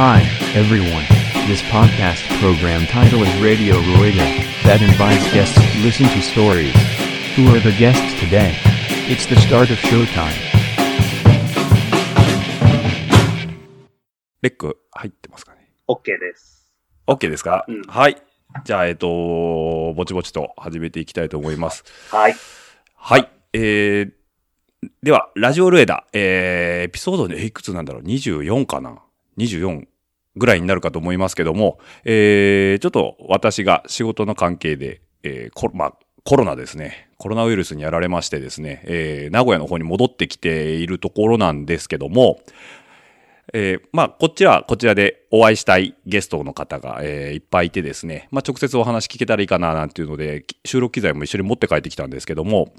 Hi, everyone. This podcast program title is Radio Roida, that invites guests to listen to stories. Who are the guests today? It's the start of showtime. レック入ってますかね。 OK です。 OK ですか、うんはい。じゃあ、えっと、ぼちぼちと始めていきたいと思います。はい。はい。えー、では、ラジオルエダ、えー、エピソードでいくつなんだろう ?24 かな ?24 ぐらいになるかと思いますけども、えー、ちょっと私が仕事の関係で、えー、コロまあ、コロナですね。コロナウイルスにやられましてですね、えー、名古屋の方に戻ってきているところなんですけども、えーまあ、こっちはこちらでお会いしたいゲストの方が、えーいっぱいいてですね、まあ、直接お話聞けたらいいかななんていうので、き収録機材も一緒に持って帰ってきたんですけども、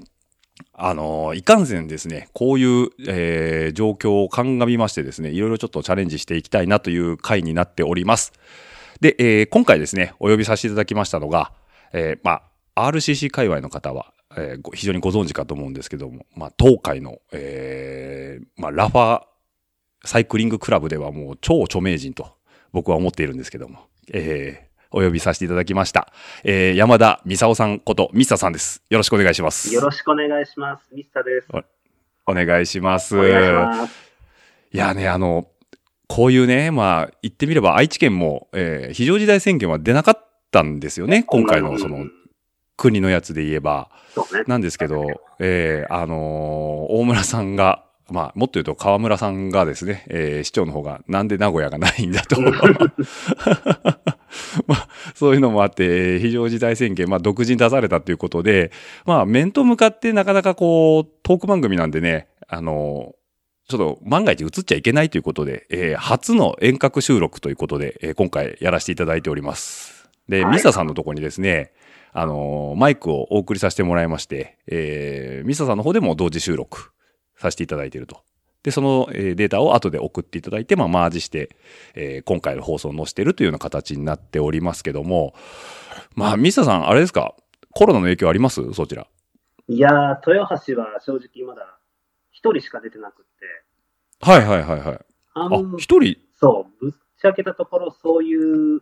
あのーいかんせんですね、こういう、えー状況を鑑みましてですね、いろいろちょっとチャレンジしていきたいなという回になっております。で、えー今回ですね、お呼びさせていただきましたのが、えーまあ、RCC 界隈の方は、えーご非常にご存知かと思うんですけども、まあ、東海の、えーまあ、ラファサイクリングクラブではもう超著名人と僕は思っているんですけども、えーお呼びさせていただきました。えー山田美沙さんこと、ミサさんです。よろしくお願いします。よろしくお願いします。ミスタです。お願いします。お願いします。いやね、あの、こういうね、まあ、言ってみれば愛知県も、えー非常事態宣言は出なかったんですよね。今回のそうんうのんうん国のやつで言えば。そうね。なんですけど、えーあのー大村さんが、まあ、もっと言うと河村さんがですね、えー市長の方が、なんで名古屋がないんだと。 うんまあ、そういうのもあって、えー非常事態宣言、まあ、独自に出されたということで、まあ、面と向かってなかなかこう、トーク番組なんでね、あのーちょっと万が一映っちゃいけないということで、えー初の遠隔収録ということで、えー今回やらせていただいております。で、はいミサさんのとこにですね、あのーマイクをお送りさせてもらいまして、えーミサさんの方でも同時収録させていただいていると。で、その、えーデータを後で送っていただいて、まあ、マージして、えー今回の放送を載せてるというような形になっておりますけども、まあ、ミサさん、あれですか、コロナの影響ありますそちら。いやー、豊橋は正直まだ一人しか出てなくって、はいはいはいはい。ああん、一人、そう、ぶっちゃけたところ、そういう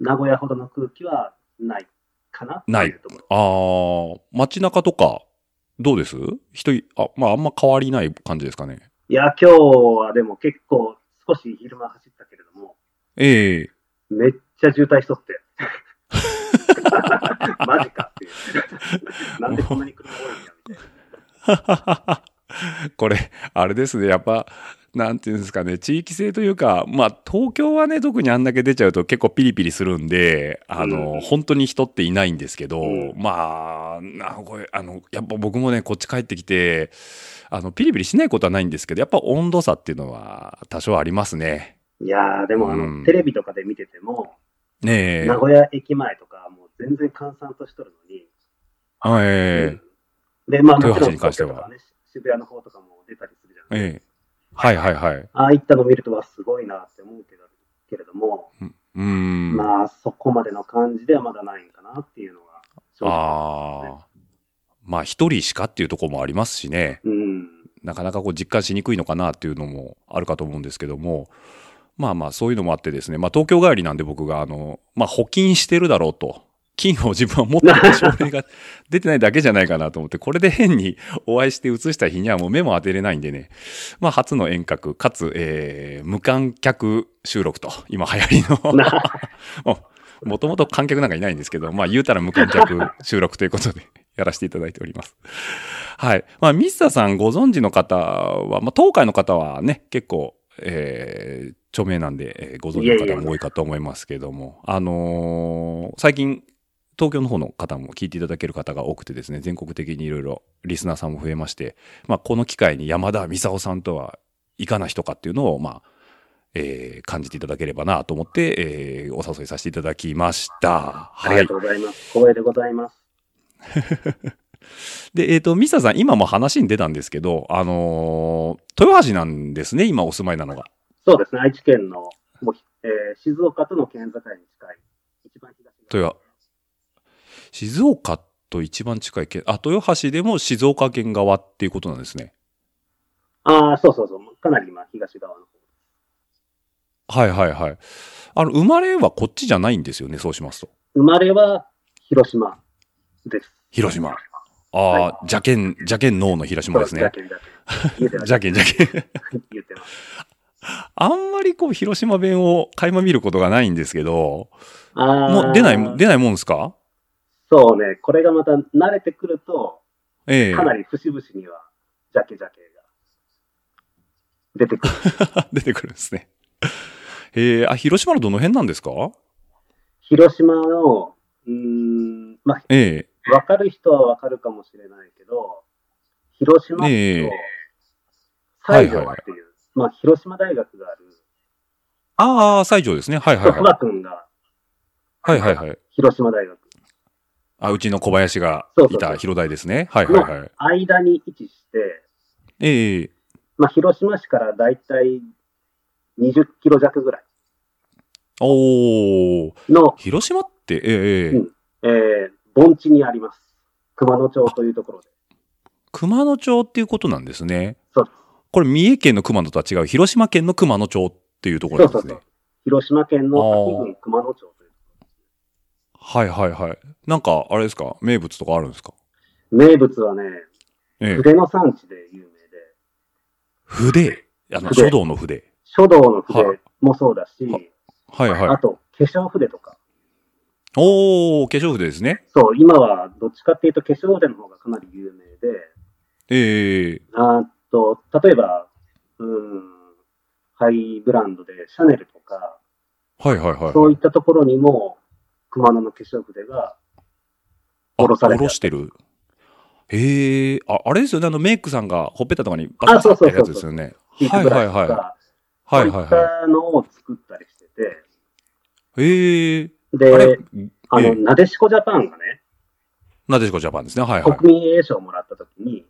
名古屋ほどの空気はないかなないと思あうー、街中とか、どうです人い、あ、まあ、あんま変わりない感じですかね。いや、今日はでも結構少し昼間走ったけれども、ええめっちゃ渋滞しと って。 マジかっていう。なんでこんなに車多いんやみたいな。 これ、あれですね、やっぱ、なんていうんですかね、地域性というか、まあ、東京はね、特にあんだけ出ちゃうと結構ピリピリするんで、あの、うん本当に人っていないんですけど、うんまあ、なこれ、あの、やっぱ僕もね、こっち帰ってきて、あの、ピリピリしないことはないんですけど、やっぱ温度差っていうのは多少ありますね。いやー、でもあの、うんテレビとかで見てても、ねえ。名古屋駅前とか、もう全然閑散としとるのに、えうんで、まあ、も豊ち橋ろにん、関しては東京とかね、渋谷の方とかも出たりするじゃえないええはいはいはい。ああいったの見るとはすごいなって思うけど、けれども、うーん。まあ、そこまでの感じではまだないんかなっていうのが、正直。ああ。まあ、一人しかっていうところもありますしね。うん。なかなかこう実感しにくいのかなっていうのもあるかと思うんですけども、まあまあそういうのもあってですね、まあ東京帰りなんで僕があの、まあ補金してるだろうと、金を自分は持ってる症例が出てないだけじゃないかなと思って、これで変にお会いして移した日にはもう目も当てれないんでね、まあ初の遠隔、かつ、えー無観客収録と、今流行り の、 もともと観客なんかいないんですけど、まあ言うたら無観客 収録ということでやらせていただいております。はい。まあ、ミスターさんご存知の方は、まあ、東海の方はね、結構、えー、著名なんで、えーご存知の方も多いかと思いますけども、あのー最近、東京の方の方も聞いていただける方が多くてですね、全国的にいろいろリスナーさんも増えまして、まあ、この機会に山田美沙さんとはいかな人かっていうのを、まあ、えー感じていただければなと思って、えーお誘いさせていただきました。ありがとうございます。光栄でございます。で、えっ、と、ミサさん、今も話に出たんですけど、あのー豊橋なんですね、今お住まいなのが。そうですね、愛知県の、もうえー静岡との県境に近い、一番東側豊静岡と一番近い県、あ、豊橋でも静岡県側っていうことなんですね。ああ、そうそうそう、かなり今、東側の方。はいはいはい。あの、生まれはこっちじゃないんですよね、そうしますと。生まれは広島です。広島。あはいあ、じゃけん、じゃけん脳の広島ですそうね。ですジャケンジャケン。 じゃけんじゃけん。言ってます。あんまりこう、広島弁を垣間見ることがないんですけど、あーもう出ない、出ないもんですかそうね、これがまた慣れてくると、ええかなり節々には、ジャケジャケが出てくる。 出てくるんですね。 ええあ、広島のどの辺なんですか広島の、うーん、まあ、えわかる人はわかるかもしれないけど、広島ええ市と西条はいはいっていう、まあ、広島大学がある、えああ、西条ですね。はいはい徳はい。田君がはいはいはい。広島大学あ、うちの小林がそうそいうそうた広大ですね。はいはいはい。間に位置して、ええまあ、広島市からだいたい20キロ弱ぐらいおー。の、広島って、ええええうんえー盆地にあります。熊野町というところで。熊野町っていうことなんですね。そうですこれ、三重県の熊野とは違う、広島県の熊野町っていうところなんですね。そうそう広島県の滝郡熊野町という。はいはいはい。なんか、あれですか名物とかあるんですか名物はね、ええ。筆の産地で有名で、筆。あの、筆書道の筆。書道のは筆もそうだし、ははいあはい。と化粧筆とか。おー、化粧筆ですね。そう、今はどっちかっていうと化粧筆の方がかなり有名で、ええあーっと、例えば、うん、ハイブランドでシャネルとか、はいはいはい。そういったところにも、熊野の化粧筆が、あおろされておろしてる。ええあ、あれですよね。あの、メイクさんがほっぺたとかにバッあそうてそうやるやそうつそうですよね。チーはクいブはいラシはとい。はいか、はいいそうっはたのを作ったりしてて、い。ええあれで、あええの、なでしこジャパンがね、なでしこジャパンですね。はいはい。国民栄誉賞をもらった時に、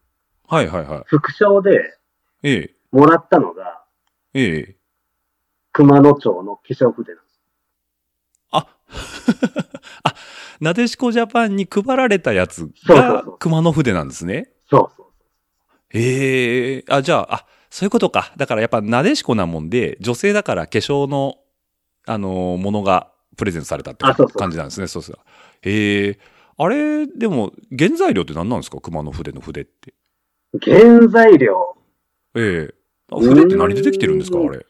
はいはいはい。副賞でええもらったのが、ええ熊野町の化粧筆なんです。あ、 あ、なでしこジャパンに配られたやつそうそがうそう熊野筆なんですね。そうそうええあ、じゃあ、あ、そういうことか。だからやっぱなでしこなもんで、女性だから化粧の、あのーものがプレゼントされたってあそうそう感じなんですね。そうそう。ええあれ、でも、原材料って何なんですか熊野筆の筆って。そう。原材料、ええあ筆って何でできてるんですかあれ。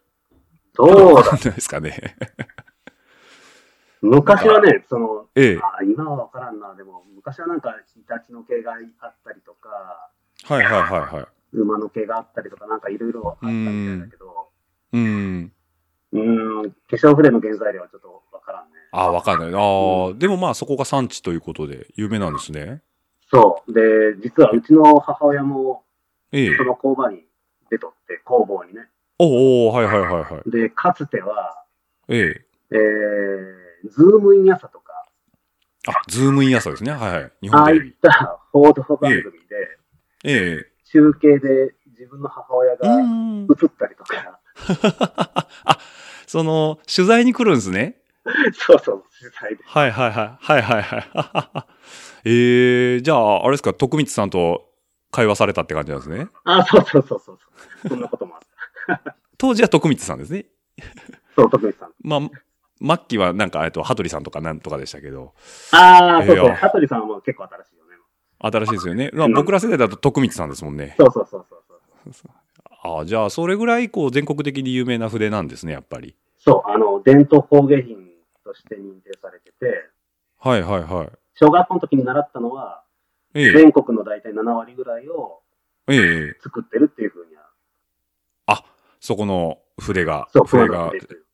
どうわだ かんないですかね。昔はね、その、ええあ今は分からんな、でも昔はなんかイタチの毛があったりとか、はいはいはいはい。馬の毛があったりとか、なんかいろいろあったみたいだけど、うん。うーん、化粧筆の原材料はちょっと分からんね。ああ、わかんない。ああ、でもまあそこが産地ということで有名なんですね。そう、で、実はうちの母親もええ。その工場に出とって、工房にね。おうおうはいはいはいはい。で、かつては、ええ。えー、ズームイン朝とか、あ、ズームイン朝ですね。はいはい。日あ本あテいレっビ。た報道番組で、ええ。中継で自分の母親うがー映ん。ったりとか、 あ、その、取材に来るんですね。そうそう、取材で。はいはいはい。はいはいはい。 ええじゃあ、あれですか、徳光さんと会話されたって感じなんですね。あ、そうそうそうそうそう。そんなこともあった。当時は徳光さんですね。そう、徳光さん。まあ、末期はなんか、えっと、羽鳥さんとかなんとかでしたけど、ああ、いそやうそう。羽鳥さんはもう結構新しいよね。新しいですよね。まあ、僕ら世代だと徳光さんですもんね。そうそうそうそうそう。ああ、じゃあ、それぐらい、こう、全国的に有名な筆なんですね、やっぱり。そう、あの、伝統工芸品として認定されてて、はいはいはい。小学校の時に習ったのは、ええ、全国の大体7割ぐらいをええ、作ってるっていうふうには、そこの筆が、そう、筆熊野が筆という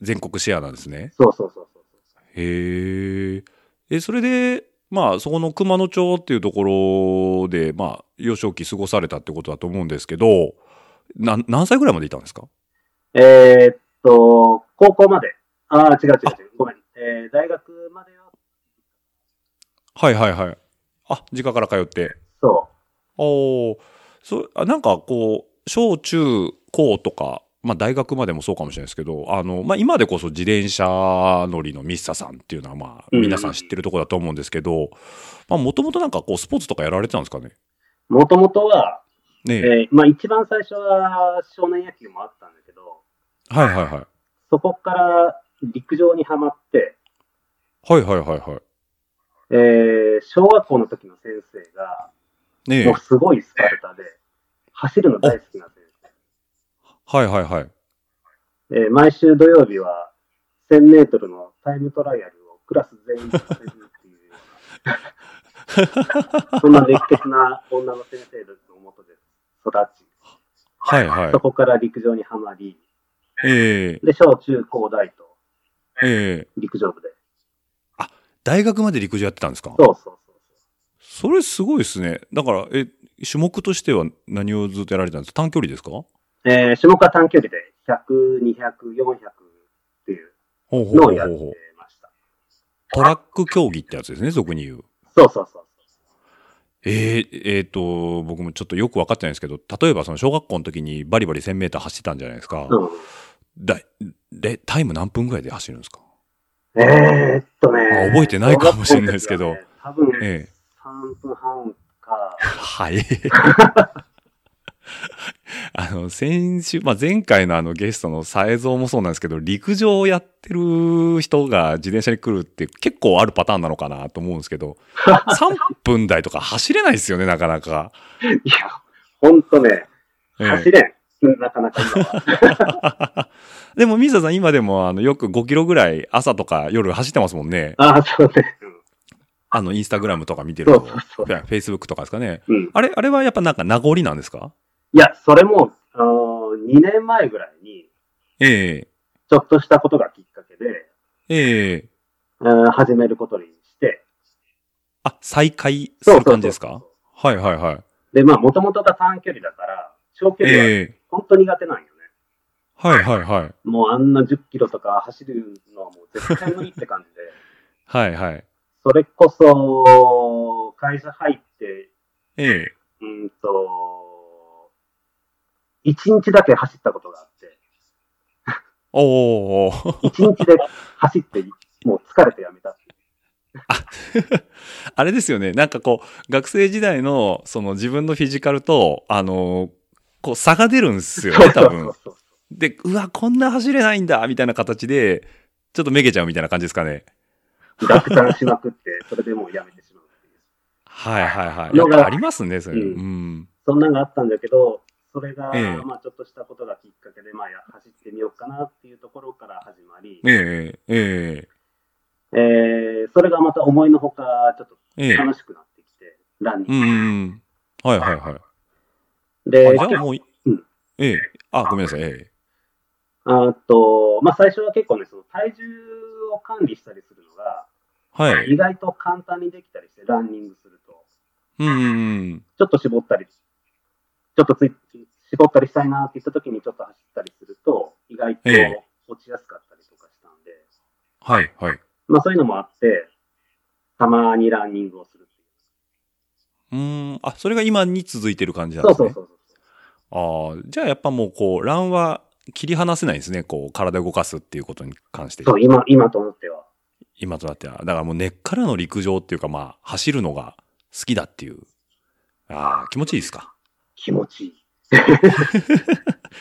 全国シェアなんですね。そうそうそうそうそう。へえ。え、それで、まあ、そこの熊野町っていうところで、まあ、幼少期過ごされたってことだと思うんですけど、なん何歳ぐらいまでいたんですかえーっと、高校まで。ああ、違う違う違う。ごめん。えー大学までは、はいはいはい。あ、実家から通って。そおーそあなんかこう小中高とか、まあ、大学までもそうかもしれないですけどあの、まあ、今でこそ自転車乗りのミッサさんっていうのはまあうん皆さん知ってるとこだと思うんですけどもともとなんかこうスポーツとかやられてたんですかねう。もともとは、ねええーまあ一番最初は少年野球もあったんだけど、はいはいはい。そこから陸上にはまって、はいはいはいはい。えー小学校の時の先生が、ねえもう。すごいスパルタで、走るの大好きな先はいはいはい。生。えー毎週土曜日は、1000メートルのタイムトライアルをクラス全員でさせるっていうよ うな、そんな歴史的な女の先生のもとで育ち、はいはいそ。こから陸上にはまり、ええで、小中高大とええ陸上部で。大学まで陸上やってたんですかそうそうそうそれすごいですね。だから、え、種目としては何をずっとやられてたんですか短距離ですかほそう。えー種目は短距離で100、200、400っていううほうのほをうやっほうてほう。ました。トラック競技ってやつですね、俗に言う。そうそうそう。えええっ、と、僕もちょっとよく分かってないんですけど、例えばその小学校の時にバリバリ1000メーター走ってたんじゃないですか。うんだで、タイム何分ぐらいで走るんですかえーっとねあ。覚えてないかもしれないですけど小学校の時はね多分、ええ3分半か。はい。 あの、先週、まあ、前回のあのゲストのサ蔵もそうなんですけど、陸上をやってる人が自転車に来るって結構あるパターンなのかなと思うんですけど、3分台とか走れないですよね、なかなか。いや、ほんとね、ええ走れん。うんなかなか今は。 でも、ミサさん今でもあのよく5キロぐらい朝とか夜走ってますもんね。あ あ、そうね。あの、インスタグラムとか見てると。そうフそうそうェイスブックとかですかね。うん。うんあれ、あれはやっぱなんか名残なんですかいや、それも、あの2年前ぐらいに、えちょっとしたことがきっかけで、えええうん始めることにして。あ、再開する感じですかそうそうそうはいはいはい。で、まあ、もともとが短距離だから、長距離はええ本当苦手なんよね。はいはいはい。もうあんな10キロとか走るのはもう絶対無理って感じで、はいはい。それこそ、会社入って、ええうーんと、1日だけ走ったことがあって、おーお ー1日で走って、もう疲れてやめた。あれですよね。なんかこう、学生時代の、その自分のフィジカルと、あのーこう、差が出るんです よね、多分。そうそうで、うわ、こんな走れないんだ、みたいな形で、ちょっとめげちゃうみたいな感じですかね。そう落胆しまくって、それでもうやめてしまうっていう。はいはいはい。やっぱありますね、それ。ううんん。そんなんがあったんだけど、それが、ええまあちょっとしたことがきっかけで、まあや走ってみようかなっていうところから始まり、ええええーそれがまた思いのほか、ちょっとえええ楽しくなってきて、ランうニンんうん。はいはいはい。グ。で、あじゃあもういうん、ええあ、ごめんなさい、ええあーっと、まあ、最初は結構ね、その体重を管理したりするのが、はい。意外と簡単にできたりして、ランニングすると、うんうんうん。ちょっと絞ったり、ちょっとつい絞ったりしたいなって言った時にちょっと走ったりすると、意外とええ落ちやすかったりとかしたんで、はいはい。まあそういうのもあって、たまにランニングをするっうていうーん。あ、それが今に続いてる感じなんそでうすそね。うそうそう。ああ、じゃあやっぱもうこう、ランは切り離せないんですね。こう、体動かすっていうことに関して。そう、今、今と思っては。今となっては。だからもう根っからの陸上っていうかまあ、走るのが好きだっていう。ああ、気持ちいいですか。気持ちいい。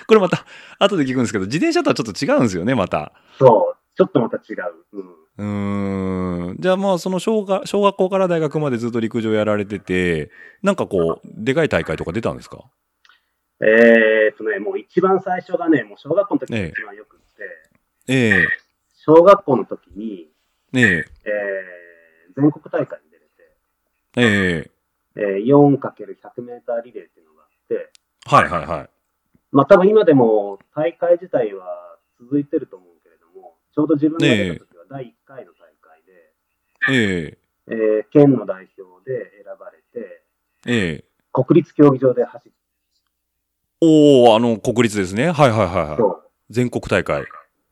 これまた、後で聞くんですけど、自転車とはちょっと違うんですよね、また。そう、ちょっとまた違う。うん。うーん。じゃあまあ、その小学、小学校から大学までずっと陸上やられてて、なんかこう、でかい大会とか出たんですかえーっとね、もう一番最初がね、もう小学校の時が一番よくって、ええ小学校の時に、えええー全国大会に出れええて、えー、4×100 メーターリレーっていうのがあって、はいはいはい。まあ多分今でも大会自体は続いてると思うけれども、ちょうど自分が出た時は第1回の大会えで、えー県の代表で選ばれて、えええ国立競技場で走っおおあの、国立ですね。はいはいはいた。はい。そう。全国大会。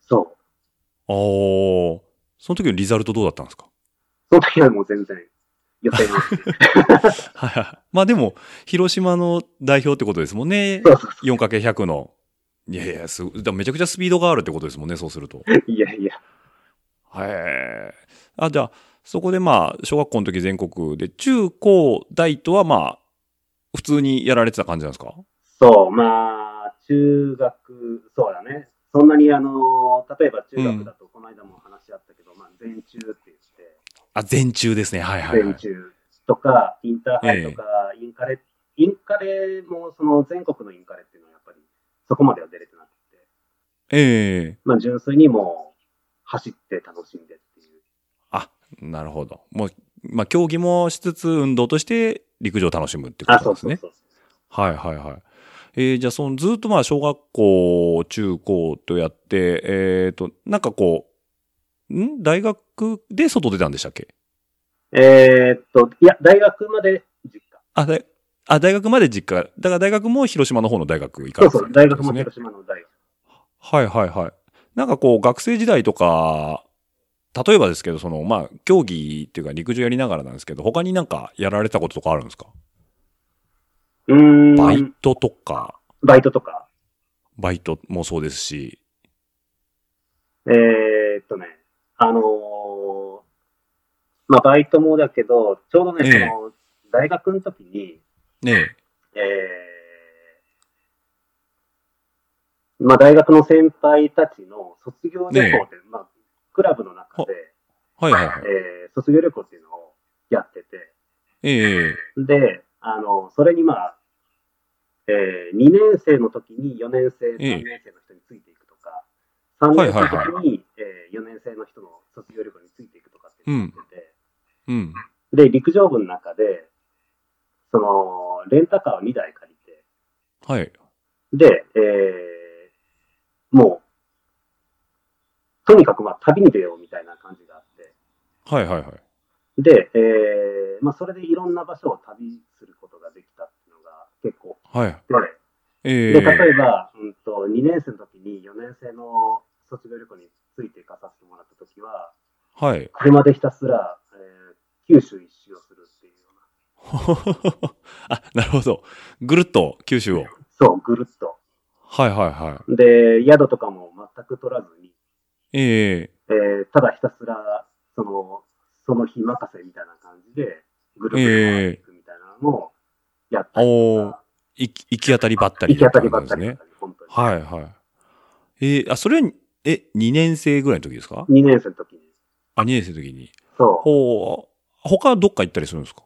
そう。おおその時のリザルトどうだったんですかその時はもう全然予選落ちはいはい。まあでも、広島の代表ってことですもんねそ。うそうそ 4×100 の。いやいや、すごだからめちゃくちゃスピードがあるってことですもんね、そうする と。う。いやいや。へえ。あ、じゃあ、そこでまあ、小学校の時全国で、中高大とはまあ、普通にやられてた感じなんですかそう、まあ、中学、そうだね。そんなにあの、例えば中学だと、この間も話あったけど、まあ、全中って言って、あ、全中ですね。はいはい、は全い。中とか、インターハイとか、インカレ、インカレも、その全国のインカレっていうのはやっぱり、そこまでは出れてなくて、ええまあ、純粋にもう、走って楽しんでっていう。あ、なるほど。もう、まあ、競技もしつつ、運動として陸上を楽しむってこあ、とそうですそうね。そうそう。はいはいはい。えーじゃあそのずっとまあ小学校、中高とやって、えっ、と、なんかこう、ん大学で外出たんでしたっけえーっと、いや、大学まで実家。あ、だいあ大学まで実家。だから大学も広島の方の大学行かそれてうそたう、大学ってこともですね広島の大学。はいはいはい。なんかこう、学生時代とか、例えばですけど、その、まあ、競技っていうか陸上やりながらなんですけど、他になんかやられたこととかあるんですかうーん。バイトとか、バイトとか。バイトもそうですし、えーっとね、あのーまあ、バイトもだけど、ちょうどね、ええその、大学の時に、ねえーまあ、大学の先輩たちの卒業旅行って、まあ、クラブの中で、え。はいはいはい。えー卒業旅行っていうのをやってて、ええ。で、あの、それにまあ、えー、2年生の時に4年生、3年生の人についていくとか、3年生の時はいに、えー、4年生の人の卒業旅行についていくとかってやってて、うん。で、陸上部の中で、その、レンタカーを2台借りて、はい。で、えー、もう、とにかくまあ旅に出ようみたいな感じがあって、はいはいはい。で、えー、まあそれでいろんな場所を旅することができたっていうのが結構はい。大きくて、ええ。で、例えば、うんと、2年生の時に4年生の卒業旅行について行かさせてもらった時は、はい。 車でひたすら、えー九州一周をするっていうようあ、なるほど。ぐるっと九州を。な。そう、ぐるっと。はいはいはで、宿とかも全く取らずに、い。ええーただひたすら、その、その日任せみたいな感じで、ぐるぐる回っていくみたいなのをやったえ。りとおーか、い行き当たりばったり行きだ当ったたりんばっでたすりだっねた。り、本当に。はいはい。えーあ、それは、え、2年生ぐらいの時ですか2年生の時に。あ、2年生の時に。そう。ほう、他どっか行ったりするんですか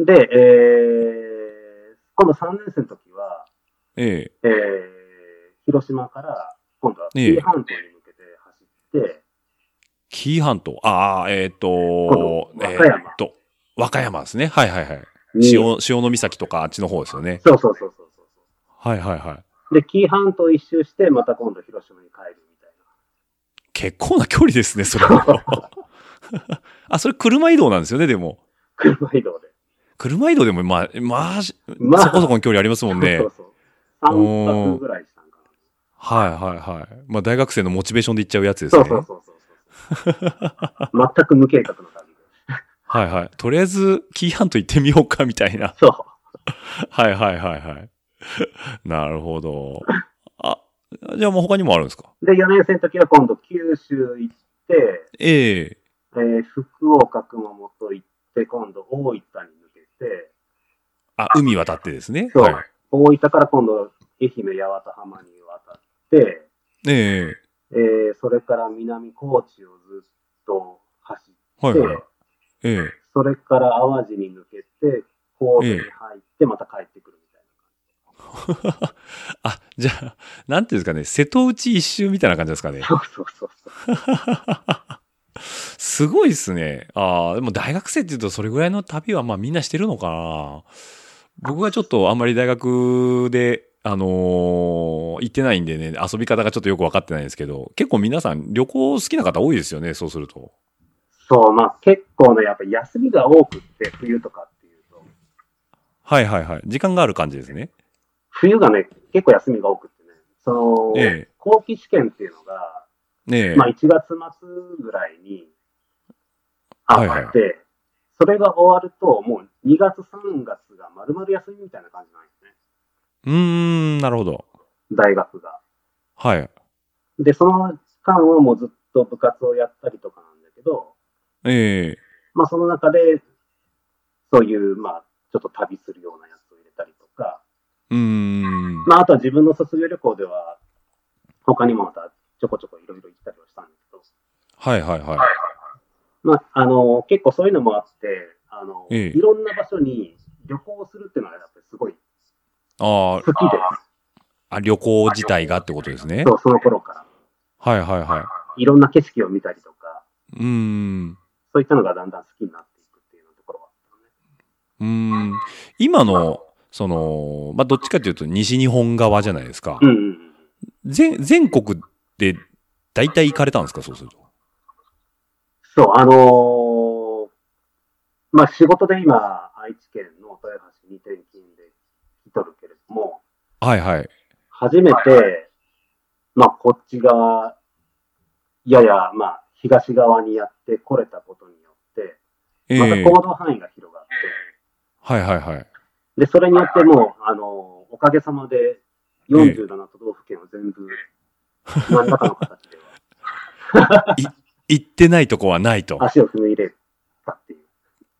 で、えー、今度3年生の時は、ええー、広島から今度はええ紀伊半島に向けて走って、紀伊半島。ああ、えっ、と、今度和え歌山ーっと、和歌山ですね。はいはいはい。に潮、潮の岬とかあっちの方ですよね。そうそうそうそうそうそはいはいはい。う。で、紀伊半島一周して、また今度広島に帰るみたい結構な距離ですね、それも。 あ、それ車移動なんですよね、でも。な。車移動で。車移動でも、まあ、まあ、そまあこそこの距離ありますもんねそ。うそうそう。3泊ぐらいしたんかな。はいはいはい。まあ、大学生のモチベーションで行っちゃうやつですそね。うそうそうそうそう。全く無計画の旅で。はいはい。とりあえず、キーハント行ってみようか、みたいな。 そう。はいはいはいはい。なるほど。あ、じゃあもう他にもあるんですかで、4年生の時は今度九州行って、えええー福岡、熊本行って、今度大分に抜けて、あ、海渡ってですね。そうはい、大分から今度、愛媛、八幡浜に渡って、えええーそれから南高知をずっと走っはいて、はい。ええ それから淡路に抜けて、神戸に入って、また帰ってくるみたいあ、じゃあ、なんていうんですかね、瀬戸内一周みたいな感じですかねな。。 そうそうそうそう。すごいですね。ああ、でも大学生って言うとそれぐらいの旅はまあみんなしてるのかな。僕はちょっとあんまり大学で、あのー行ってないんでね、遊び方がちょっとよく分かってないんですけど、結構皆さん旅行好きな方多いですよね、そうすると。そう、まあ結構ね、やっぱり休みが多くって、冬とかっていうと、はいはいはい。時間がある感じですね。冬がね、結構休みが多くってね、その、ええ後期試験っていうのが、ねえ。まあ1月末ぐらいにあって、はいはそれが終わると、もう2月3月が丸々休みみたいな感じなんですね、うーん、なるほど。大学が。はい。で、その間はもうずっと部活をやったりとかなんだけど、ええまあその中で、そういう、まあ、ちょっと旅するようなやつを入れたりとか、うーん。まあ、あとは自分の卒業旅行では、他にもまたちょこちょこいろいろ行ったりはしたんですけど、はいはいはい。まあ、あの、結構そういうのもあって、あの、ええいろんな場所に旅行するっていうのがやっぱりすごいあ好きで、あ、旅行自体がってことですね。そうその頃から、はいはいはいろんな景色を見たりとか、い。うーん。そういったのがだんだん好きになっていくっていうところは、うーん。今の、その、まあ、どっちかというと西日本側じゃないですかう。んうんうん。全、全国で大体行かれたんですかそうすると。そう、あのーまあ、仕事で今、愛知県の豊橋に転勤で来とるけれども、はいはい。初めて、まあ、こっち側、やや、まあ、東側にやってこれたことによって、ええまた行動範囲が広がって、はいはいはい。で、それによってもう、あのーおかげさまで、47都道府県を全 部、何らかの形で行ってないとこはないと。足を踏み入れたっていう。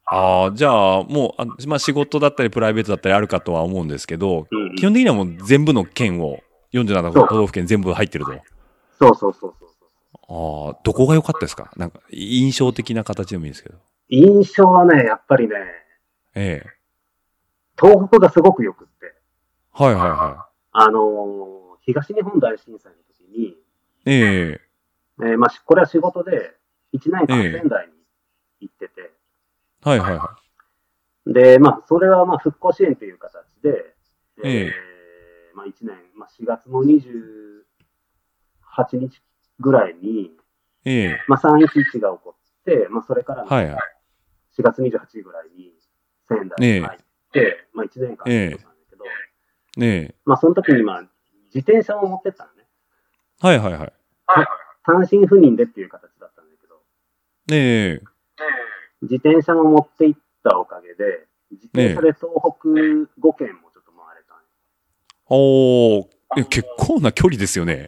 ああ、じゃあ、もう、あまあ、仕事だったりプライベートだったりあるかとは思うんですけど、うんうん基本的にはもう全部の県を、47都道府県全部入ってると。そうそうそうそうそう。ああ、どこが良かったですかなんか、印象的な形でもいいですけど。印象はね、やっぱりね、ええ。東北がすごくよくって、はいはいはあのー東日本大震災の時に、い。ええーまあ、しこれは仕事で1年間ええ仙台に行ってて、え。はいはいはで、まあ、それはまあ復興支援という形で、ええまあ、1年、まあ、4月の28日ぐらいに、い。ええ。まあ、311が起こって、まあ、それからのはい4はい。月28日ぐらいに仙台に入って、まあ、1年間過ごしたんだけど、ねえ。まあ、その時に、まあ、自転車を持ってったのね。はいはいはい。単身赴任でっていう形だったんだけど、ねえ。自転車も持って行ったおかげで、自転車で東北5県もちょっと回れたんよおーえ結構な距離ですよね。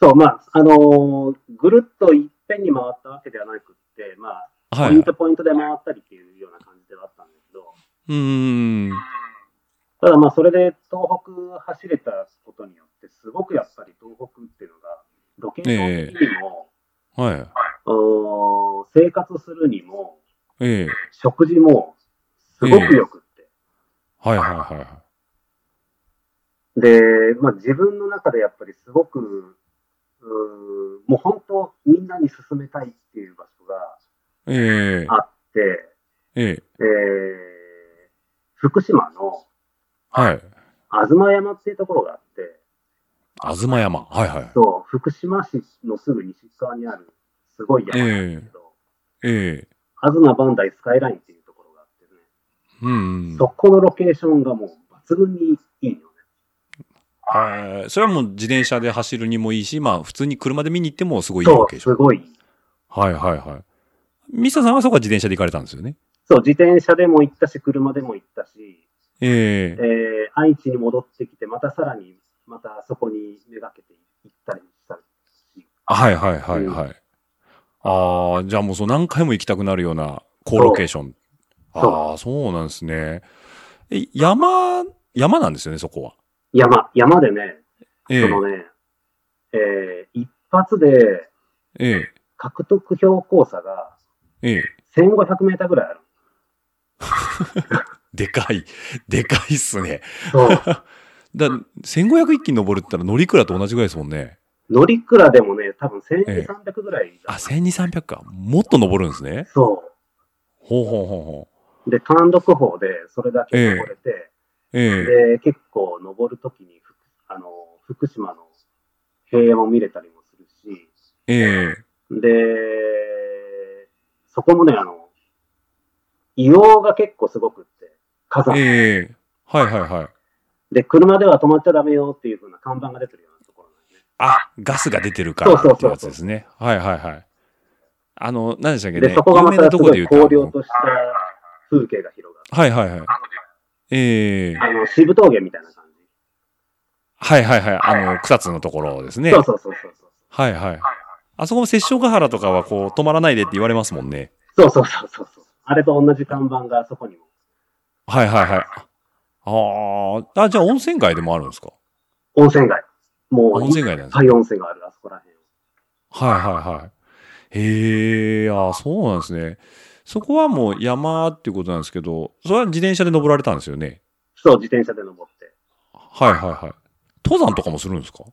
そう、まあ、あのーぐるっといっぺんに回ったわけではなくって、まあ、はポい。インうトポイントで回ったりっていうような感じではあったんだけど、ーん。ただまあ、それで東北走れたことによって、すごくやっぱり東北っていうのが、ロケーション的にも、はい。うーん生活するにも、ええ。食事もすごくよくって。はいはいはいはい。で、まあ自分の中でやっぱりすごく、うーんもう本当みんなに勧めたいっていう場所がえあって、え。ええ。えー、福島のはい。東山っていうところがあって、東山。はいはい。そう、福島市のすぐ西側にあるすごい山なんですけど、ええ。東バンダイスカイラインっていうところがあってね、うん。そこのロケーションがもう抜群にいいよね。ええそれはもう自転車で走るにもいいし、まあ普通に車で見に行ってもすごいいいそわう、けでしすょ。ごいはいはいはい。ミサさんはそこは自転車で行かれたんですよね。そう、自転車でも行ったし、車でも行ったし、えええ。ー愛知に戻ってきて、またさらに、またそこにめがけて行ったりしたし、はいはいはいはい。ああ、じゃあもうそう何回も行きたくなるような高ロケーション。そうああ、そうなんですね。え、山、山なんですよね、そこは。山、山でね、えそえ、のね、えー一発でええ、獲得標高差がええ。 1500メーターぐらいある。でかい、でかいっすね。そう。だ、1500一気に登るって言ったら乗鞍と同じぐらいですもんね。 乗り倉でもね、多分1300ぐらいあ、だ、 1200、300か。もっと登るんですね。そほうほうほうほう。う。で、単独法でそれだけ登れて、ええ、で、結構登るときに、ふあの、福島の平野も見れたりもするし、ええ。で、そこもね、あの、硫黄が結構すごくって、火山。ええ、はいはいはい。で、車では止まっちゃダメよっていう風な看板が出てるようなところなんで、ね。あ、ガスが出てるからそうそうそうっていうやつですね。はいはいはい。あの、何でしたっけね。で、そこがま有名なたすとこごで言いうと荒涼とした風景が広がる。はいはいはい。ええあの、渋峠みたいな感じ。はいはいはい。あの、草津のところですね。そうそうそうそうそう。はいはい。あそこも殺生ヶ原とかはこう、止まらないでって言われますもんね。そうそうそうそうそう。あれと同じ看板があそこにも。はいはいはい。ああ、あ、じゃあ温泉街でもあるんですか温泉街。もう、温泉街なんですはい、温泉がある、あそこら辺。はいはいはい。へえ、ああ、そうなんですね。そこはもう山っていうことなんですけど、それは自転車で登られたんですよね。そう、自転車で登って。はいはいはい。登山とかもするんですか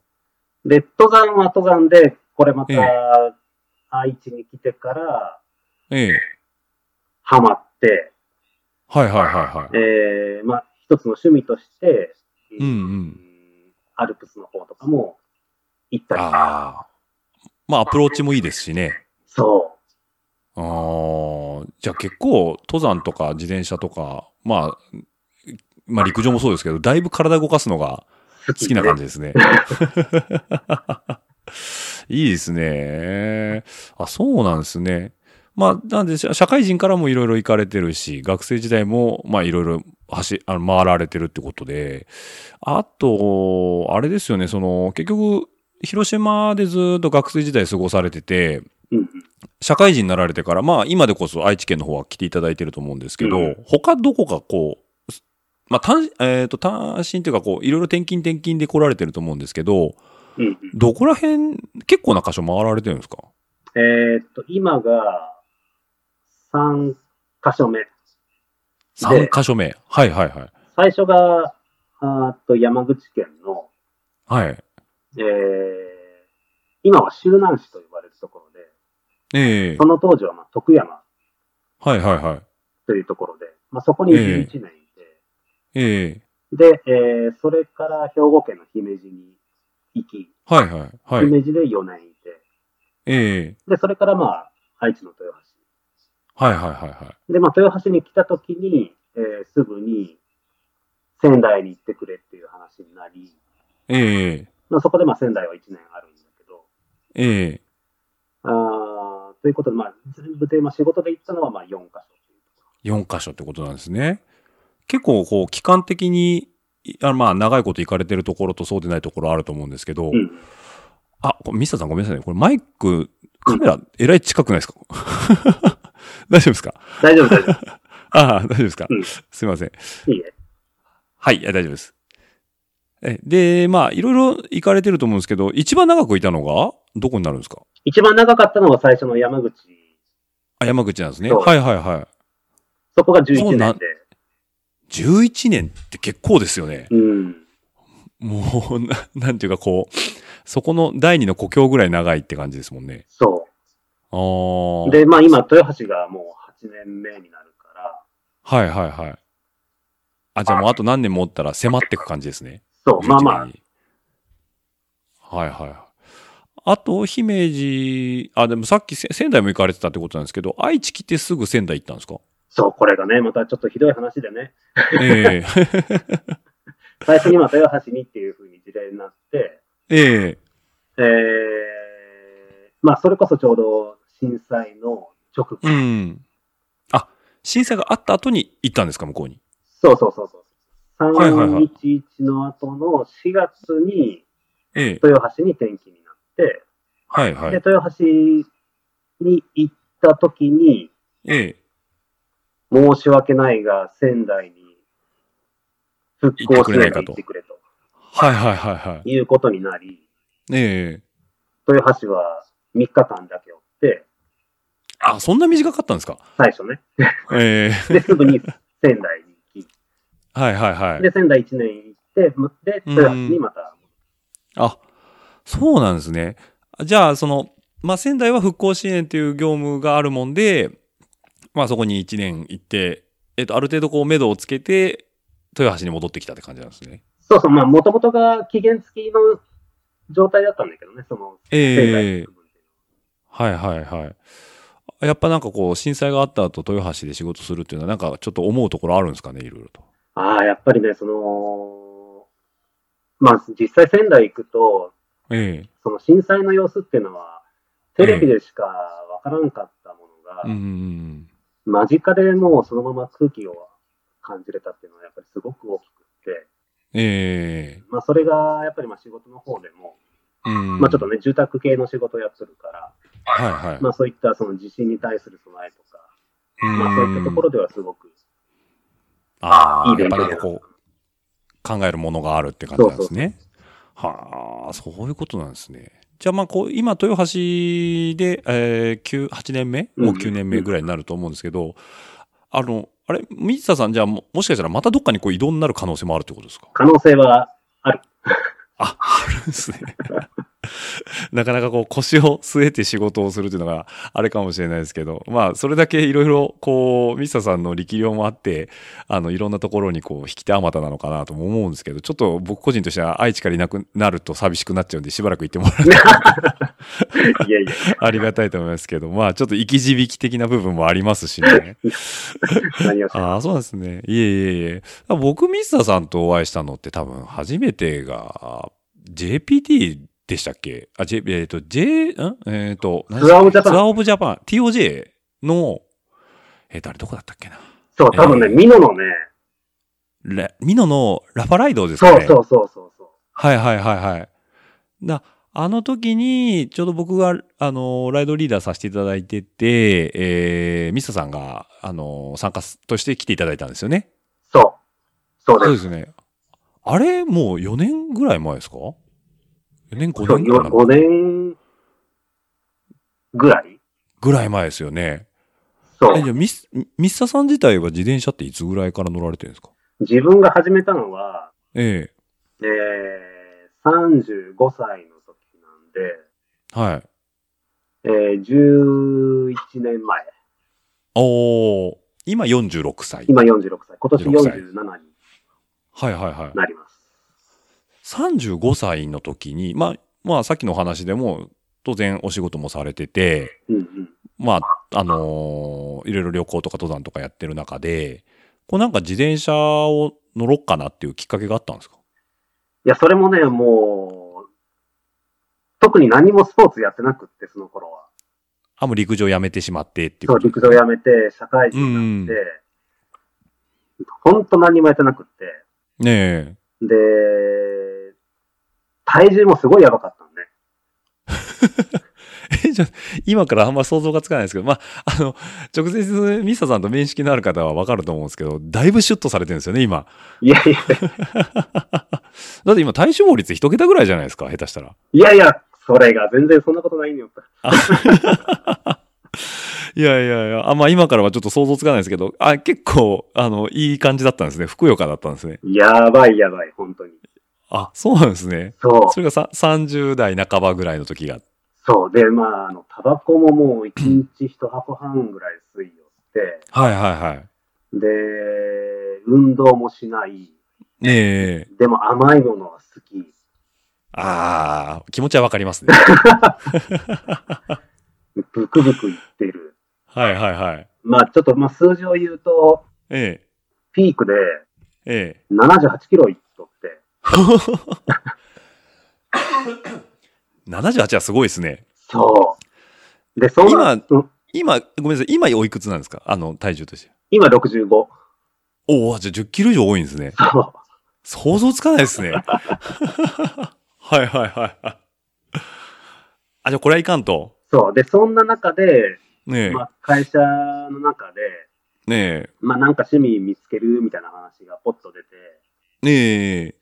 で、登山は登山で、これまえた、愛知に来てから、ええ。ハマって、はいはいはいはい。えー、まあ、一つの趣味として、うんうんアルプスの方とかも行ったりとか、ああ。まあアプローチもいいですしね。そああ。じゃあ結構登山とか自転車とか、まあ、まあ陸上もそうですけど、だいぶ体動かすのがう。好好きな感じじ。ですね。いいですね。あ、そうなんですね。まあ、なんで、社社会人からもいろいろ行かれてるし、学生時代も、まあ、いろいろ走、あの、回られてるってことで、あと、あれですよね、その、結局、広島でずっと学生時代過ごされてて、うんうん社会人になられてから、まあ今でこそ愛知県の方は来ていただいてると思うんですけど、うん他どこかこう、すまあ単、えっ、と単身というかこう、いろいろ転勤転勤で来られてると思うんですけど、うんうんどこら辺、結構な箇所回られてるんですかえーっと、今が3箇所目。 ?3 箇所目。はいはいはい。最初が、あーっと山口県の、はい。えー、今は周南市と呼ばれるところで、ええその当時はまあ徳山はいはいはい。というところで、まあ、そこに11年いええて、で、えーそれから兵庫県の姫路に行き、はいはい。はい。姫路で4年いて、ええで、それからまあ、愛知の豊はいはいはいはい。橋。で、まあ、豊橋に来た時に、えーすぐに仙台に行ってくれっていう話になり、ええまあ、そこでまあ仙台は1年あるんだけど、ええあーということで、まあ、全部で、まあ、仕事で行ったのはまあ4箇所っていうとこ4箇所ってことなんですね。結構こう、期間的に、いあまあ長いこと行かれてるところとそうでないところあると思うんですけど、ろ。うん。あ、これミスターさんごめんなさいね。これマイク、カメラ、えらい近くないですか 大丈夫ですか大丈夫、大丈夫。ああ、大丈夫ですか、うんすいません。いいえ。はい、いや大丈夫です。えで、まあ、いろいろ行かれてると思うんですけど、一番長くいたのが、どこになるんですか一番長かったのが最初の山口。あ、山口なんですね。そうはいはいはそこが11そうな年で。い。11年って結構ですよね。うん。もう、な なんていうかこう、そこの第二の故郷ぐらい長いって感じですもんね。そあう。あ。で、まあ今、豊橋がもう8年目になるから、はいはいはい。あ、じゃあもうあと何年もおったら迫っていく感じですね。そう、まあまあ11、年にはいはい。あと、姫路、あ、でもさっきせ仙台も行かれてたってことなんですけど、愛知来てすぐ仙台行ったんです かそう、これがね、またちょっとひどい話でね、ええ最初にまあ豊橋にっていうふうに事例になって、えええー、まあそれこそちょうど震災の直後。うん。あ、震災があった後に行ったんですか、向こうに。そうそうそうそう。はいはいはい311の後の4月にええ豊橋に転勤になって、はいはい。で、豊橋に行った時に、ええ申し訳ないが仙台に復興しないか行ってくれとはいはいはいはい。いうことになり、ええ豊橋は3日間だけおって、あ、そんな短かったんですか最初ね。ええで、すぐに仙台に行き、はいはいはい。で、仙台1年行って、むで、うん豊橋にまた、あ、そうなんですね。じゃあ、その、まあ、仙台は復興支援という業務があるもんで、まあ、そこに1年行って、えっと、ある程度こう、目処をつけて、豊橋に戻ってきたって感じなんですね。そうそう、まあ、もともとが期限付きの状態だったんだけどね、その、仙台ええの部分で。はいはいはい。やっぱなんかこう、震災があった後、豊橋で仕事するっていうのは、なんかちょっと思うところあるんですかね、いろいろと。ああ、やっぱりね、その、まあ、実際仙台行くと、えその震災の様子っていうのは、テレビでしかわからんかったものが、えうんうんうん。間近でもうそのまま空気を感じれたっていうのはやっぱりすごく大きくって、えまあそれがやっぱりまあ仕事の方でも、えうん。まあちょっとね、住宅系の仕事をやってるから、はいはい。まあそういったその地震に対する備えとか、うんまあそういったところではすごくああ、いいやっ勉ぱ強なにんなかったこう、考えるものがあるって感じなんですね。はあ、そういうことなんですね。じゃあまあこう、今、豊橋で、えー、9、8年目うんもう9年目ぐらいになると思うんですけど、あの、あれ、水田さん、じゃあももしかしたらまたどっかにこう移動になる可能性もあるってことですか可能性は、あ、あるんですね。 なかなかこう腰を据えて仕事をするというのがあれかもしれないですけど、まあそれだけいろいろこう、ミサさんの力量もあって、あのいろんなところにこう引き手あまたなのかなとも思うんですけど、ちょっと僕個人としては愛知からいなくなると寂しくなっちゃうんでしばらく行ってもらういやいや、ありがたいと思いますけど、まあちょっと生き字引き的な部分もありますしね。何をしてああ、そうなんですね。いえいえいえ。僕、ミスターさんとお会いしたのって多分初めてが、JPT でしたっけあ、J、えっ、と、J、んえっ、と、何でしたツアーオブジャパンツアーオブジャパン、TOJ の、えっ、と、あれどこだったっけな。そう、多分ね、えーミノのね、ラミノのラファライドですかね。そうそうそうそうそう。はいはいはいはい。だあの時に、ちょうど僕が、あの、ライドリーダーさせていただいてて、えー、ミスターさんが、あの、参加すとして来ていただいたんですよね。そう。そうそうで。ですすね。あれ、もう4年ぐらい前ですか ?4 年、5そ年うぐらい5年ぐらいぐらい前ですよね。そえじゃう。あミス、ミスタさん自体は自転車っていつぐらいから乗られてるんですか自分が始めたのは、ええー、35歳の時なんで、えはい。えー、11年前。おー、今46歳。今46歳。今年46歳47にはいはいはい。なります。 35歳の時に、まあ、まあさっきのお話でも、当然お仕事もされてて、うんうん。まあ、あのーいろいろ旅行とか登山とかやってる中で、こうなんか自転車を乗ろっかなっていうきっかけがあったんですかいや、それもね、もう、特に何もスポーツやってなくって、その頃は。あ、もう陸上やめてしまってっていうそう、こと陸上やめて、社会人になって、ほんと何もやってなくって。ねで、体重もすごいやばかったんで。 え。え、じゃあ今からあんま想像がつかないですけど、まあ、 あの、直接ミサさんと面識のある方はわかると思うんですけど、だいぶシュッとされてるんですよね、今。いやいや、だって今体脂肪率一桁ぐらいじゃないですか、下手したら。いやいや、それが全然そんなことないんよ。いやいやいや、あ、まあ今からはちょっと想像つかないですけど、あ、結構、あの、いい感じだったんですね。ふくよかだったんですね。やばいやばい、本当に。あ、そうなんですね。そうそ、れがさ30代半ばぐらいの時が。そう。で、まあ、あの、タバコももう1日1箱半ぐらい吸いよって、はいはいはい。で、運動もしない。ねえ。でも甘いものは好き。ああ、気持ちはわかりますね。ブクブクいってる。はいはいはい。まあちょっとまあ数字を言うと、えピークでえ、ええ。 78キロいっとって、 78はすごいですね。そう。で、そうな今うん今、ごめんなさい。今おいくつなんですかあの、体重として。今65。おお、じゃあ10キロ以上多いんですね。そう。想像つかないですね。 はいはいはいはい。あ、じゃあこれはいかんと。そう。で、そんな中で、ねえ、まあ会社の中で、ねまあなんか趣味見つけるみたいな話がポッと出て、え、ね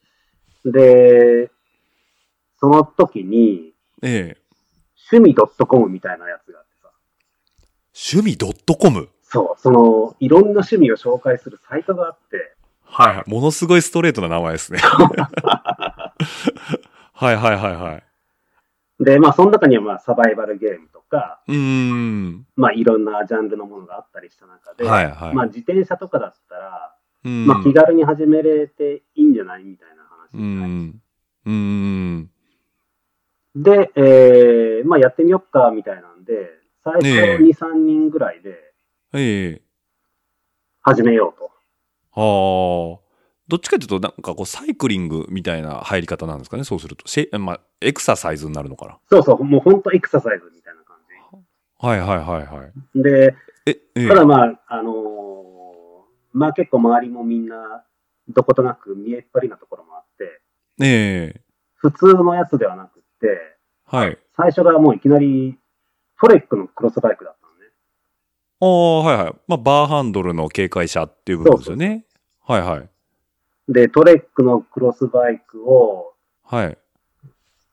え、で、その時に、ねえ、趣味 .com みたいなやつがあってさ、趣味 .com。そう、その、いろんな趣味を紹介するサイトがあって、はいはい。ものすごいストレートな名前ですね。 はいはいはいはい。で、まあ、その中には、まあ、サバイバルゲームとか、うーん。まあ、いろんなジャンルのものがあったりした中で、はいはい。まあ、自転車とかだったら、うんまあ、気軽に始めれていいんじゃないみたいな話うになりん。うん。で、えーまあ、やってみよっか、みたいなんで、最初ええ2、3人ぐらいでええ。始めようと。はあ。どっちかというと、なんかこう、サイクリングみたいな入り方なんですかね、そうすると。シェまあ、エクササイズになるのかな。そうそう、もう本当エクササイズみたいな感はいはいはいはい。じ。で、え、ええただまあ、あのーまあ結構周りもみんな、どことなく見えっ張りなところもあって、ええ。普通のやつではなくって、はい。最初がもういきなり、トレックのクロスバイクだったのね。ああ、はいはい。まあ、バーハンドルの警戒車っていう部分ですよね。はいはい。で、トレックのクロスバイクをはい。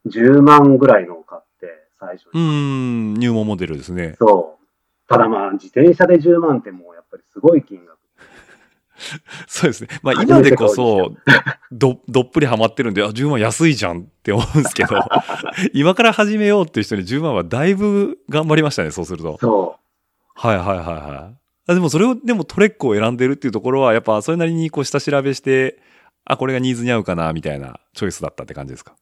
10万ぐらいのを買って、最初うに。ん、入門モデルですね。 そう。ただまあ、自転車で10万ってもうやっぱりすごい金額。そうですね。まあ初今めでてこ買うそ、ど、どっぷりハマってるんで、あ、10万安いじゃんって思うんですけど、今から始めようっていう人に10万はだいぶ頑張りましたね、そうすると。そはいはいはいはい。あでもそれを、でもトレックを選んでるっていうところは、やっぱそれなりにこう下調べして、あ、これがニーズに合うかな、みたいなチョイスだったって感じですか。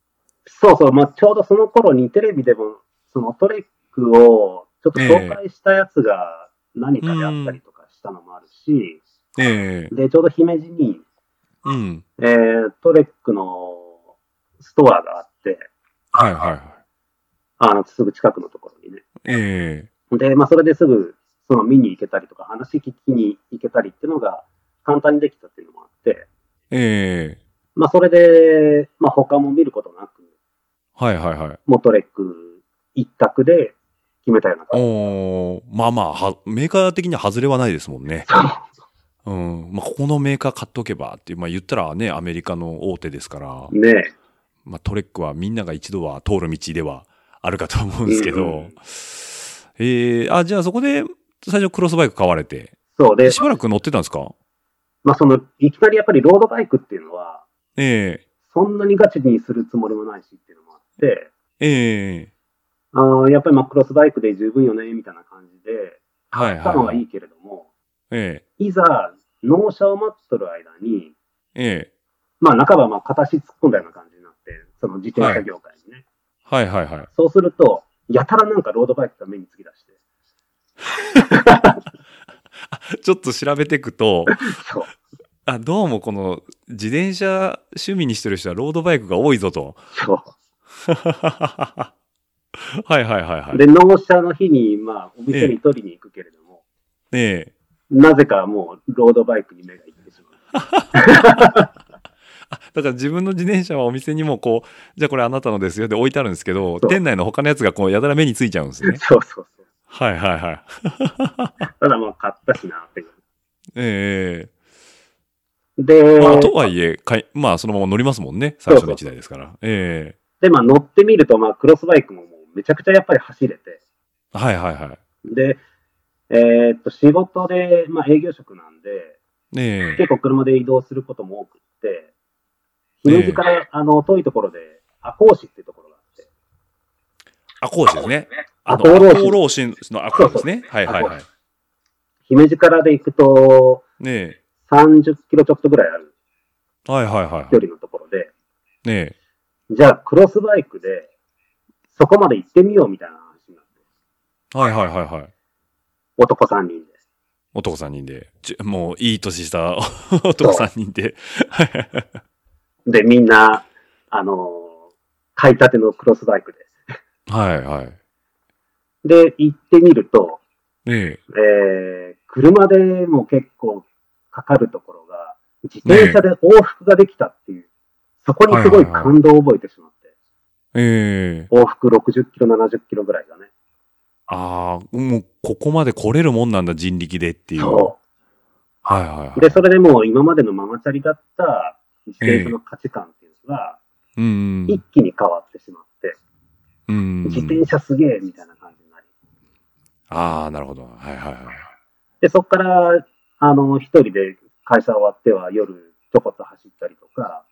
う。そうそう。まあ、ちょうどその頃にテレビでも、そのトレックをちょっと紹介したやつが何かであったりとかしたのもあるし、ええで、ちょうど姫路に、うん。えートレックのストアがあって、はいはいはい。あの、すぐ近くのところにね。えで、まあ、それですぐ、その見に行けたりとか、話聞きに行けたりっていうのが簡単にできたっていうのもあって、えええまあ、それで、まあ、他も見ることなく、はいはいはい。モトレック一択で決めたような感じ。おーまあまあは、メーカー的には外れはないですもんね。うん。まあ、ここのメーカー買っとけばっていう、まあ言ったらね、アメリカの大手ですから、ねえ。まあトレックはみんなが一度は通る道ではあるかと思うんですけど、うんええあ、じゃあそこで最初クロスバイク買われて、そうで、しばらく乗ってたんですかまあ、その、いきなりやっぱりロードバイクっていうのは、えそんなにガチにするつもりもないしっていうのもあって、えええあーやっぱりまあクロスバイクで十分よね、みたいな感じで、はいはい買ったのはいいけれども、えいざ、納車を待っとる間に、えええまあ、半ばまあ形突っ込んだような感じになって、その自転車業界にね。はいはいはい。そうすると、やたらなんかロードバイクが目につき出して、ちょっと調べていく と、そうあ、どうもこの自転車趣味にしてる人はロードバイクが多いぞと。そう。はいはいはいはい。で、納車の日に、まあ、お店に取りに行くけれども、ええなぜかもう、ロードバイクに目が行ってしまう。 だから自分の自転車はお店にもこう、じゃあこれあなたのですよって置いてあるんですけど、そう店内の他のやつがこう、やたら目についちゃうんです ね。そうそうそう。はいはいはい。ただまあ、買ったしな、っていう。ええで、まあ、とはいえ、かいまあ、そのまま乗りますもんね。最初の一台ですから。えで、まあ、乗ってみると、まあ、クロスバイクももう、めちゃくちゃやっぱり走れて、えはいはいはい。で、えーっと、仕事で、まあ、営業職なんで、ええ結構車で移動することも多くって、ええ姫路から、あの遠いところで、赤穂市っていうところがあって、赤穂市ですね。あの、赤穂浪赤士穂浪士の赤穂ですね。はいはいはい。姫路からで行くと、ね30キロちょっとぐらいあるえ。はいはいはい距。離のところで、ねえ。じゃあクロスバイクで、そこまで行ってみようみたいな話になって、はいはいはいはい。男3人で。男3人で。ちもういい年した 男3人で。はいはいはいで、みんな、あのー買いたてのクロスバイクはいはい。で。で、行ってみると、ねえー、車でも結構かかるところが、自転車で往復ができたっていう、そこにすごい感動を覚えてしまって、え。ええ。往復60キロ、70キロぐらいだね。ああ、もうここまで来れるもんなんだ人力でっていう。そはいはいはう。い。で、それでもう今までのママチャリだった自転車の価値観っていうのが、うん。一気に変わってしまって、うん。自転車すげえみたいな感じになり。ああ、なるほど。はいはいはい。で、そこから、あの、一人で会社終わっては夜ちょこっと走ったりとか、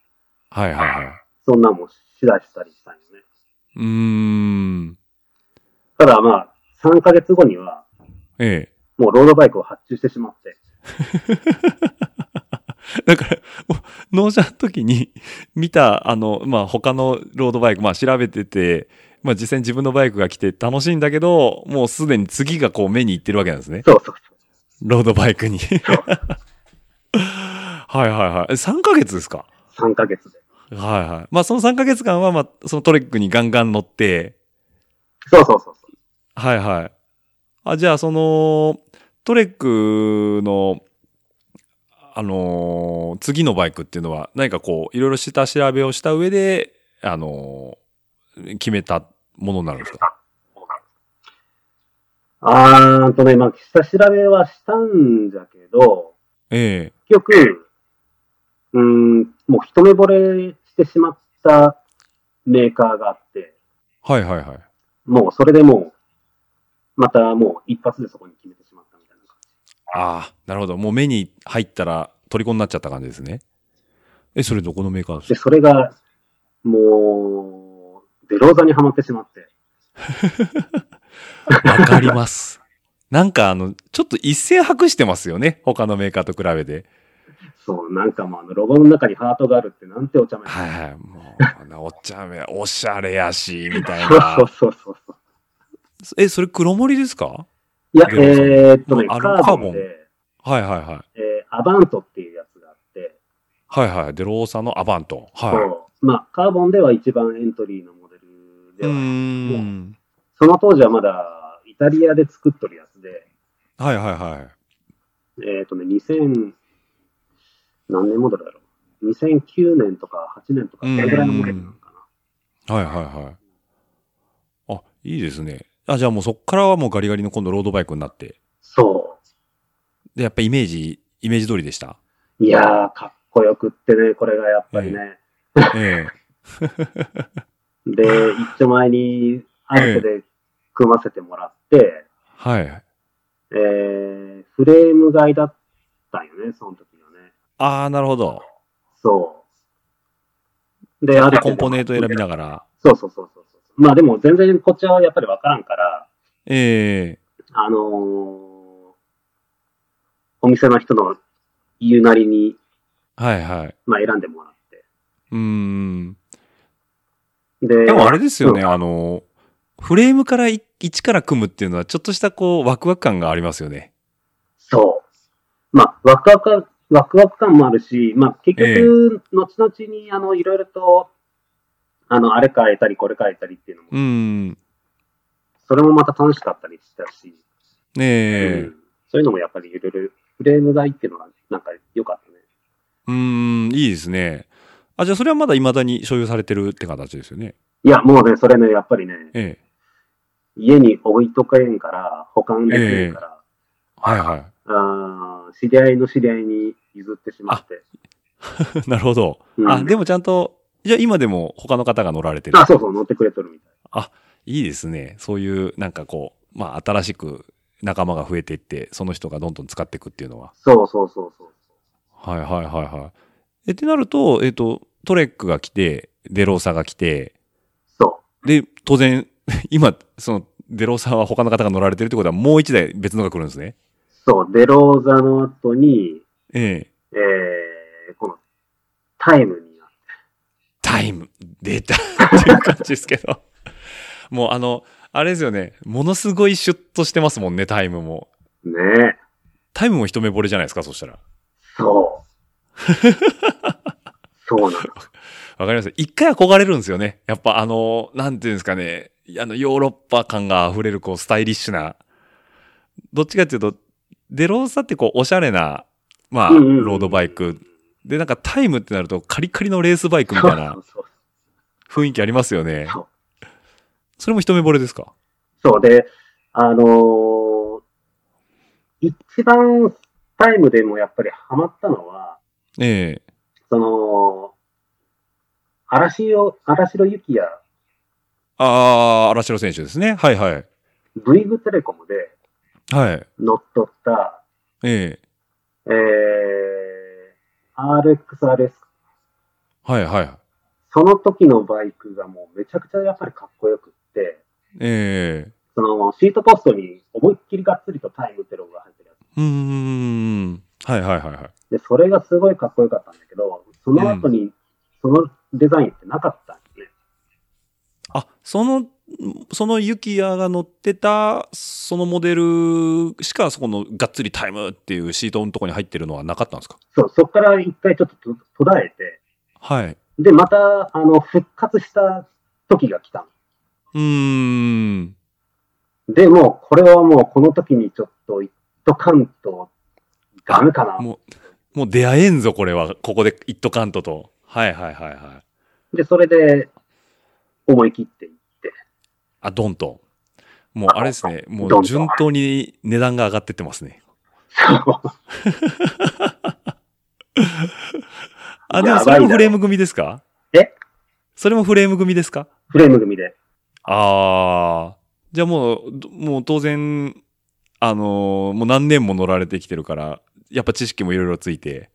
はいはいはい。そんなんもしだしたりしたんよね。うーん。ただまあ、3ヶ月後には、えもうロードバイクを発注してしまって、え。だから、もう納車の時に 見た、あの、まあ、他のロードバイク、まあ、調べてて、まあ、実際に自分のバイクが来て楽しいんだけど、もうすでに次がこう目に行ってるわけなんですね。そうそうそう。ロードバイクに。 はいはいはい。3ヶ月ですか3ヶ月で。はいはい。まあ、その3ヶ月間は、まあ、そのトレックにガンガン乗って、そうそうそうそう。はいはい。あ、じゃあ、その、トレックの、あのー次のバイクっていうのは、何かこう、いろいろ下調べをした上で、あのー決めたものになるんですかあーんとね、まあ、下調べはしたんじゃけど、え結局、うーん、もう一目惚れしてしまったメーカーがあって、はいはいはい。もうそれでもう、またもう一発でそこに決めてしまったみたいな感じ。ああ、なるほど。もう目に入ったら虜になっちゃった感じですね。え、それどこのメーカーですで、かそれが、もう、デローザにはまってしまって、わかります。なんかあの、ちょっと一線博してますよね。他のメーカーと比べて。そう、なんかもうあのロゴの中にハートがあるってなんてお茶目なはいはい。もう、あのおっちゃめ、おしゃれやし、みたいなそう。そうそうそう。 え、それ黒森ですかいや、ゲロさんえーっとね、あのカカーーボボンンで、はいはいはい。えーアバントっていうやつがあって、はいはい。デローサのアバント。はそうまあ、カーボンでは一番エントリーのモデルい。でうは、ーん。その当時はまだイタリアで作っとるやつで、はいはいはい。えーっとね、2000、何年モデルだろう。2009年とか8年とか、それぐらいのモデルなのかはいはいはい。あ、いいですね。あ、じゃあもうそっからはもうガリガリの今度ロードバイクになって。な。そで、やっぱイメージ、イメージ通りでした。う。いやー、かっこよくってね、これがやっぱりね。ええ。で、一丁前にアルプで組ませてもらって、はい。えーフレーム買いだったんよね、その時はね。ああ、なるほど。そう。で、アルプコンポネート選びなながら。そうそうそうそうそう。まあでも全然こっちはやっぱりわからんから、ええ。あのーお店の人の言うなりに、はいはい。まあ選んでもらって。うーん。で、でもあれですよね、あの、フレームからい一から組むっていうのは、ちょっとしたこう、ワクワク感がありますよね。そう。まあ、ワクワク感、ワクワク感もあるし、まあ、結ええ局、後々に、あの、いろいろと、あの、あれ変えたり、これ変えたりっていうのも、うーん。それもまた楽しかったりしたし、ねうえん。そういうのもやっぱりいろいろ、フレームがいいっていうのは、なんか良かったね。うーん、いいですね。あ、じゃあそれはまだ未だに所有されてるって形ですよね。いや、もうね、それね、やっぱりね、ええ。家に置いとけんから、保管できるから、はいはあー知り合いの知り合いに譲ってしまって。い。 なるほど。うんあ、でもちゃんと、じゃあ今でも他の方が乗られてる。あ、そうそう、乗ってくれとるみたい。いいですね。そういう、なんかこう、まあ新しく仲間が増えていって、その人がどんどん使っていくっていうのは。そうそうそうそう。はいはいはいはい。え、ってなると、えっ、と、トレックが来て、デローサが来て、そう。で、当然、 今、その、デローサは他の方が乗られてるってことは、もう一台別のが来るんですね。そう、デローザの後に、ええ。えー、このタイムになっタ イム、出たっていう感じですけど。もうあの、あれですよね。ものすごいシュッとしてますもんね、タイムも。てねえ。タイムも一目惚れじゃないですか、そしたら。そう。 そうなの。わかります一回憧れるんですよね。やっぱあの、なんていうんですかね。あの、ヨーロッパ感が溢れる、こう、スタイリッシュな。どっちかっていうと、デローサってこう、おしゃれな、まあ、うんうんうんロードバイク。で、なんかタイムってなると、カリカリのレースバイクみたい なそうそう雰囲気ありますよねそう。それも一目惚れですかそう。そうで、あのー一番タイムでもやっぱりハマったのは、ええその、嵐を、嵐の幸也、ああ、荒城選手ですね。はいはい。 V グテレコムではい。乗っ取った、えええー、RXRS はいはい。その時のバイクがもうめちゃくちゃやっぱりかっこよくって、ええそのシートポストに思いっきりがっつりとタイムってロゴが入ってるやうーん。はいはいはいはい。つ。で、それがすごいかっこよかったんだけど、その後にそのデザインってなかったんですね。あ、その、そのユキヤが乗ってた、そのモデルしか、そこのがっつりタイムっていうシートのとこに入ってるのはなかったんですかそう、そこから一回ちょっとと途絶えて、はい。で、また、あの、復活した時が来たの。うーん。で、もう、これはもうこの時にちょっと一斗関東、ダメかな。もう、もう出会えんぞ、これは。ここで、一斗関東と。はいはいはいはい。で、それで、思い切って、あ、ドンと。もう、あれですね。もドンう、と順当に値段が上がってってますね。あ、でもそれもフレーム組ですかえそれもフレーム組ですか フレーム組で。ああ。じゃあもう、どもう当然、あのーもう何年も乗られてきてるから、やっぱ知識もいろいろついて、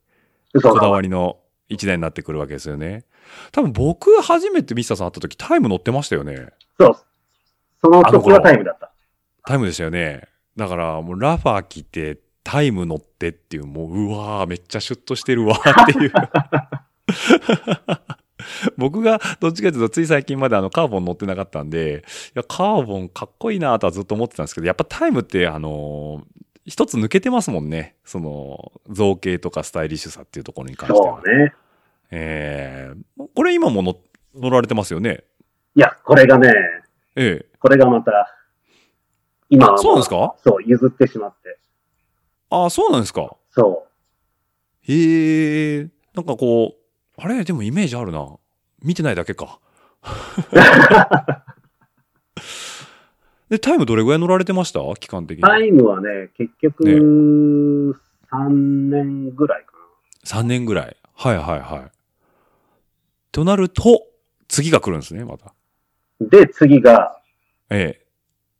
そうこだわりの一台になってくるわけですよね。多分僕初めてミスターさん会った時タイム乗ってましたよね。そう。そのあの時頃はタイムだった。タイムでしたよね。だからもうラファー着てタイム乗ってっていう、もううわーめっちゃシュッとしてるわーっていう。 僕がどっちかというとつい最近まであのカーボン乗ってなかったんで、いやカーボンかっこいいなとはずっと思ってたんですけど、やっぱタイムってあのー一つ抜けてますもんね。その造形とかスタイリッシュさっていうところに関してはそ。うね。ええこれ今も乗乗られてますよね。いや、これがね、ええ。これがまた、今はもそうなんですかそう、譲ってしまって。ああ、そうなんですか。そへえ、なんかこう、あれでもイメージあるな。見てないだけか。 で、タイムどれぐらい乗られてました期間的う。に。タイムはね、結ね局、3年ぐらいか3年ぐらい。はいはいはい。となると、次が来るんですね、また。な。で、次が、ええ。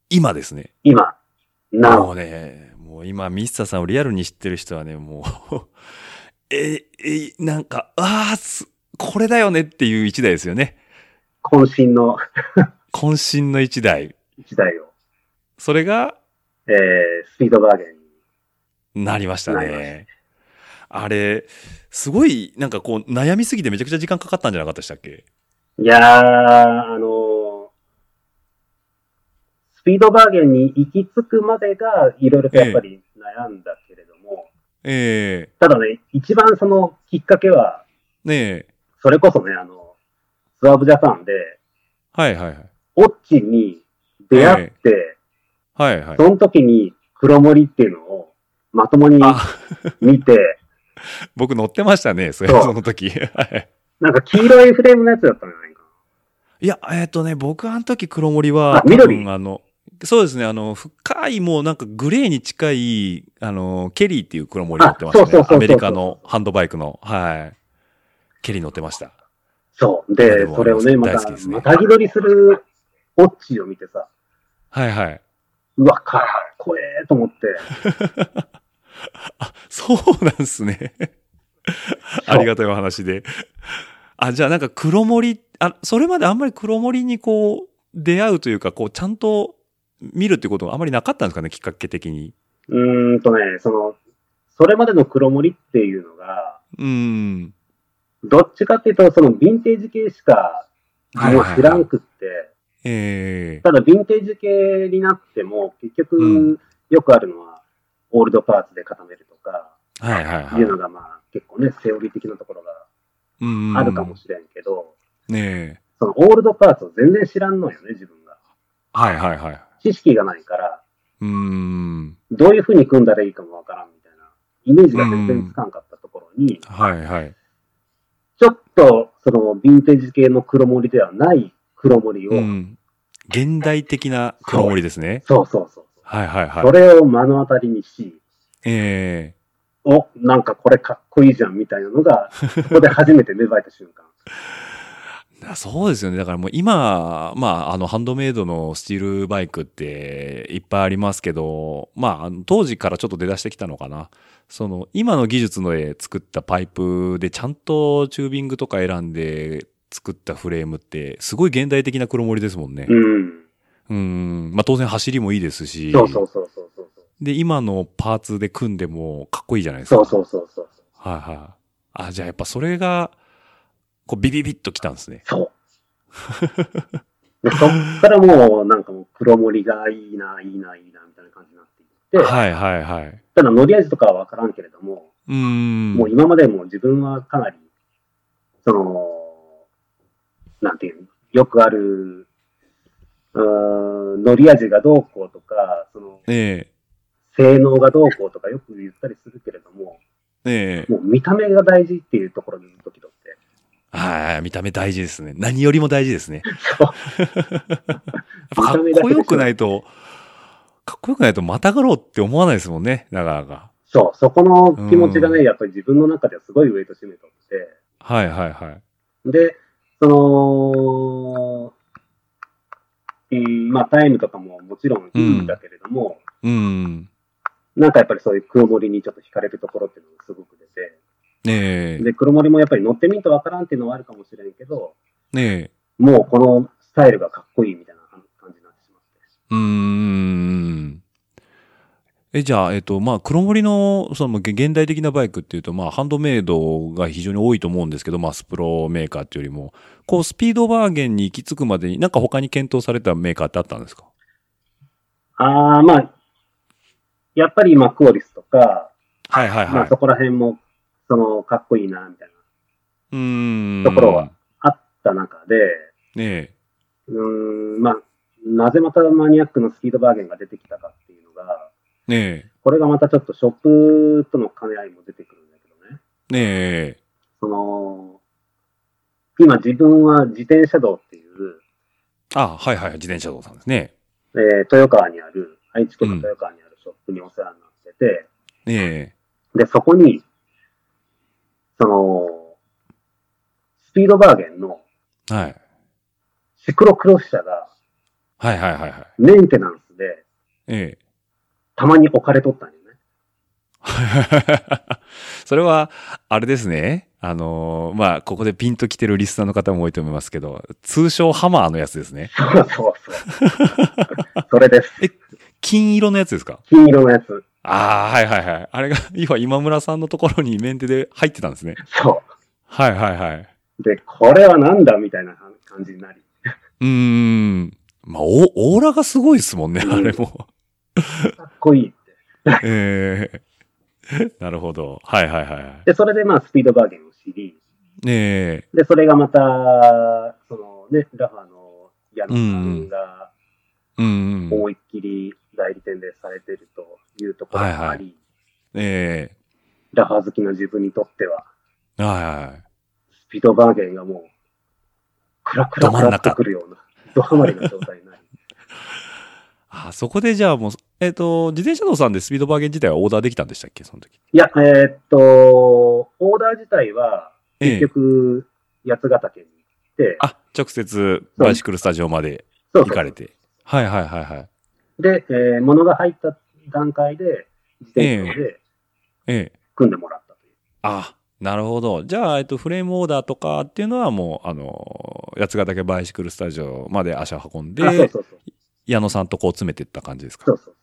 今ですね。今、なもお。うね、もう今、ミスターさんをリアルに知ってる人はね、もう、 え、え、なんか、ああ、すこれだよねっていう一台ですよね。渾身の渾身の一台。時代を、それが、えー、スピードバーゲンに。なりましたなりましね。あれ、すごい、なんかこう、悩みすぎてめちゃくちゃ時間かかったんじゃなかったでしたっけいやー、あのースピードバーゲンに行き着くまでが、いろいろとやっぱり悩んだけれども、えただね、一番そのきっかけは、えねえ、それこそね、あの、ツアーブジャパンで、はいはいはい。オッチに出会って、はいはい。その時に黒森っていうのをまともにあ、見て、僕乗ってましたね、それそうその時。はいなんか黄色いフレームのやつだったんじゃないかいや、えっ、とね、僕あの時黒森はあ、緑多分あの、そうですね、あの、深い、もうなんかグレーに近い、あの、ケリーっていう黒森乗ってまあしそうそうそうたそね。うアメリカのハンドバイクの、はい。ケリー乗ってました。そう。いやでで、もそれをね、ま大好たきです、ねまたぎ取りするオッチを見てさ、はいはい。うわ、かっこええと思って、あ、そうなんすね。 ありがたいお話で。あ、じゃあなんか黒森、あ、それまであんまり黒森にこう、出会うというか、こう、ちゃんと見るっていうことがあまりなかったんですかね、きっかけ的に。うーんとね、その、それまでの黒森っていうのが、うーん。どっちかっていうと、そのヴィンテージ系しかもう知らんくって、ええただ、ヴィンテージ系になっても、結うん局、よくあるのは、オールドパーツで固めるとか、はいはいはいい。うのが、まあ、結構ね、セオリー的なところうん。があるかもしれんけど、ねえ。その、オールドパーツを全然知らんのよね、自分が。はいはいはい。知識がないから、うーん。どういう風に組んだらいいかもわからんみたいな、イメージが全然つかんかったところに、はいはい。ちょっと、その、ヴィンテージ系の黒森ではない黒森を、うん。現代的な黒森ですね。そうそうそうそう。はいはいはそい。れを目の当たりにし、えお、なんかこれかっこいいじゃんみたいなの が、そこで初めて芽生えた瞬間。いやそうですよね。だからもう今、まあ、あの、ハンドメイドのスチールバイクっていっぱいありますけど、まああの、当時からちょっと出だしてきたのかな。その、今の技術ので作ったパイプでちゃんとチュービングとか選んで作ったフレームって、すごい現代的な黒森ですもんね。うん。うん。まあ、当然走りもいいですし、そうそうそうそうそう。で、今のパーツで組んでもかっこいいじゃないですか。そうそうそうそう。はいはい。あ、じゃあやっぱそれが、こう、ビビビッときたんですね。 そう。でそっからもう、なんかもう、黒森がいいな、いいな、いいな、みたいな感じになっていって、はいはいはい。ただ乗り味とかはわからんけれども、うーん。もう今までも自分はかなり、その、なんていうの、よくある、うーん、乗り味がどうこうとか、その、え性能がどうこうとかよく言ったりするけれども、え、ええ。もう見た目が大事っていうところにドキドキって。はい、見た目大事ですね。何よりも大事ですね。うやっぱかっこよくないと、かっこよくないとまたがろうって思わないですもんね、なかなか。そう、そこの気持ちがうね、やっぱり自分の中ではすごいウェイト占めとって、はいはいはい。で、その、うん、まあタイムとかももちろんいいんだけれども、うん。なんかやっぱりそういう黒森にちょっと惹かれるところっていうのがすごく出て、ねえ。で、黒森もやっぱり乗ってみんとわからんっていうのはあるかもしれんけど、ねえ。もうこのスタイルがかっこいいみたいな感じになってしまって。うーん。え、じゃあ、えっと、まあ、黒森の、その、げ現代的なバイクっていうと、まあ、ハンドメイドが非常に多いと思うんですけど、まあ、スプロメーカーっていうよりも、こう、スピードバーゲンに行き着くまでに、なんか他に検討されたメーカーってあったんですかああ、まあ、やっぱり今クオリスとか、はいはいまはあい。そこら辺も、その、かっこいいな、みたいな、うーん。ところは。あった中で、ねうーん、まあ、なぜまたマニアックのスピードバーゲンが出てきたかっていうのが、え。ねこれがまたちょっとショップとの兼ね合いも出てくるんだけどね。え。ねえ。その、今自分は自転車道っていう、あ、はいはい。自転車道さんですね。えー豊川にある、愛知県の豊川にあるショップにお世話になってて、ねで、そこに、その、スピードバーゲンのえ。はい。シクロクロス車がはいはいはいはい。メンテナンスでええ。 たまに置かれとったんよね。 それは、あれですね。あのーまあ、ここでピンと来てるリスナーの方も多いと思いますけど、通称ハマーのやつですね。そうそうそう。それです。金色のやつですか金色のやつ。ああ、はいはいはい。あれが、今、今村さんのところにメンテで入ってたんですね。そはいはいはい。う。で、これはなんだみたいな感感じになり。うーん。まあ、おオーラがすごいですもんね、うんあれも。かっこいいって。ええなるほど。はいはいはいはい。で、それでまあスピードバーゲンを知り、ねえ。で、それがまた、そのね、ラファの矢野さんがうんうん。思いっきり代理店でされてるというところがあり、はいはえラファ好きの自分にとっては、えはいはい。スピードバーゲンがもう、クラクラクラってくるような、ドハマりな状態になり、あ、そこでじゃあもう、えっ、と、自転車道さんでスピードバーゲン自体はオーダーできたんでしたっけ、その時。いや、えーっと、オーダー自体は、え結局、八ヶ岳に行って、あ、直接、バイシクルスタジオまでそう行そうかれて。はいはいはいはい。で、えー物が入った段階で、自転車でええ。組んでもらったという。あ、なるほど。じゃあ、えっと、フレームオーダーとかっていうのはもう、あの、八ヶ岳バイシクルスタジオまで足を運んあそうで、そうそう。矢野さんとこう詰めていった感じですそかう。そうそう。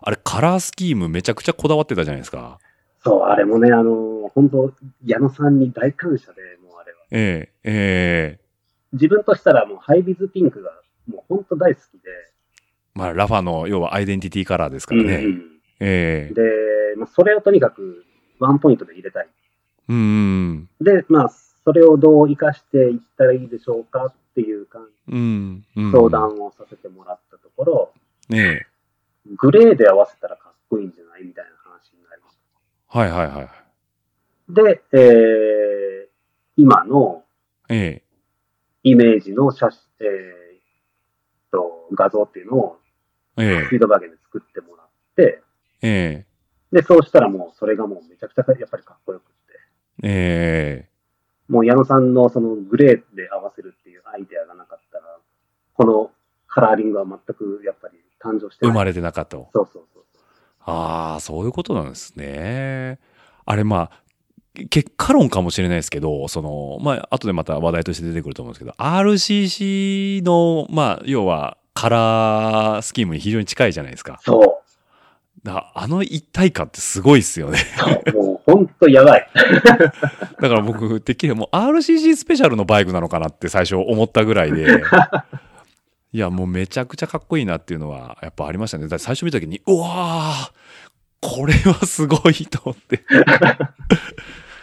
あれ、カラースキームめちゃくちゃこだわってたじゃないですか。そう、あれもね、あのー、本当矢野さんに大感謝で、もうあれは。ええ、ええ。自分としたらもうハイビズピンクが、もう本当大好きで。まあ、ラファの、要はアイデンティティカラーですからうね。んええ。で、まあ、それをとにかくワンポイントで入れたい。うんうんで、まあ、それをどう生かしていったらいいでしょうかっていうかうん。うん。相。談をさせてもらったところ、ねえ。グレーで合わせたらかっこいいんじゃないみたいな話になりましはいはいはい。た。で、えー、今のええ。イメージの写真、えーと、画像っていうのをええス。ピードバーゲンで作ってもらって、えで、そうしたらもうそれがもうめちゃくちゃやっぱりかっこよくって、え。えもう矢野さんのそのグレーで合わせるっていうアイデアがなかったら、このカラーリングは全くやっぱり誕生しえ。て生まない。れてなかったと。そうそうそう。ああ、そういうことなんですね。あれ、まあ、結果論かもしれないですけど、その、まあ、後でまた話題として出てくると思うんですけど、RCC の、まあ、要は、カラースキームに非常に近いじゃないですか。そう。だあの一体感ってすごいっすよね。そうもう本当やばい。だから僕、てっきりもう RCC スペシャルのバイクなのかなって最初思ったぐらい で、いや、もうめちゃくちゃかっこいいなっていうのは、やっぱありましたね。だって最初見た時に、うわー、これはすごいと思って。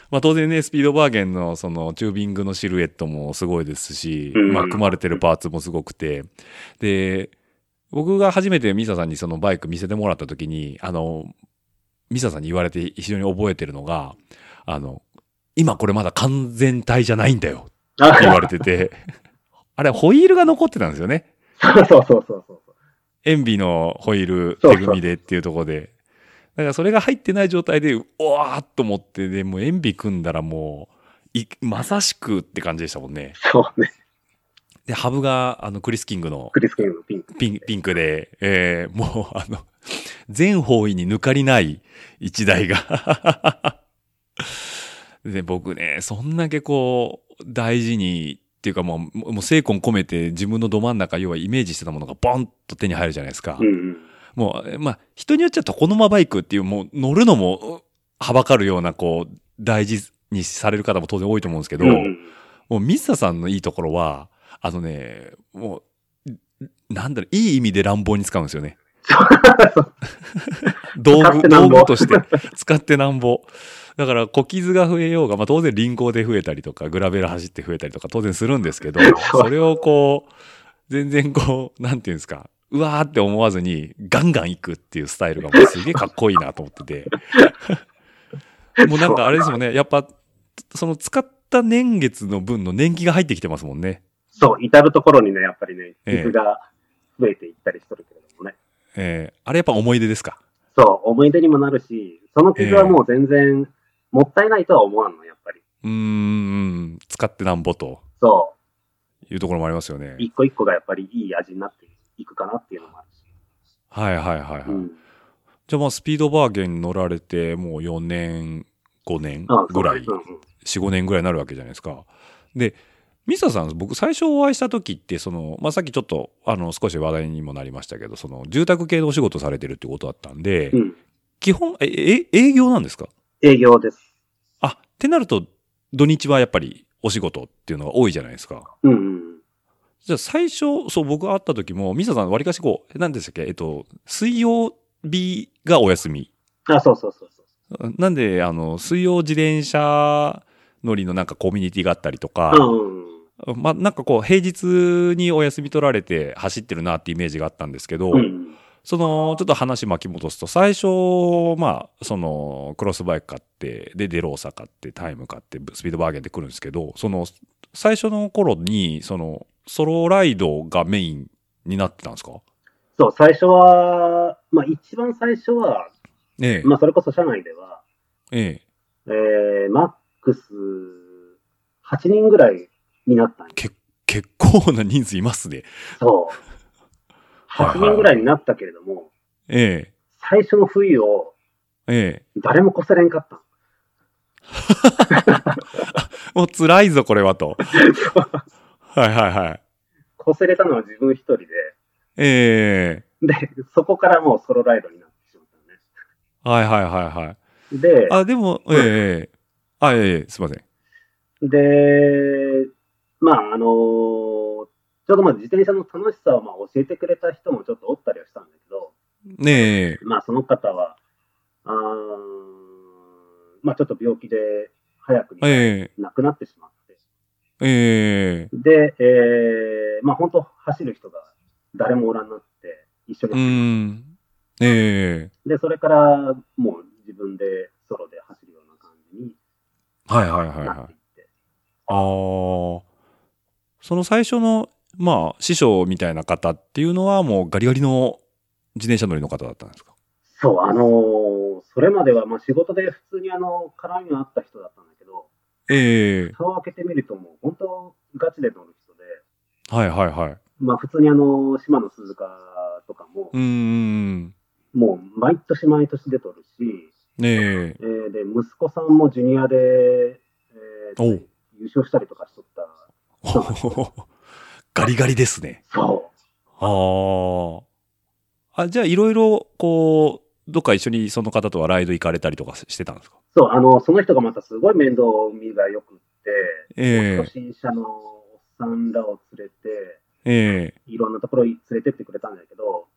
まあ当然ね、スピードバーゲンのそのチュービングのシルエットもすごいですし、うんまあ組まれてるパーツもすごくて、で、僕が初めてミサさんにそのバイク見せてもらった時に、あの、ミサさんに言われて非常に覚えてるのが、あの、今これまだ完全体じゃないんだよって言われてて、 あれホイールが残ってたんですよね。そうそうそうそうそう。エンビのホイール、そうそ手う組みでっていうところで。だからそれが入ってない状態で、うわーっと思って、で、もうエンビ組んだらもう、いまさしくって感じでしたもんね。そうね。で、ハブが、あの、クリス・キングのクリス・ケインのピンク。ピンピンクで、えー、もう、あの、全方位に抜かりない一台が。 で、僕ね、そんだけこう、大事に、っていうかもう、もう精魂込めて自分のど真ん中、要はイメージしてたものがボンと手に入るじゃないですか。うんうん。もう、まあ、人によっちゃ床の間バイクっていう、もう乗るのもはばかるような、こう、大事にされる方も当然多いと思うんですけど、うんうんもうミスタさんのいいところは、あのね、もう、なんだろう、いい意味で乱暴に使うんですよね。道使っ具、てな道んぼ具として使ってなんぼ。だから小傷が増えようが、まあ当然輪行で増えたりとか、グラベル走って増えたりとか当然するんですけど、 それをこう、全然こう、なんていうんですか、うわーって思わずにガンガン行くっていうスタイルがもうすげえかっこいいなと思ってて。 もうなんかあれですもんね。やっぱ、その使った年月の分の年季が入ってきてますもんね。そう、至るところにね、やっぱりね、ええ傷が増えていったりしとるけれどもね。えー、あれやっぱ思い出ですかそう、思い出にもなるし、その傷はもう全然もったいないとは思わんの、やっぱり。うーん、使ってなんぼとそいうところもありますよねう、。一個一個がやっぱりいい味になっていくかなっていうのもあるし。はいはいはいはい。うん。じゃあまあスピードバーゲンに乗られてもう4年、5年あそうぐらい、うんう4、ん5年ぐらいになるわけじゃないですか。で、ミサさん、僕最初お会いした時って、その、まあさっきちょっと、あの、少し話題にもなりましたけど、その、住宅系のお仕事されてるってことだったんで、うん。基本、え、え、営業なんですか営業です。あ、ってなると、土日はやっぱりお仕事っていうのが多いじゃないですか。うんうん。じゃあ最初、そう、僕が会った時も、ミサさん、わりかしこう、何でしたっけ、えっと、水曜日がお休み。あ、そうそうそうそう。なんで、あの、水曜自転車乗りのなんかコミュニティがあったりとか、うんうんまあなんかこう、平日にお休み取られて走ってるなってイメージがあったんですけど、うん。うん。その、ちょっと話巻き戻すと、最初、まあ、その、クロスバイク買って、で、デローサ買って、タイム買って、スピードバーゲンで来るんですけど、その、最初の頃に、その、ソロライドがメインになってたんですかそう、最初は、まあ一番最初は、ええ。まあそれこそ社内では、ええ。えー、マックス8人ぐらいになったんよ結構な人数いますね。そう。はいはい8人ぐらいになったけれども、え最初の冬をえ。ええ。誰も越せれんかったの。もう辛いぞ、これはと。はいはいはい。越せれたのは自分一人で、えで、そこからもうソロライドになってしまったのね。え。はいはいはいはい。で、あ、でも、ええええ。あ、ええええ、すいません。で、まあ、あのーちょうどまあ自転車の楽しさをまあ教えてくれた人もちょっとおったりはしたんだけど、ねえ。まあ、その方は、あーまあ、ちょっと病気で早くにええ。亡くなってしまって、ええ。で、えーまあ、本当走る人が誰もおらんなって、一緒うに、ん。ええで、それからもう自分でソロで走るような感じにはいはいはいなはっていい。って、ああ。その最初の、まあ、師匠みたいな方っていうのは、もうガリガリの自転車乗りの方だったんですかそう、あのーそれまではまあ仕事で普通にあの絡みのあった人だったんだけど、ええ顔を開けてみるともう本当ガチで乗る人で、はいはいはい。まあ、普通にあの島野鈴鹿とかもう、ーん。もう毎年毎年出とるし、えええーで息子さんもジュニアで、えーおう 優勝したりとかしとった。ガリガリですね。そう。ああ。あ、じゃあいろいろ、こう、どっか一緒にその方とはライド行かれたりとかしてたんですかそう、あの、その人がまたすごい面倒見が良くって、え初心者のおっさんらを連れて、ええいろんなところに連れてってくれたんだけど、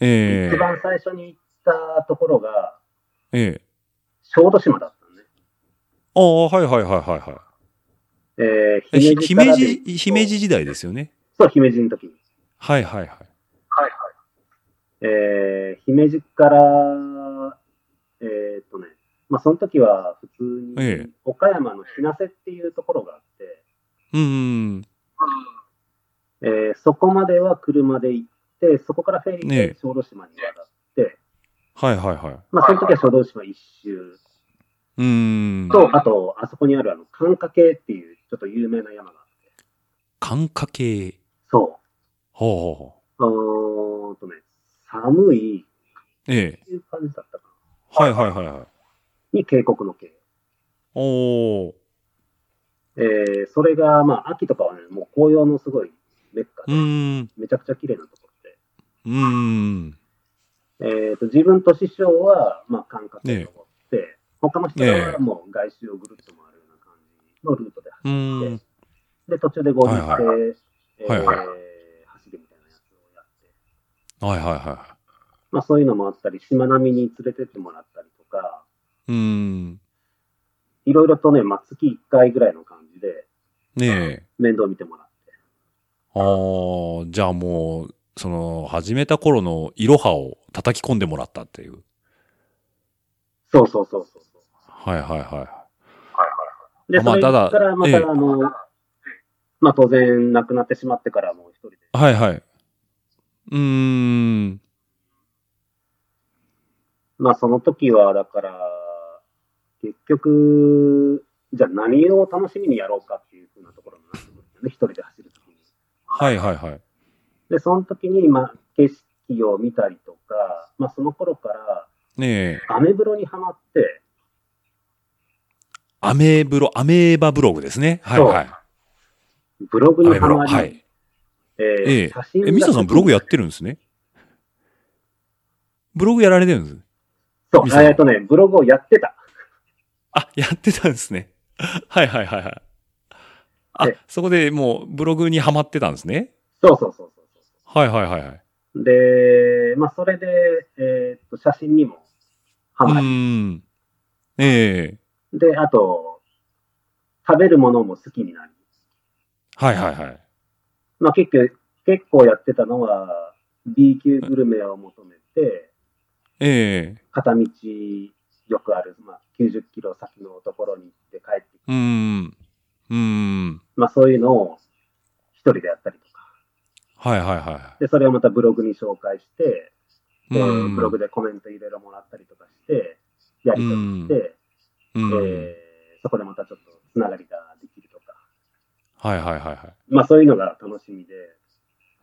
ええ一番最初に行ったところが、ええ小豆島だったのね。ああ、はいはいはいはいはい。ええー、ひ姫路姫からで言うと路、姫路時代ですよね。そう、姫路の時に。はいはいはい。はいはい。えー、姫路から、えーっとね、まあ、その時は普通ええに、岡山の日生っていうところがあって、うーん。えーそこまでは車で行って、そこからフェリーねえで小豆島に渡って、はいはいはい。まあ、その時は小豆島一周ううーん。と、あと、あそこにあるあの、寒華系っていう、ちょっと有名な山があって、感化系。そほうほうほう。う。うーんとね、寒い、ええ。っていう感じだったかはいはいはいはい。な。に渓谷の渓。おお。えー、それが、まあ、秋とかはね、もう紅葉のすごいメッカうで、ーん。めちゃくちゃ綺麗なところで、うーん。えー、と自分と師匠は、まあ、感覚で登って、他の人ええはもう外周をぐるっと回るような感じのルートでう走って、ーん。で、途中で合流して、はいえーはいはい走るみたいなやつをやって、はいはいはまあ、そういうのもあったり、しまなみに連れてってもらったりとか、い。うーん。いろいろとね、まあ、月1回ぐらいの感じでねえ。面倒見てもらって、ああ、じゃあもう、その、始めた頃のいろはを叩き込んでもらったっていう。そうそうそうそうそう。はいはいはで、まあそれたかだらまええた、あの、まあ当然亡くなってしまってからもう一人で、い。はいはい。うーん。まあその時はだから、結局、じゃあ何を楽しみにやろうかっていうふうなところになってくるんだよね、一人で走るときに。はいはいはい。で、その時に、まあ景色を見たりとか、まあその頃から、ねえ。アメブロにハマって、アメブロ、アメーバブログですね。はいはい。ブログアにメブハロ。マり、はい。ええーえ写真え、ミサさんブログややってるんですね。ブログやられてるんです。そうミ、サさんえっとね、ブログをやってた。あ、やってたんですね。はいはいはいはい。あええ、そこでもうブログにハマってたんですね。そうそうそうそうそう。はいはいはいはい。で、まあ、それで、えーっと、写真にもハうマり、ーん。ええで、あと、食べるものも好きになり、はいはいはい。まあ、結局、結構やってたのは、B 級グルメを求めて、ええ片道よくある、まあ、90キロ先のところに行って帰ってくる、うーん。うーん。まあ、そういうのを一人でやったりとか、はいはいはで、それをまたブログに紹介して、い。うでーん。ブログでコメントいろいろもらったりとかして、やり取りしうて、えん。ーそこでまたちょっとつながりができるとか、はいはいはいはい。まあそういうのが楽しみで、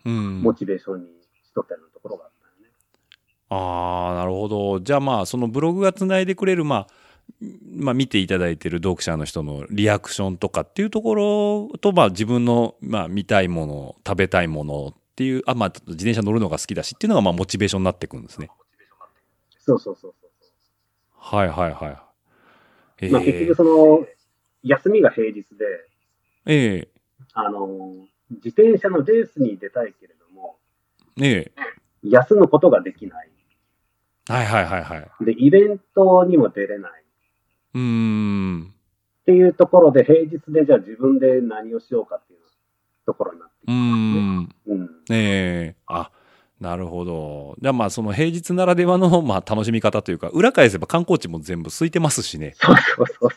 うん。モチベーションにしとったようなところがあったよね。ああ、なるほど。じゃあまあ、そのブログがつないでくれる、まあ、まあ見ていただいてる読者の人のリアクションとかっていうところと、まあ自分の、まあ見たいもの、食べたいものっていう、あ、まあちょっと自転車乗るのが好きだしっていうのが、まあモチベーションになってくるんですね。そうそうそうそう。はいはいはい。えまあ結え局その、休みが平日で、えあのー、自転車のレースに出たいけれども、ええ休むことができない。えはいはいはいはい。で、イベントにも出れない。っうーん。ていうところで、平日でじゃあ自分で何をしようかっていうところになってきうーて、ん。うんええあ、なるほど。じゃあまあその平日ならではの、まあ楽しみ方というか、裏返せば観光地も全部空いてますしね。そうそうそう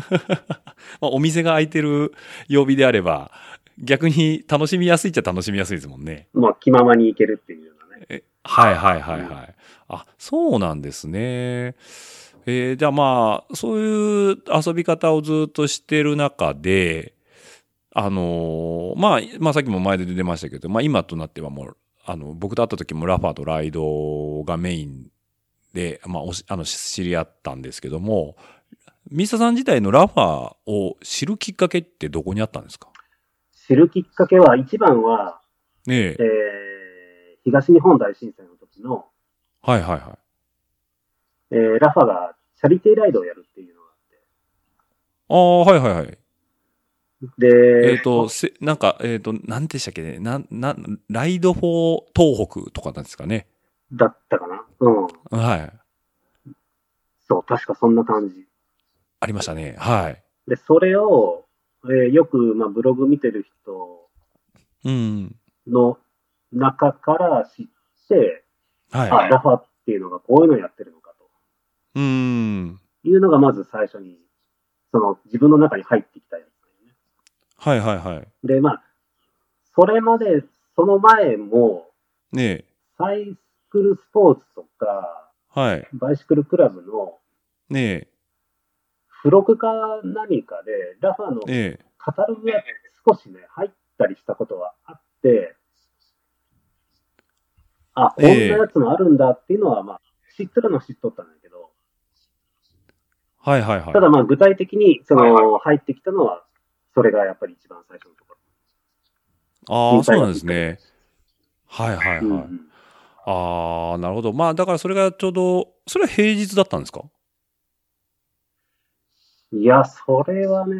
そう。まあお店が開いてる曜日であれば、逆に楽しみやすいっちゃ楽しみやすいですもんね。まあ、気ままに行けるっていうようなね。えはいはいはいはい。あ、そうなんですね。えーじゃあまあ、そういう遊び方をずっとしてる中で、あのーまあ、まあさっきも前で出てましたけど、まあ今となってはもう、あの、僕と会った時もラファーとライドがメインで、まあ、おしあの、し知り合ったんですけども、ミサさん自体のラファーを知るきっかけってどこにあったんですか知るきっかけは、一番は、ねええ。ー東日本大震災の時の、はいはいはい。えーラファがチャリティーライドをやるっていうのがあっああ、はいはいはい。て。で、えっ、と、せなんか、えっ、と、なんでしたっけね。なん、なん、ライドフォー東北とかなんですかね。だったかなうん。はい。そう、確かそんな感じ。ありましたね。はい。で、それを、えーよく、まあ、ブログ見てる人うん。の中から知って、はい。あ、ラファっていうのがこういうのやってるのかうーん。というのが、まず最初に、その、自分の中に入ってきたやつだよね。はいはいはい。で、まあ、それまで、その前も、ねえ。サイクルスポーツとか、はい。バイシクルクラブの、ねえ。付録か何かで、ラファのええ。カタログが少しね、入ったりしたことはあって、あ、こんなええやつもあるんだっていうのは、まあ、知ってたのは知っとったんだけど、はいはいはい。ただまあ、具体的に、その、入ってきたのは、それがやっぱり一番最初のとこああ、そうなんですね。はいはいはい。ろ。うんうんああ、なるほど。まあ、だからそれがちょうど、それは平日だったんですか いや、それはね、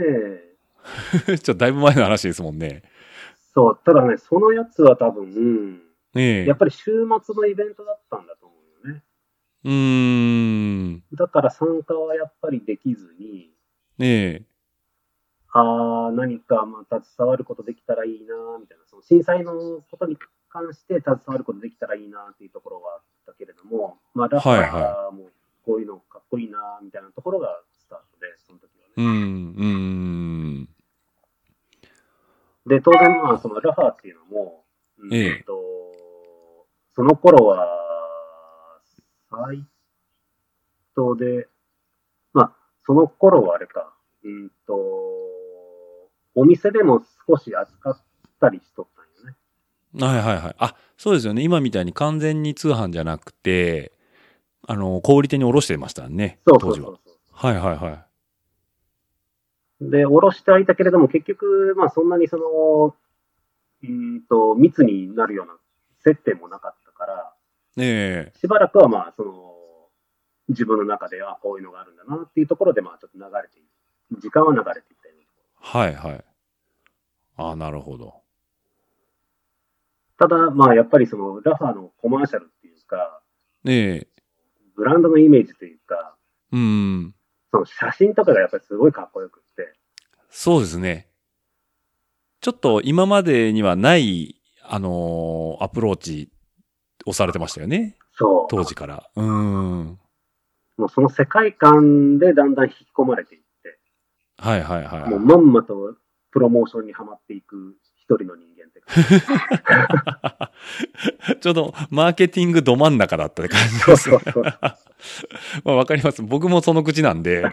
ちょっとだいぶ前の話ですもんね。そう、ただね、そのやつは多分、ええ。やっぱり週末のイベントだったんだと思うよね。うーん。だから参加はやっぱりできずに、ええ。ああ、何かまあ携わることできたらいいな、みたいな、その震災のことに関して携わることできたらいいな、っていうところはあったけれども、まあ、ラッパはいーもこういうのかっこいいな、みたいなところがスタートで、その時はね。うん、うーん。で、当然、まあ、そのラファーっていうのも、うんええと、その頃は、サイトで、まあ、その頃はあれか、うんと、お店でも少し扱ったりしとったんよね。はいはいはい。あ、そうですよね。今みたいに完全に通販じゃなくて、あの、小売店に卸してましたね。そうそう当時そは。うそはいはいはい。う。で、おろしてはいたけれども、結局、まあ、そんなにその、うんと、密になるような接点もなかったから、ええ。しばらくはまあ、その、自分の中ではこういうのがあるんだなっていうところで、まあ、ちょっと流れていく。時間は流れていったようなとこはいはい。ああ、なるほど。ろただ、まあ、やっぱりその、ラファーのコマーシャルっていうか、ええ。ブランドのイメージというか、うん。その写真とかがやっぱりすごいかっこよくって、そうですね。ちょっと今までにはない、あのーアプローチをされてましたよね。そ当時から。うーん。う、もうその世界観でだんだん引き込まれていって、はいはいはいもはうまんまとプロモーションにはまっていく一人の人間って 感じ。い。ちょうどマーケティングど真ん中だった感じそうですそようそう。 まあ、わかります。僕もその口なんで。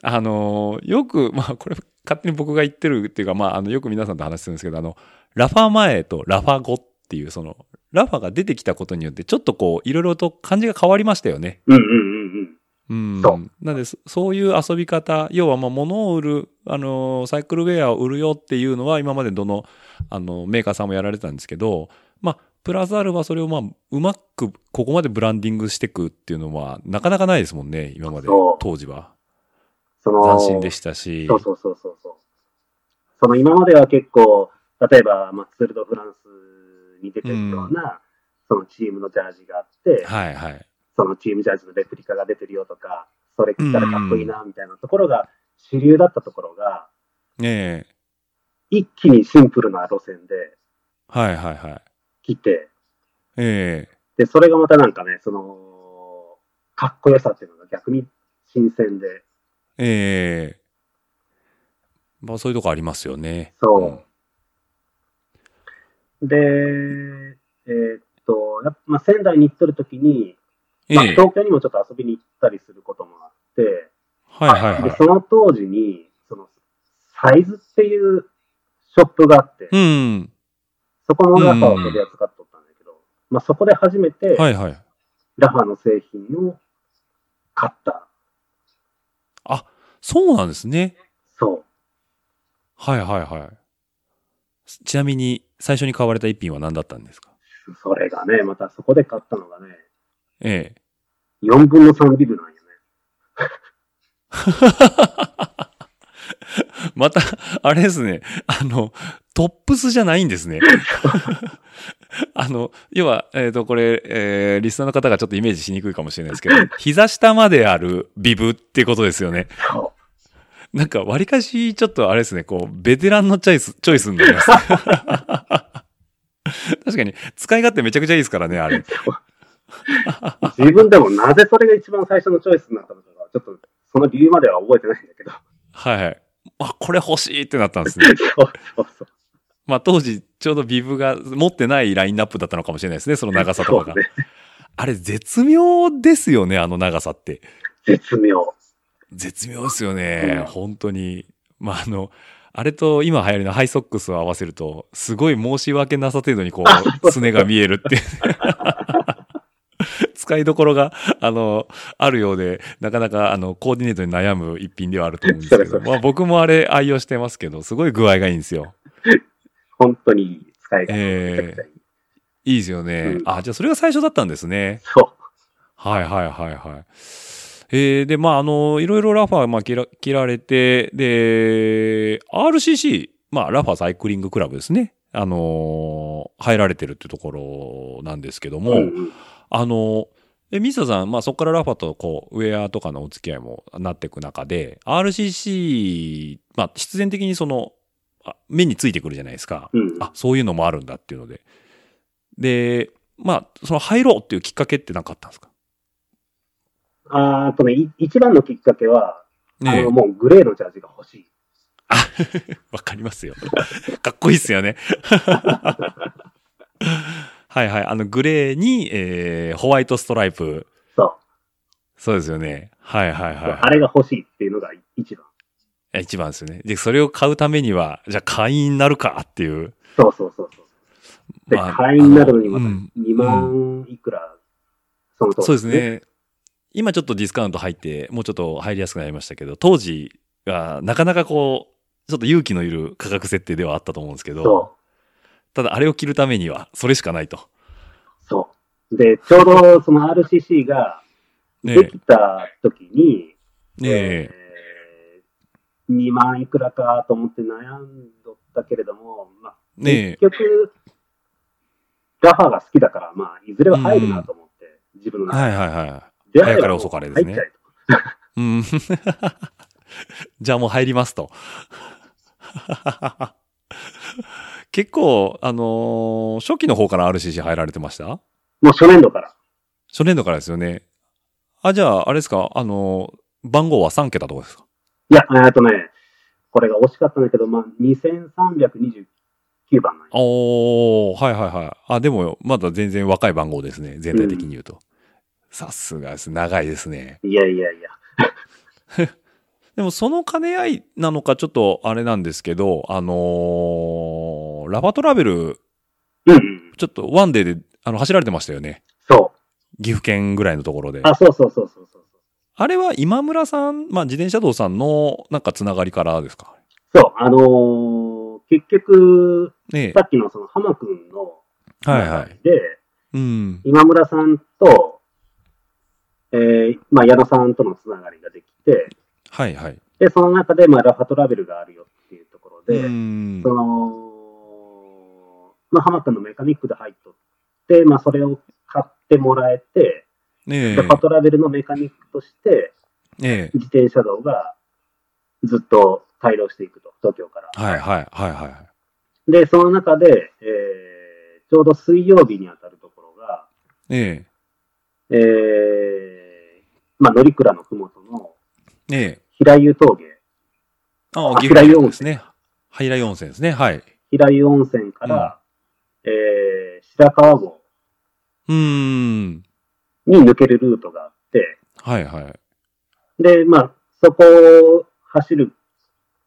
あのーよく、まあ、これ、勝手に僕が言ってるっていうか、まあ、あの、よく皆さんと話するんですけど、あの、ラファ前とラファ後っていう、その、ラファが出てきたことによって、ちょっとこう、いろいろと感じが変わりましたよね。うんうんうんうん。うんそ。なんで、そそういう遊び方、要は、まあ、物を売る、あのーサイクルウェアを売るよっていうのは、今までどの、あの、メーカーさんもやられてたんですけど、まあ、プラスアルファそれを、まあ、うまく、ここまでブランディングしていくっていうのは、なかなかないですもんね、今までそう、当時は。その、斬新でしたし。そうそうそうそうそう。その今までは結構、例えば、まあ、ツール・ド・フランスに出てるような、そのチームのジャージがあって、はいはい。そのチームジャージのレプリカが出てるよとか、それ着たらかっこいいな、みたいなところが主流だったところが、ねえ。一気にシンプルな路線ではいはいはい。来て、ええ。で、それがまたなんかね、その、かっこよさっていうのが逆に新鮮で、ええ。まあ、そういうとこありますよね。そううんで、えーっと、やっぱまあ、仙台に行ってる時に、えまあ、え。東京にもちょっと遊びに行ったりすることもあって、はいはいはいで。その当時にそのサイズっていうショップがあって、うん。そこのラファを取り扱っとったんだけど、まあ、そこで初めてはいはい。ラファの製品を買った。そうなんですね。そう。はいはいはい。ちなみに、最初に買われた一品は何だったんですかそれがね、またそこで買ったのがね、ええ。 4分の3ビブなんよね。また、 あれですね。あの、トップスじゃないんですね。 あの、要は、えっ、と、これ、えーリスナーの方がちょっとイメージしにくいかもしれないですけど、膝下まであるビブってことですよね。そなんか、割かし、ちょっとあれですね、こう、ベテランのチョイス、チョイスになります。 確かに、使い勝手めちゃくちゃいいですからね、あれ。う。自分でもなぜそれが一番最初のチョイスになったのかが、ちょっとその理由までは覚えてないんだけど。 はいはい。あ、これ欲しいってなったん ですね。そうそうそう。まあ当時、ちょうどビブが持ってないラインナップだったのかもしれないですね、その長さとかそうが。ねあれ、絶妙ですよね、あの長さって。絶妙。絶妙ですよね、うん本当に。まあ、あの、あれと今流行りのハイソックスを合わせると、すごい申し訳なさ程度にこう、すねが見えるっていう。 使いどころが、あの、あるようで、なかなか、あの、コーディネートに悩む一品ではあると思うんですけそど、うまあ僕もあれ愛用してますけど、すごい具合がいいんですよ。本当に使いえ勝手えめちゃくちゃいい。いいですよね。うんあ、じゃあそれが最初だったんですね。そう。はいはいはいはい。えーで、まあ、あの、いろいろラファー、まあ、切ら切られて、で、RCC、まあ、ラファーサイクリングクラブですね。あのー入られてるってところなんですけども、うんうんあのーでミサさん、まあ、そこからラファーとこうウェアとかのお付き合いもなっていく中で RCC、まあ、必然的にそのあ目についてくるじゃないですか、うんあそういうのもあるんだっていうのででまあその入ろうっていうきっかけってなかったんですかあーとね、い一番のきっかけは、ねあえの、もうグレーのジャージが欲しい。わかりますよ。 かっこいいっすよね。 はいはい。あの、グレーに、えーホワイトストライプ。そう。そうですよね。はいはいはい、あれが欲しいっていうのが一番。い。一番ですよね。で、それを買うためには、じゃあ会員になるかっていう。そうそうそうそう。で、まあ会員になるのにあまのたうん2万いくら、その当時そうです。ね。今ちょっとディスカウント入って、もうちょっと入りやすくなりましたけど、当時はなかなかこう、ちょっと勇気のいる価格設定ではあったと思うんですけど、そただあれを着るためには、それしかないと。う。そう。で、ちょうどその RCC がねできた時に、え。ねえ。えー2万いくらかと思って悩んどったけれども、まあ、ねえ。結局、ラファーが好きだから、まあ、いずれは入るなと思って、自分の中はで。いはいはい。で早から遅かれですね入っちゃえうん。 じゃあもう入りますと。 結構、あのー初期の方から RCC 入られてましたともう初年度から。初年度からですよね。あ、じゃあ、あれですか、あのー番号は3桁とかですかいや、えっとね、これが惜しかったんだけど、まあ、2329番なんよおー、はいはいはい。あ、でも、まだ全然若い番号ですね。全体的に言うと。さすがです。長いですね。いやいやいや。でもその兼ね合いなのかちょっとあれなんですけど、あのーラファトラベル、うんうん。ちょっとワンデーであの走られてましたよね。そ岐阜県ぐらいのところでう。。あ、そうそうそうそうそう。あれは今村さん、まあ自転車道さんのなんかつながりからですかそう、あのー結局、ねさっきのその浜くんの、え。はいはい。で、うん。今村さんと、えー、まあ、矢野さんとのつながりができて、はいはい。で、その中で、まあ、ラファトラベルがあるよっていうところで、うんそ。の、まあ、浜くんのメカニックで入っとって、まあ、それを買ってもらえて、ねえラファトラベルのメカニックとして、ねえ。自転車道がずっと帯同していくと、東京から。はいはいはいはで、その中で、えーちょうど水曜日にあたるところが、い。ねえーまあ、乗鞍のふもとのえ。ねえ。平湯峠、ああ岐阜県ですね。平井温泉ですね。はい。平湯温泉から、えー白川郷うん。に抜けるルートがあって、はいはい。で、まあ、そこを走る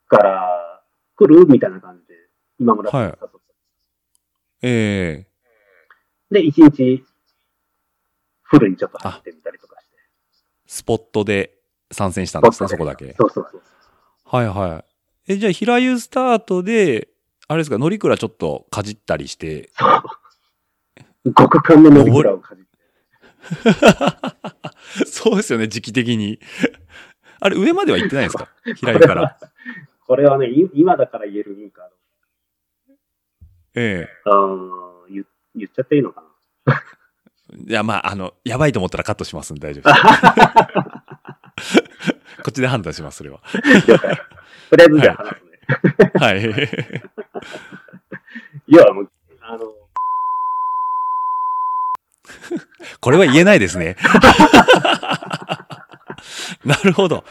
から来るみたいな感じで、今村さんに誘って、ええ。で、一日、フルにちょっと走ってみたりとかして。スポットで参戦したんですね、スそこポッだトけ。そうそうそう。はいはい。え、じゃあ、平湯スタートで、あれですか、乗鞍ちょっとかじったりして、 そう。極寒の乗りをかじって。そうですよね、時期的に。あれ、上までは行ってないですか平湯 から。これはね、い今だから言えるんか。えあー言言っちゃっていいのかな。えいや、まあ、あの、やばいと思ったらカットしますんで大丈夫 です。こっちで判断します、それは。了 解。とりあえずじゃあ話すね。はい。いや、もう、あの、これは言えないですね。 なるほど。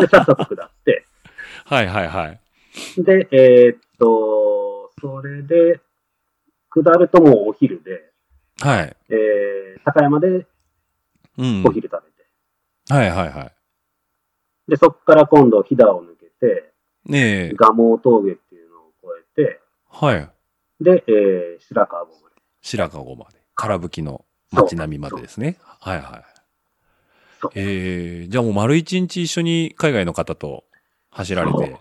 でさっさと下って、はいはいはい。で、えーっと、それで、下るともうお昼で、はい。えー、高山でうんお。昼食べて、はいはいはで、そこから今度、飛騨を抜けて、い。ねえ。蒲生峠っていうのを越えて、はい。で、えー、白川郷まで。白川郷まで。空吹きの街並みまでですね。はいはいそう。えー、じゃあもう丸一日一緒に海外の方と走られて。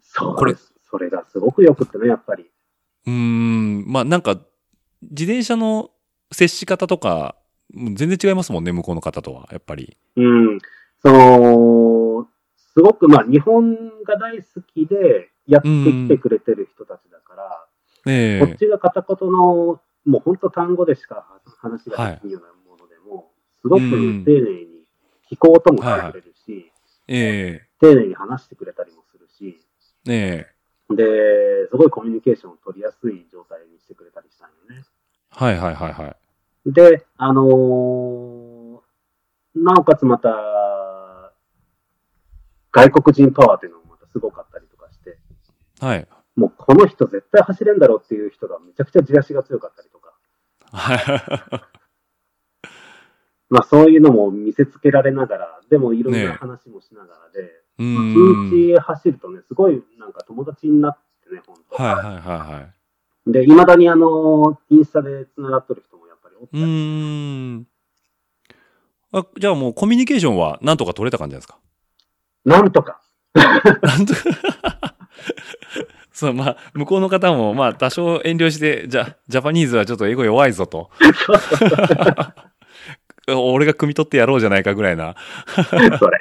そうこれです。それがすごくよくってね、やっぱり。うーん、まあなんか、自転車の接し方とか、もう全然違いますもんね、向こうの方とは、やっぱり。うん。その、すごく、まあ、日本が大好きで、やってきてくれてる人たちだから、ねこっちが片言の、もう本当単語でしか話ができないようなものでも、すごく丁うん寧に聞こうともしてくれるし、え、え丁寧に話してくれたりもするし、え、ねえ、で、すごいコミュニケーションを取りやすい状態にしてくれたりしたんよね。はいはいはいはい。で、あのーなおかつまた、外国人パワーっていうのもまたすごかったりとかして、 はい。もうこの人絶対走れんだろうっていう人がめちゃくちゃ地足が強かったりとか、まあそういうのも見せつけられながら、でもいろんねえな話もしながらで、うー一、ん。日走るとね、すごいなんか友達になってね、本当。はいはいはいはで、いまだにあの、インスタで繋がってる人もやっぱりおったい。うり、ーん。あじゃあもうコミュニケーションはなんとか取れた感じなんですか なんとか、なんとか。そう、まあ、向こうの方も、まあ、多少遠慮して、じゃ、ジャパニーズはちょっと英語弱いぞと。 俺が汲み取ってやろうじゃないかぐらいな。それ。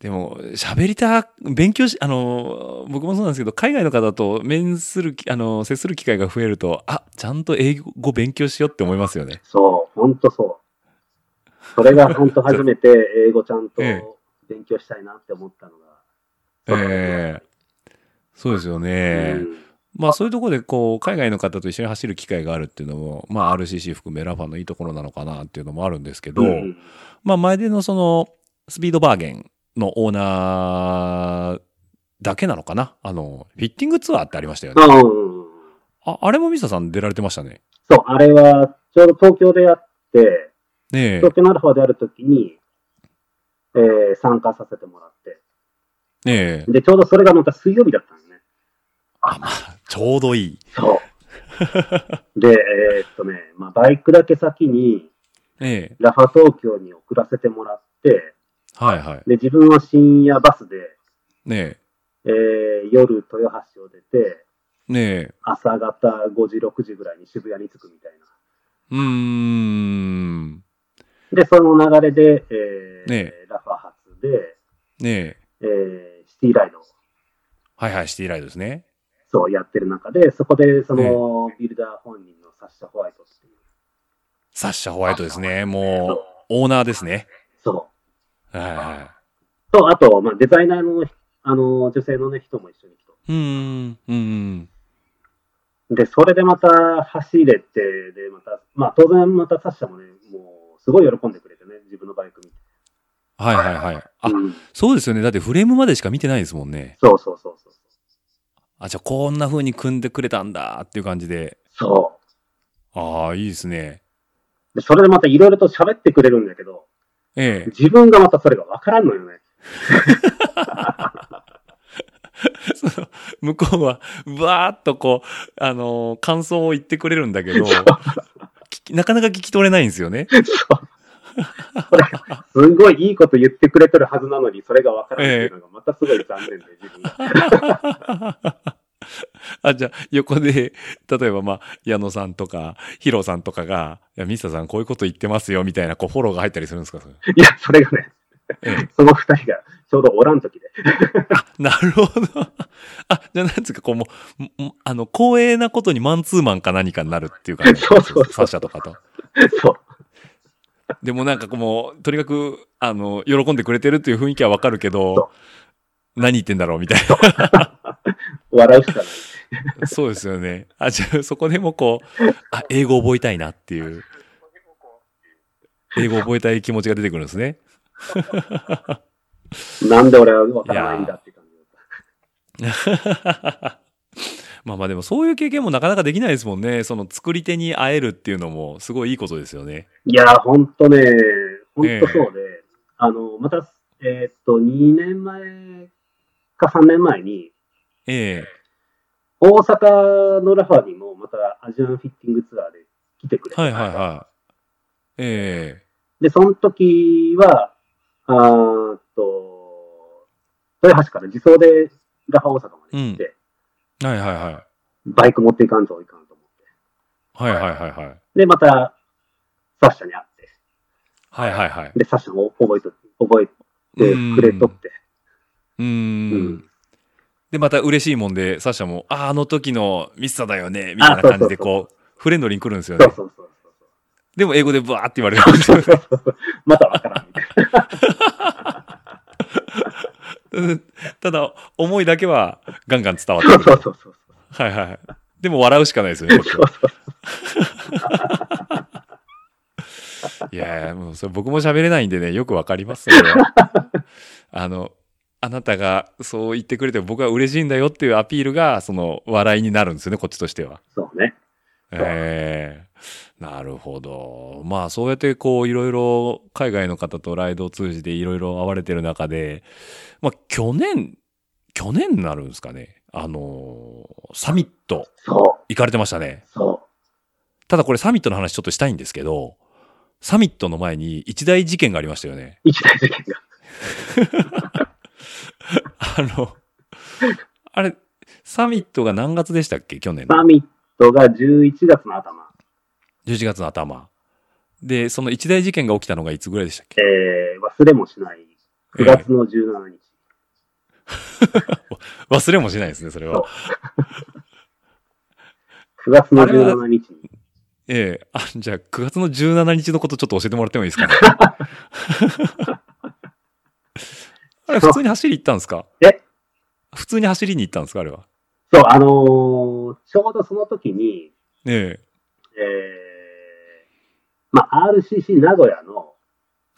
でも、喋りた、勉強し、あの、僕もそうなんですけど、海外の方と面するき、あの、接する機会が増えると、あ、ちゃんと英語勉強しようって思いますよね。そう、ほんとそう。それが本当初めて英語ちゃんとええ勉強したいなって思ったのが。ええそうですよね。うんまあそういうところでこう海外の方と一緒に走る機会があるっていうのも、まあ、RCC 含めラファのいいところなのかなっていうのもあるんですけど、うんまあ前でのそのスピードバーゲンのオーナーだけなのかなあのフィッティングツアーってありましたよね。あうんああれもミサさん出られてましたね。そう、あれはちょうど東京でやって、ね東京のアルファであるときに、えー参加させてもらって。え。ねえ。で、ちょうどそれがまた水曜日だったんですね。あ、まあ、ちょうどいい。そう。 で、えーっとね、まあ、バイクだけ先に、ねえ。ラファ東京に送らせてもらって、はいはい。で、自分は深夜バスで、ねえー夜豊橋を出て、え。ねえ。朝方5時、6時ぐらいに渋谷に着くみたいうーん。ねな。で、その流れで、えーねラファ発で、え。えーシティライドをはいはい、シティライドですね。そうやってる中で、そこでその、ビルダー本人のサッシャ・ホワイトっていう。サッシャホワイトですね。もう、オーナーですね。そはいはい。う。と、あと、まあ、デザイナーのあの女性の、ね、人も一緒に来うーん、うーん。て。で、それでまた走れて、で、また、まあ、当然またサッシャもね、もう、すごい喜んでくれてね、自分のバイク見て。はいはいはい。あ、うんそうですよね。だってフレームまでしか見てないですもんね。そうそうそうそう。あ、じゃあこんな風に組んでくれたんだっていう感じで。そああ、いいですね。う。で、それでまたいろいろと喋ってくれるんだけど、ええ。自分がまたそれが分からんのよね。その向こうは、わーっとこう、あのー感想を言ってくれるんだけど、 聞きなかなか聞き取れないんですよね。すごいいいこと言ってくれてるはずなのに、それが分からないっていうのが、またすごい残念で、自分が。 あ、じゃあ、横で、例えば、まあ、矢野さんとか、ヒロさんとかが、いや、ミスターさんこういうこと言ってますよ、みたいな、こう、フォローが入ったりするんですか それいや、それがねええ、その二人がちょうどおらん時で。 なるほど。 あ、じゃあ、なんつうか、こう、もう、もあの、光栄なことにマンツーマンか何かになるっていう感じ。 そうそうそうサッシャとかと。そう。でもなんかこう、もう、とにかく、あの、喜んでくれてるっていう雰囲気はわかるけどそ、何言ってんだろうみたい笑うしかない。 な。そうですよね。あ、じゃあ、そこでもこう、あ、英語覚えたいなっていう。英語覚えたい気持ちが出てくるんですね。なんで俺は分からないんだっていう感じだっまあまあでもそういう経験もなかなかできないですもんね。その作り手に会えるっていうのもすごいいいことですよね。た。いや、ほんとね、本当そうで、あの、また、えーっと、2年前か3年前に、ええ大阪のラファにもまたアジアンフィッティングツアーで来てくれて、はいはいはい。えで、その時は、あーっと、豊橋から自走でラファ大阪まで行って、えはいはいはい。バイク持っていかんといかんと思って。はいはいはいはい。で、また、サッシャに会って、はいはいはい。で、サッシャも覚えと覚えてくれとって。う。うんうんで、また嬉しいもんで、サッシャも、ああ、あの時のミスターだよね、みたいな感じで、あそうそうこう、フレンドリーに来るんですよそねう。そうそうそうそう。でも、英語でブワーって言われる。 またわからんみたいな。うん ただ、思いだけは、ガンガン伝わっそてう くそうる。そうそう。はいはい。でも、笑うしかないですよ ね、こっちはいやいや、もうそれ僕も喋れないんでね、よくわかります、それ はあの、あなたがそう言ってくれても僕は嬉しいんだよっていうアピールが、その、笑いになるんですよね、こっちとしては。そうね。ええなるほど。まあそうやってこういろいろ海外の方とライドを通じていろいろ会われてる中で、まあ去年、去年になるんですかね。あのーサミットそう。行かれてましたね。そただこれサミットの話ちょっとしたいんですけど、サミットの前に一大事件がありましたよね。う。一大事件が。あの、 あれ、サミットが何月でしたっけ去年のサミットが11月の頭。 11月の頭。で、その一大事件が起きたのがいつぐらいでしたっけえー、忘れもしない。9月の17日。忘れもしないですね、それそうは。 9月の17日に。ええあ、じゃあ、9月の17日のことちょっと教えてもらってもいいですかね。 あれ、普通に走り行ったんですかえ普通に走りに行ったんですかあれは。そう、あのーちょうどその時に、ええー、まあ、RCC 名古屋の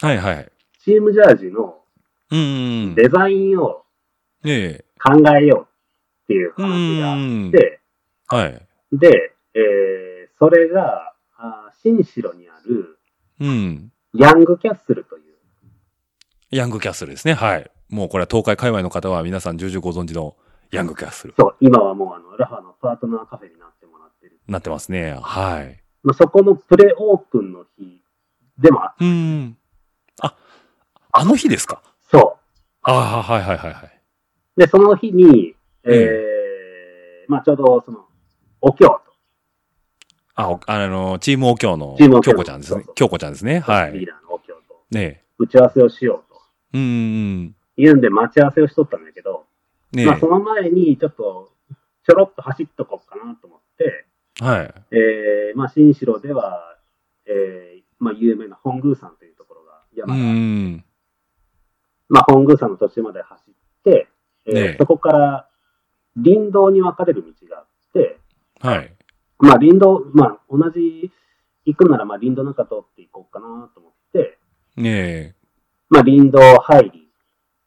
えはいはい。チームジャージのうんうんうん。デザインをええ考えようっていううん話があうんっ。て、はい。で、えー、それが、あー新城にあるうん。ヤングキャッスルという、ヤングキャッスルですね。はい。もうこれは東海界隈の方は皆さん重々ご存知のヤングキャッスル。そう、今はもうあの、ラファのパートナーカフェになってもらってる。なってますね。はい。まあ、そこのプレオープンの日でもあっうん。あ、あの日ですかそああ、はいはいはいはい。う。で、その日に、えーえまあ、ちょうどその、お経と、あ、おあの、チームお京の、チームお京京子ちゃんですねそうそう。京子ちゃんですね。はリーい。ダーのお経と、ね打ち合わせをしようと。え。うんうんいうんで待ち合わせをしとったんだけど、うん。ねまあ、その前にちょっと、ちょろっと走っとこうかなと思って、え。はい。えー、まあ、新城では、えー、まあ、有名な本宮山というところがう山んうが、ん。まあ、本宮山の途中まで走って、えーねえそこから林道に分かれる道があって、はい。まあ、林道、まあ、同じ、行くなら、まあ、林道なんか通っていこうかなと思って、ねえ。まあ、林道入り、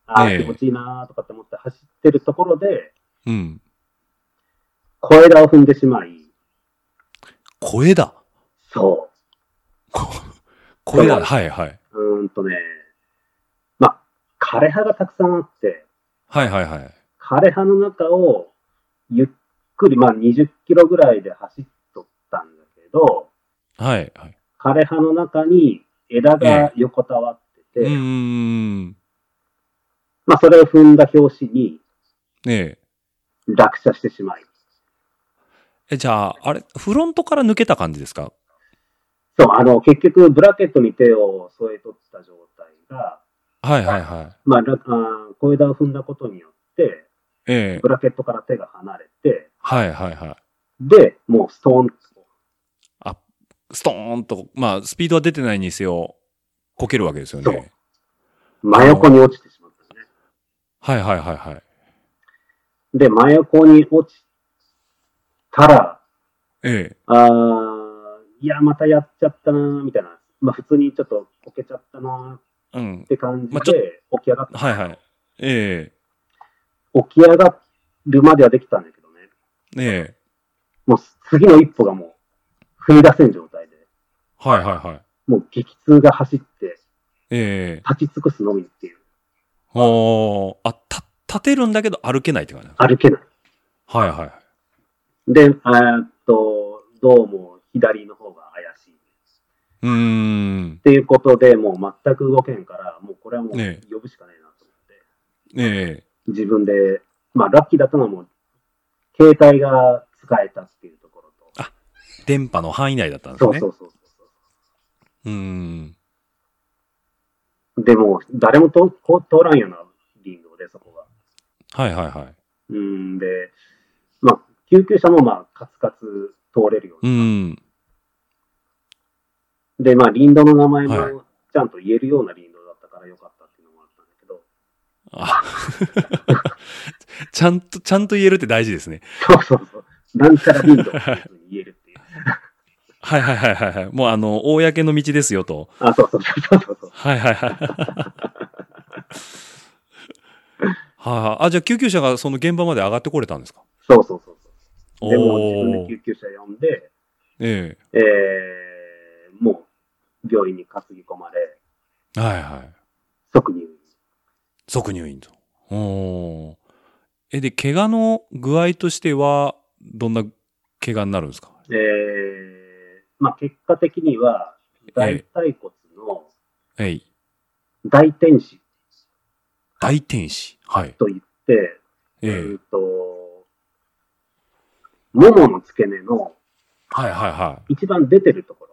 ああ、ええ気持ちいいなとかって思って走ってるところで、うん。小枝を踏んでしまい、小 枝。そこ小枝。そうはいはい。う、うーんとね、まあ、枯れ葉がたくさんあって、はいはいはい。枯れ葉の中を、ゆっくり、まあ、20キロぐらいで走っとったんだけど、はいはい。枯れ葉の中に枝が横たわってうて、んうんうん。まあ、それを踏んだ拍子にねえ。落車してしまい、え、じゃあ、あれ、フロントから抜けた感じですかそう、あの、結局、ブラケットに手を添えとった状態が、はいはいはい。まあ、らあー小枝を踏んだことによって、ええ。ブラケットから手が離れて、はいはいはい。で、もうストーンと、ストーンと、まあ、スピードは出てないにせよ、こけるわけですよそうね。真横に落ちてしまったね。はいはいはいはい。で、真横に落ちたら、ええ。あーいや、またやっちゃったなーみたいな。まあ、普通にちょっとこけちゃったなーうんっ。て感じまあちょで、起き上がった。はいはい。え起き上がるまではできたんだけどね。え。ねえ。もう次の一歩がもう、踏み出せん状態で、はいはいはい。もう激痛が走って、ええ立ち尽くすのみっていう、おあ、た、立てるんだけど歩けないって感じなんで歩けない。すかはいはい。で、えーっと、どうも左の方が怪しい。っうーん。ていうことで、もう全く動けんから、もうこれはもうね呼ぶしかないなと思って、え自分で、まあラッキーだったのはもう、携帯が使えたっていうところと、え電波の範囲内だったんですそね。うそうそうそううーん。そう。でも、誰もとこ通らんような林道で、そこが。はいはいはい。うんで、まあ、救急車もまあ、カツカツ通れるよううに。ん。で、まあ、林道の名前はいもちゃんと言えるような林道だったからよかったっていうのもあったんだけど、あ ちゃんと、ちゃんと言えるって大事ですね。そうそうそう。なんちゃら林道っていうふうに言えるっていう。はいはいはいはいはい。もうあの、公の道ですよと。あ、そうそうそうそうそう。はいはいはい。はい、あ、じゃあ救急車がその現場まで上がってこれたんですかそうそうそうそう。でも、自分おでー救急車呼んで、ええー、もう、病院に担ぎ込まれ、えはいはい。即入院。即入院と。おーえ、で、怪我の具合としては、どんな怪我になるんですかえー、まあ、結果的には、大腿骨のえい。大天使大天使。はい。といって、えええっと、ももの付け根のはいはいはい。一番出てるところ、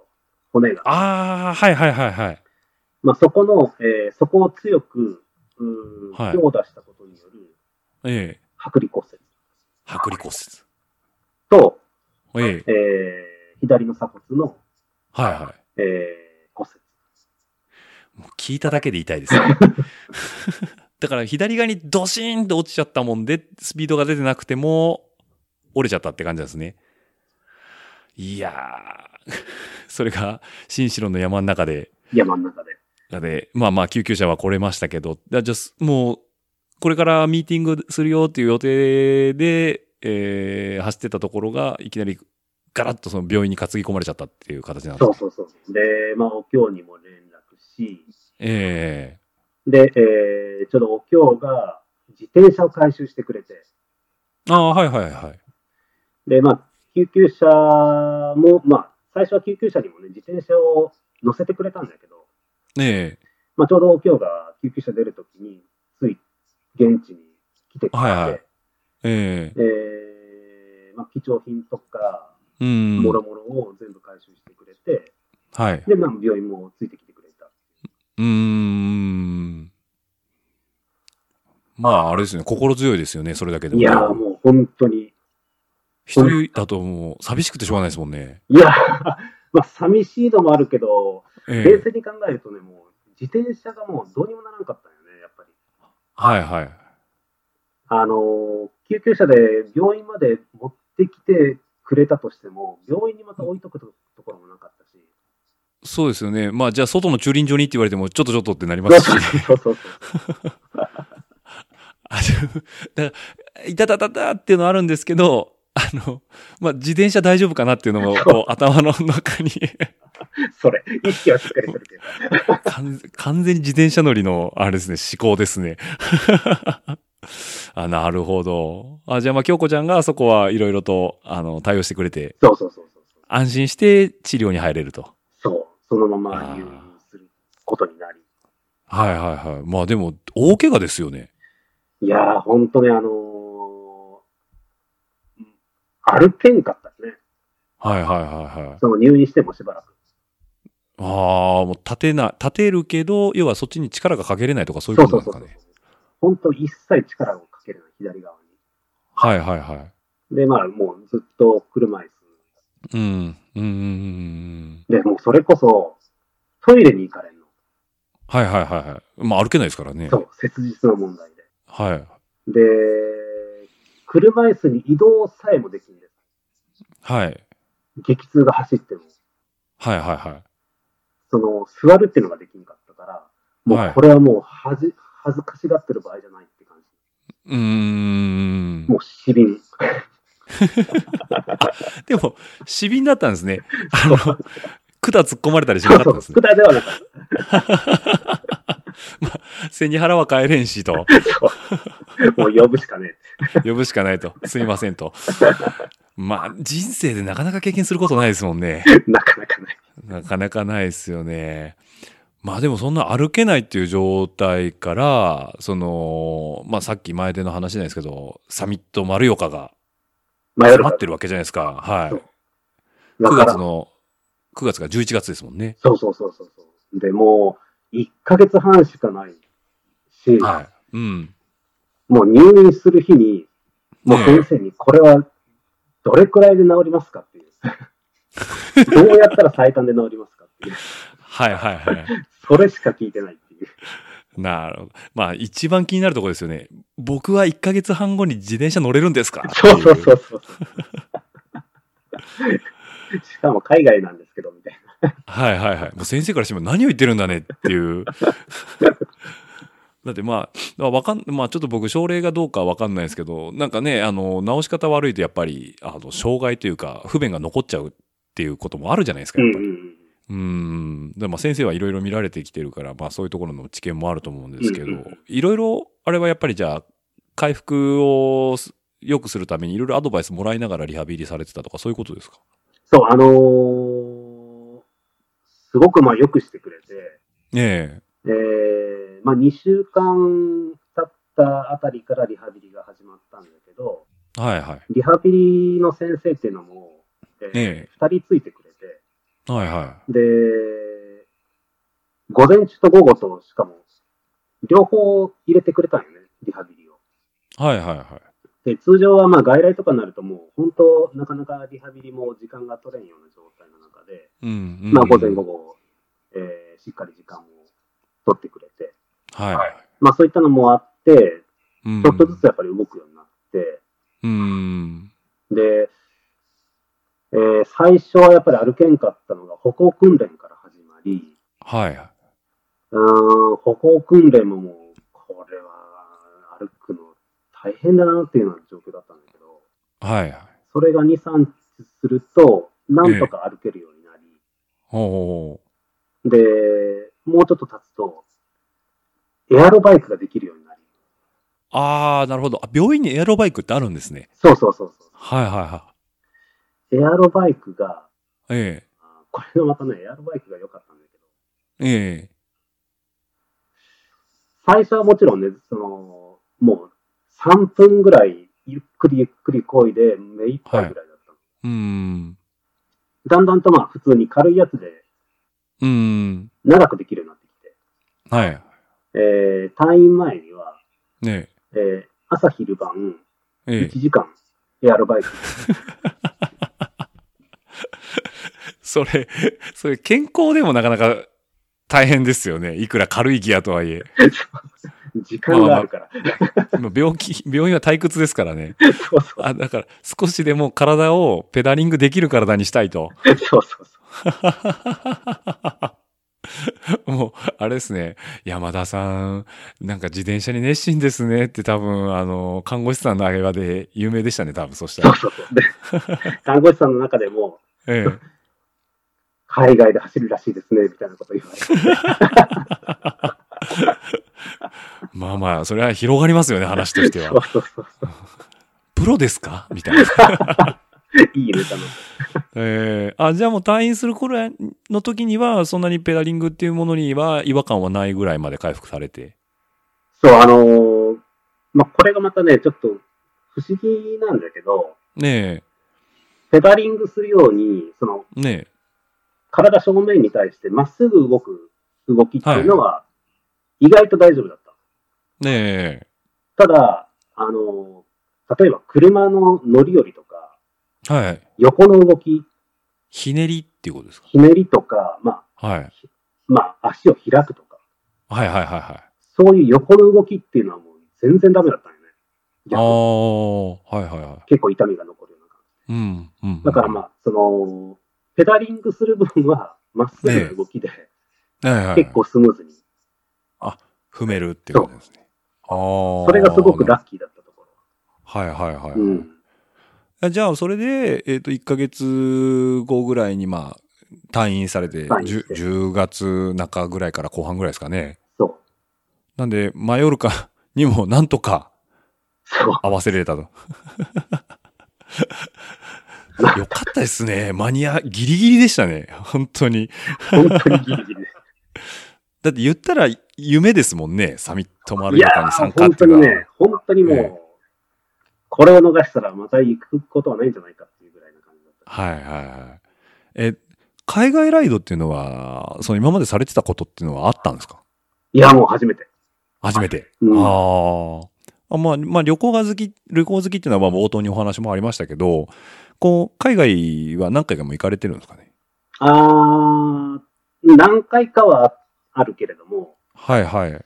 骨が。あー、はいはいはいはい。まあ、そこの、えーそこを強く、うーんはい強打したことによるええ剥離骨折剥離骨と、折。えええー左の鎖骨の、はいはい。えー骨折。もう聞いただけで痛い ですね。だから左側にドシーンと落ちちゃったもんで、スピードが出てなくても、折れちゃったって感じなんですね。いやー、 それが、新城の山の中で、山の中で。で、まあまあ救急車は来れましたけど、だじゃあすもう、これからミーティングするよっていう予定で、えー走ってたところが、いきなりガラッとその病院に担ぎ込まれちゃったっていう形なんですかそうそうそう。で、まあ、お経にも連絡し、えで、えーちょうどお経が自転車を回収してくれて、えああ、はいはいはい。で、まあ、救急車も、まあ、最初は救急車にもね、自転車を乗せてくれたんだけど、えまあ、ちょうど今日が救急車出るときに、つい現地に来てくれて、はいはいええええーまあ、貴重品とか、うん。もろもろを全部回収してくれて、はい。で、まあ、病院もついてきてくれた。うーん。まあ、あれですね。心強いですよね。それだけでも。いやー、もう本当に、一人だともう、寂しくてしょうがないですもんね。いやー、 まあ、寂しいのもあるけど、え冷え静に考えるとね、もう、自転車がもうどうにもならんかったんよね、やっぱり。はいはい。あの救急車で病院まで持ってきてくれたとしても、病院にまた置いとくとところもなかったし、そうですよね。まあ、じゃあ、外の駐輪場にって言われても、ちょっとちょっとってなりますし。 そうそうそうあのだから、いたたたたっていうのはあるんですけど、あの、まあ、自転車大丈夫かなっていうのも、こう、 頭の中にそれ、意識はしっかりするけど、完、完全に自転車乗りの、あれですね、思考ですね。 あ、なるほど。あ、じゃあ、まあ、京子ちゃんがあそこはいろいろと、あの、対応してくれて、そうそうそうそうそう、安心して治療に入れると。そうそのまま入院することになり、はいはいはい。まあ、でも、大怪我ですよね。いやー、本当ね、あのーうん歩けんかったね、はいはいはいはい。その入院してもしばらく、ああ、もう立てな、立てるけど、要はそっちに力がかけれないとかそういうそこうとそなうんそでうすそかね。、う本当、一切力をかけるない、左側に。はいはいはい。で、まあ、もうずっと車椅う子ん。うんうんうんうん。で、もうそれこそ、トイレに行かれんの。はいはいはいはい。まあ歩けないですからね。そう、切実の問題で。はい。で、車椅子に移動さえもできんです。はい。激痛が走っても、はいはいはい。その、座るっていうのができんかったから、もはういこれはもうはじ、恥ずかしがってる場合じゃないって感うーんじ。も。う、死瓶。でも、死瓶だったんですね。あの、管突っ込まれたりしなかったんですね。管ではなかった。背に腹は帰れんしと、もう呼ぶしかね呼ぶしかないと、すいませんと。まあ、人生でなかなか経験することないですもんね。え。なかなかない。なかなかないですよね。まあでもそんな歩けないっていう状態から、その、まあさっき前での話じゃないですけど、サミット丸岡が迷迫うってるわけじゃないですか。はそうい。9だか月ら、の、9月が11月ですもんね。そうそうそうそうそう。でもう、1ヶ月半しかないし、はい。うん。もう入院する日に、もう先生に、これはどれくらいで治りますか っていう。どうやったら最短で治りますかっていう。はいはいはい。それしか聞いてないっていう。なるほど。まあ一番気になるところですよね。僕は1ヶ月半後に自転車乗れるんですか。そうそうそううそう。しかも海外なんですけど、みたいはいはいはい。もう先生からしても何を言ってるんだねっていう。 だってまあ、わかん、まあちょっと僕、症例がどうかわかんないですけど、なんかね、あの、治し方悪いとやっぱり、あの、障害というか、不便が残っちゃうっていうこともあるじゃないですか、な。うやっんぱうり。んうーん。でまあ先生はいろいろ見られてきてるから、まあそういうところの知見もあると思うんですけどうんうん、いろいろ、あれはやっぱりじゃあ、回復をす良くするためにいろいろアドバイスもらいながらリハビリされてたとか、そういうことですかそう、あのーすごくまあよくしてくれて、ええーまあ、2週間経ったあたりからリハビリが始まったんだけど、えはいはい。リハビリの先生っていうのも、ええ2人ついてくれて、はいはで、午前中と午後と、しかも、両方入れてくれたんよね、リハビリい。を。はいはいはい。で、通常はまあ外来とかになるともう、本当、なかなかリハビリも時間が取れんような状態の中で、うんうんまあ午前午後、えーしっかり時間を取ってくれて、はい。まあそういったのもあって、うんちょっとずつやっぱり動くようになって、うん。で、えー最初はやっぱり歩けんかったのが歩行訓練から始まり、はい。うーん、歩行訓練ももう、これは歩くの大変だなっていうような状況だったんだけど、はい。はい。それが2、3日すると、なんとか歩けるようになり、ほで、もうちょっと経つと、エアロバイクができるようになり、う。ああ、なるほど。あ、病院にエアロバイクってあるんですね。そうそうそうそはいはいはう、エアロバイクが、い。えあーこれがまたね、エアロバイクが良かったんだけど、え。ええ。最初はもちろんね、その、もう3分ぐらい、ゆっくりゆっくり漕いで、目いっぱいぐらいだったの。うん。だんだんとまあ、普通に軽いやつで、うん。長くできるようになってきて、はい。えー、退院前には、ねえー朝昼晩え。え 1え。時間エアロバイク、それ、それ健康でもなかなか大変ですよね。いくら軽いギアとはいえ。時間があるから。まあ病気、 病院は退屈ですからね。そうそうあ、だから少しでも体をペダリングできる体にしたいと。 そうそうそもう、あれですね。山田さん、なんか自転車に熱心ですねって多分、あの、看護師さんの会話で有名でしたね、多分、そしたらう。。そうそう。で、 看護師さんの中でも、ええ。海外で走るらしいですね、みたいなこと言われ て。まあまあ、それは広がりますよね、話としてそうは。そうそうそプロですかみたいな。う。いいネタの。ええあ、じゃあもう退院する頃の時には、そんなにペダリングっていうものには違和感はないぐらいまで回復されて。そう、あのーまあ、これがまたね、ちょっと不思議なんだけど、ねペダリングするように、その、え、ね体正面に対してまっすぐ動く動きっていうのは、意外と大丈夫だった。え、ねただ、あのー例えば車の乗り降りとか、え、はい。横の動き、ひねりっていうことですかひねりとか、まはい。あ、まあ、足を開くとか、はいはいはいはい。そういう横の動きっていうのはもう全然ダメだったんよね。あ逆あ、にはいはいはい。結構痛みが残るような感うん、うん。じ。だからまあ、その、ペダリングする 分は、まっすぐな動きで、あ、はいはい、結構スムーズに。踏めるっていうことですね。ああ。それがすごくなラッキーだったとこはいはいはい。ろ。うん。あじゃあ、それで、えっ、と、1ヶ月後ぐらいに、まあ、退院されて、退院して10 10月中ぐらいから後半ぐらいですかね。そなんで、マヨルカ にもなんとかそう。合わせれたと。よかったですね。マニア、ギリギリでしたね。本当に。本当にギ リギリです。だって言ったら夢ですもんね。サミットマルいヨやカに参ー、加っ本てい当うにのはね。、本当にもう、ええこれを逃したらまた行くことはないんじゃないかっていうぐらいな感じだった。はいはいはい。え、海外ライドっていうのは、その今までされてたことっていうのはあったんですかいや、もう初めて。初めて。うんああ。あまあ、まあ、旅行が好き、旅行好きっていうのはまあ冒頭にお話もありましたけど、こう、海外は何回かも行かれてるんですかね。あー、何回かはあるけれども、はいはい。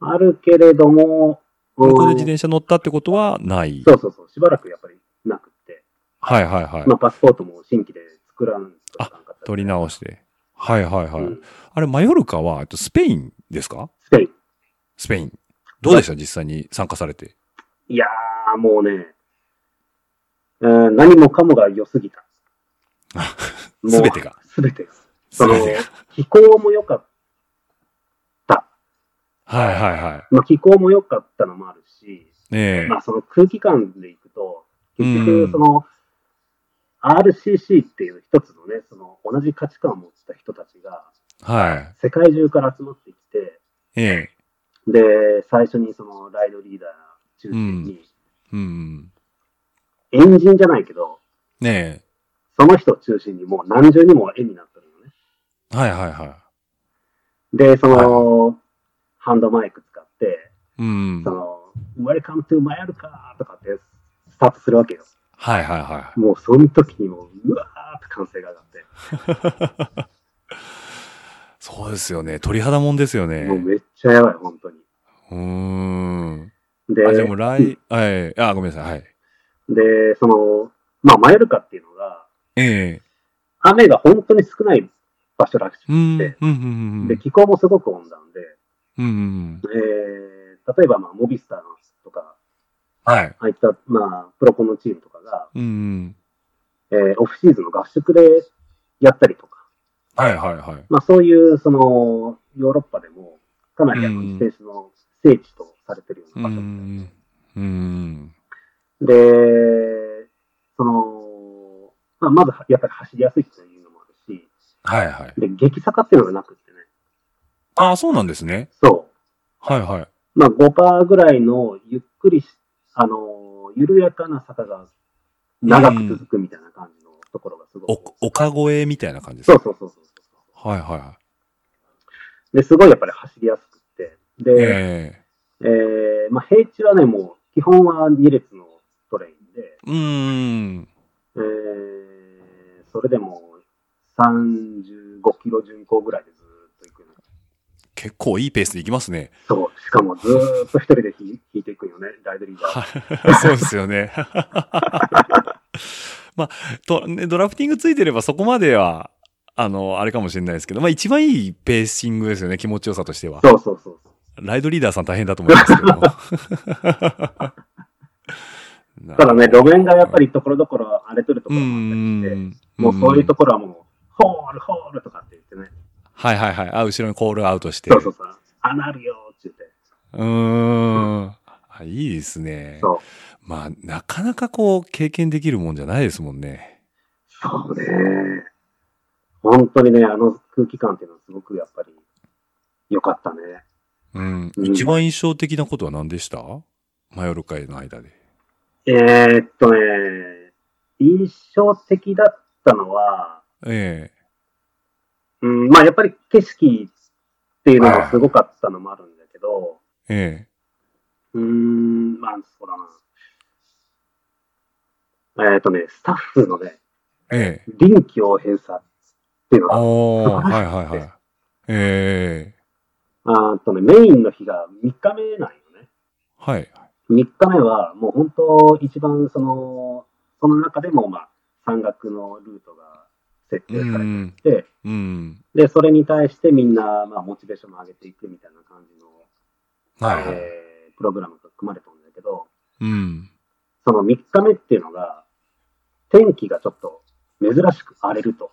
あるけれども、向こううんで自転車乗ったってことはない。そうそうそう、しばらくやっぱりなくって、はいはいはいま。あパスポートも新規で作らんといかんかった取り直して。はいはいはい。うんあれ、マヨルカは、えっとスペインですかスペイン。スペイン。どうでした実際に参加されて。いやー、もうね、えー何もかもが良すぎた。もうすべてが。。すべてが。すそのべてが。気候も良かっはいはいはい。た。まあ、気候も良かったのもあるし、ねえ。まあ、その空気感でいくと、結う局、んその、RCC っていう一つのね、その同じ価値観を持った人たちが、はい。世界中から集まってきて、ええ。で、最初にそのライドリーダー中心に、うん。エンジンじゃないけど、ねその人を中心にもう何重にも絵になってるのね。え。はいはいはで、その、ハンドマイク使って、い。うん。そはいの、Welcome to Mallorca とかってスタートするわけよ。はいはもうその時にもう、うわーって歓声が上がって、い。 そうですよね。鳥肌もんですよね。もうめっちゃやばい、本当に。うーん。で、あ、じゃあもう来、はい。あ、ごめんなさい。はい。で、その、まあ、マヨルカっていうのが、ええ。雨が本当に少ない場所らしうーん。くうんて、うんうんうで、ん。気候もすごく温暖で、うんうん。えー例えば、まあ、モビスターのとか、はい。ああいった、まあ、プロコンのチームとかが、うんうん。えーオフシーズンの合宿でやったりとか、はいはいはい。まあ、そういう、その、ヨーロッパでも、かなりあのうん自転車の聖地とされてるよううな場所みん。うん。たいで、その、まあ、まずは、やっぱり走りやすいというのもあるし、はいはい。で、激坂っていうのがなくってね、ああ、そうなんですね。そはいはい。う、まあ、5パーぐらいの、ゆっくりし、あの、緩やかな坂が長く続くみたいな感じのところがすごく。お、丘越えみたいな感じですそかうそうそうそうそはいはいはう。で、すごいやっぱり走りやすくって、い。で、ええーまあ、平地はね、もう基本は2列のトレインで、えうーん。えーそれでも35キロ巡航ぐらいでずーっと行くよね。結構いいペースでいきますね。そう、しかもずーっと一人でひ引いていくよね、ライドリーダー。はい。 そうですよね。まあと、ね、ドラフティングついてればそこまでは、あの、あれかもしれないですけど、まあ一番いいペーシングですよね、気持ちよさとしては。そうそうそうそう。ライドリーダーさん大変だと思いますけ ど。ただね、路面がやっぱりところどころ荒れてるとこうろもあったりして、ん、もうそういうとこ。ころはもう、ホールホールとかって言ってね、はいはいはい。あ、後ろにコールアウトして。そうそうそう、穴あるよーって言って、うーん。あいいですね。そう。まあ、なかなかこう、経験できるもんじゃないですもんね。そうね。本当にね、あの空気感っていうのはすごくやっぱり良かったね。うん。うん一番印象的なことは何でしたマヨルカへの間で。えーっとね、印象的だったのは、えうん、まあやっぱり景色っていうのもすごかったのもあるんだけど、ええうーん、まあそうだな。えーっとね、スタッフのね、えええ臨機応変さっていうのが、おー、素晴はいはいはい。ええあーっとね、メインの日が3日目なんよね。はい。 3日目は、もう本当、一番その、その中でも、まあ、山岳のルートが設定うされん。ていて、うん。で、それに対してみんな、まあ、モチベーションも上げていくみたいな感じの、はいはい。えープログラムが組まれたんだけど、うん。その3日目っていうのが、天気がちょっと珍しく荒れると。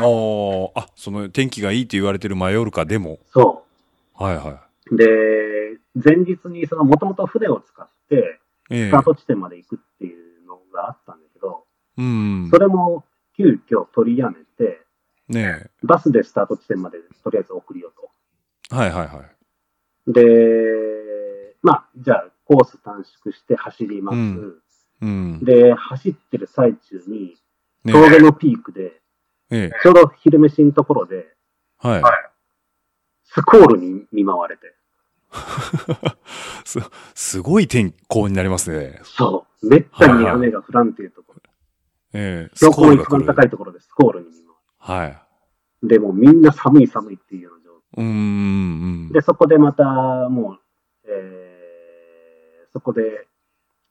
おー、あ、その天気がいいって言われてるマヨルカでも。そはいはで、前日にそのもともと船を使って、ええスタート地点まで行くっていうのがあったんだけど、うんそ。れも急遽取りやめて、ねバスでスタート地点までとりあえず送りようと。え。はいはいはい。で、まあ、じゃあ、コース短縮して走ります。うんうん。で、走ってる最中に、ね峠のピークで、え。えちょうど昼飯のところで、え。はい。スコールに見舞われて、 す、すごい天候になりますね。そう、めったに雨が降らんっていうところ、ええ。標高の一スコー番ルが高来るいところでスコールに見舞わはい。れて、で、もうみんな寒い寒いっていうような状うーん。態。で、そこでまた、もう、えー、そこで、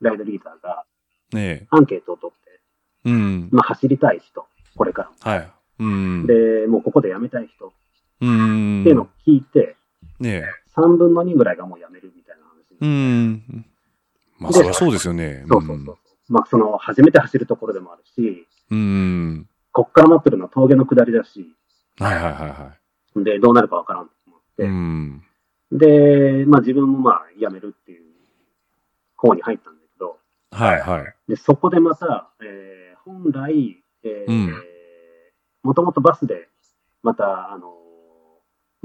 ライドリーダーがねアンケートを取って、え。うん。まあ、走りたい人、これからも。はい。うん。で、もうここでやめたい人っうてん。いうのを聞いて、ねえ。 3分の2ぐらいがもうやめるみたいな話うにん。まあ、でそりゃそうですよね。そうそうそう。まあ、その、初めて走るところでもあるし、うん。うん。こっから待ってるのは峠の下りだし、はいはいはいはで、どうなるかわからんと思っい。て、うん。で、まあ自分もまあ辞めるっていう方に入ったんだけど、はいはい。で、そこでまた、えー本来、えうんもともとバスで、また、あのー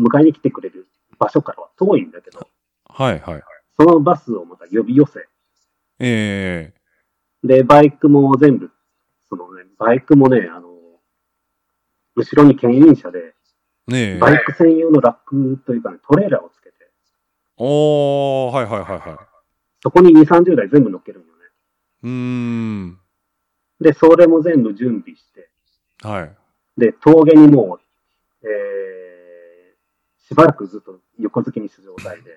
迎えに来てくれる場所からは遠いんだけど、はいはい。そのバスをまた呼び寄せ、ええ。で、バイクも全部、そのね、バイクもね、あのー後ろに牽引車で、ねえ。バイク専用のラックというかね、トレーラーをつけて、おー、はいはいはいはい。そこに2、30台全部乗っけるんよね。うーん。で、それも全部準備して、はい。で、峠にもう、えー、しばらくずっと横付けにした状態で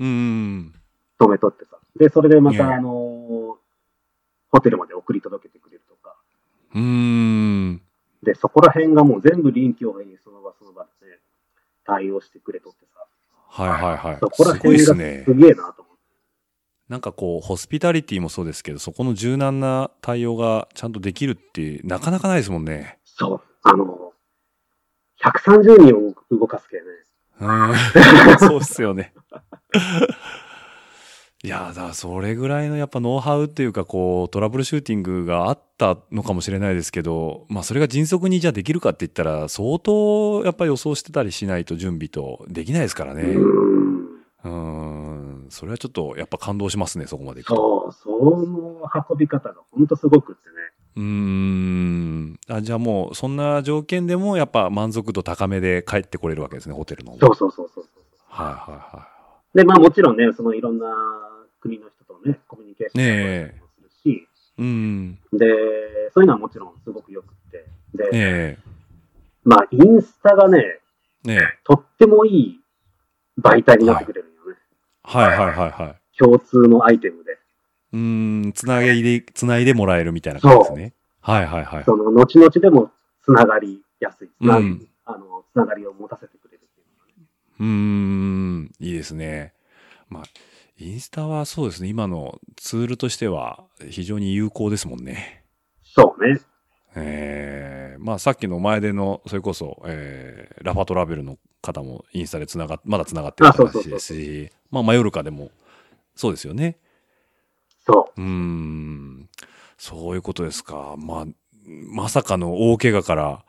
うーん。止めとってさ。で、それでまた、ねあのーホテルまで送り届けてくれるとか。うーん。で、そこら辺がもう全部臨機応変にその場その場で、ね、対応してくれとってさ。はいはいはいそこ。らすごいで辺がすすね。げえなと思って。なんかこう、ホスピタリティもそうですけど、そこの柔軟な対応がちゃんとできるって、なかなかないですもんね。そう。あのー、130人を動かすけね。うーん。 そうっすよね。いや、だからそれぐらいのやっぱノウハウっていうか、こう、トラブルシューティングがあったのかもしれないですけど、まあそれが迅速にじゃあできるかって言ったら、相当やっぱ予想してたりしないと準備とできないですからね。うーん。うーん、それはちょっとやっぱ感動しますね、そこまでいくと。そう、その運び方がほんとすごくってね。うーんあ。じゃあもう、そんな条件でもやっぱ満足度高めで帰ってこれるわけですね、ホテルの。そうそうそうそうそう。はいはいはで、まあもちろんね、そのいろんな国の人とね、コミュニケーションねえもするし、い。うーん。で、そういうのはもちろんすごくよくって、で、えまあインスタがね、え。ねえ。とってもいい媒体になってくれるよね。はいはいはいはい。共通のアイテムで。うーん、つなげで、つないでもらえるみたいな感じですね。はいはいはい。その、後々でもつながりやすい。つな,、うんあのつながりを持たせてくれるっていうのがね。うーん、いいですね。まあ、インスタはそうですね、今のツールとしては非常に有効ですもんね。そうね。えーまあさっきの前での、それこそ、えーラファトラベルの方もインスタでつながっ、まだつながってるあそうそ話うそうですし、まあマヨルカでも、そうですよね。そうーん、そういうことですか。まあ、まさかの大怪我から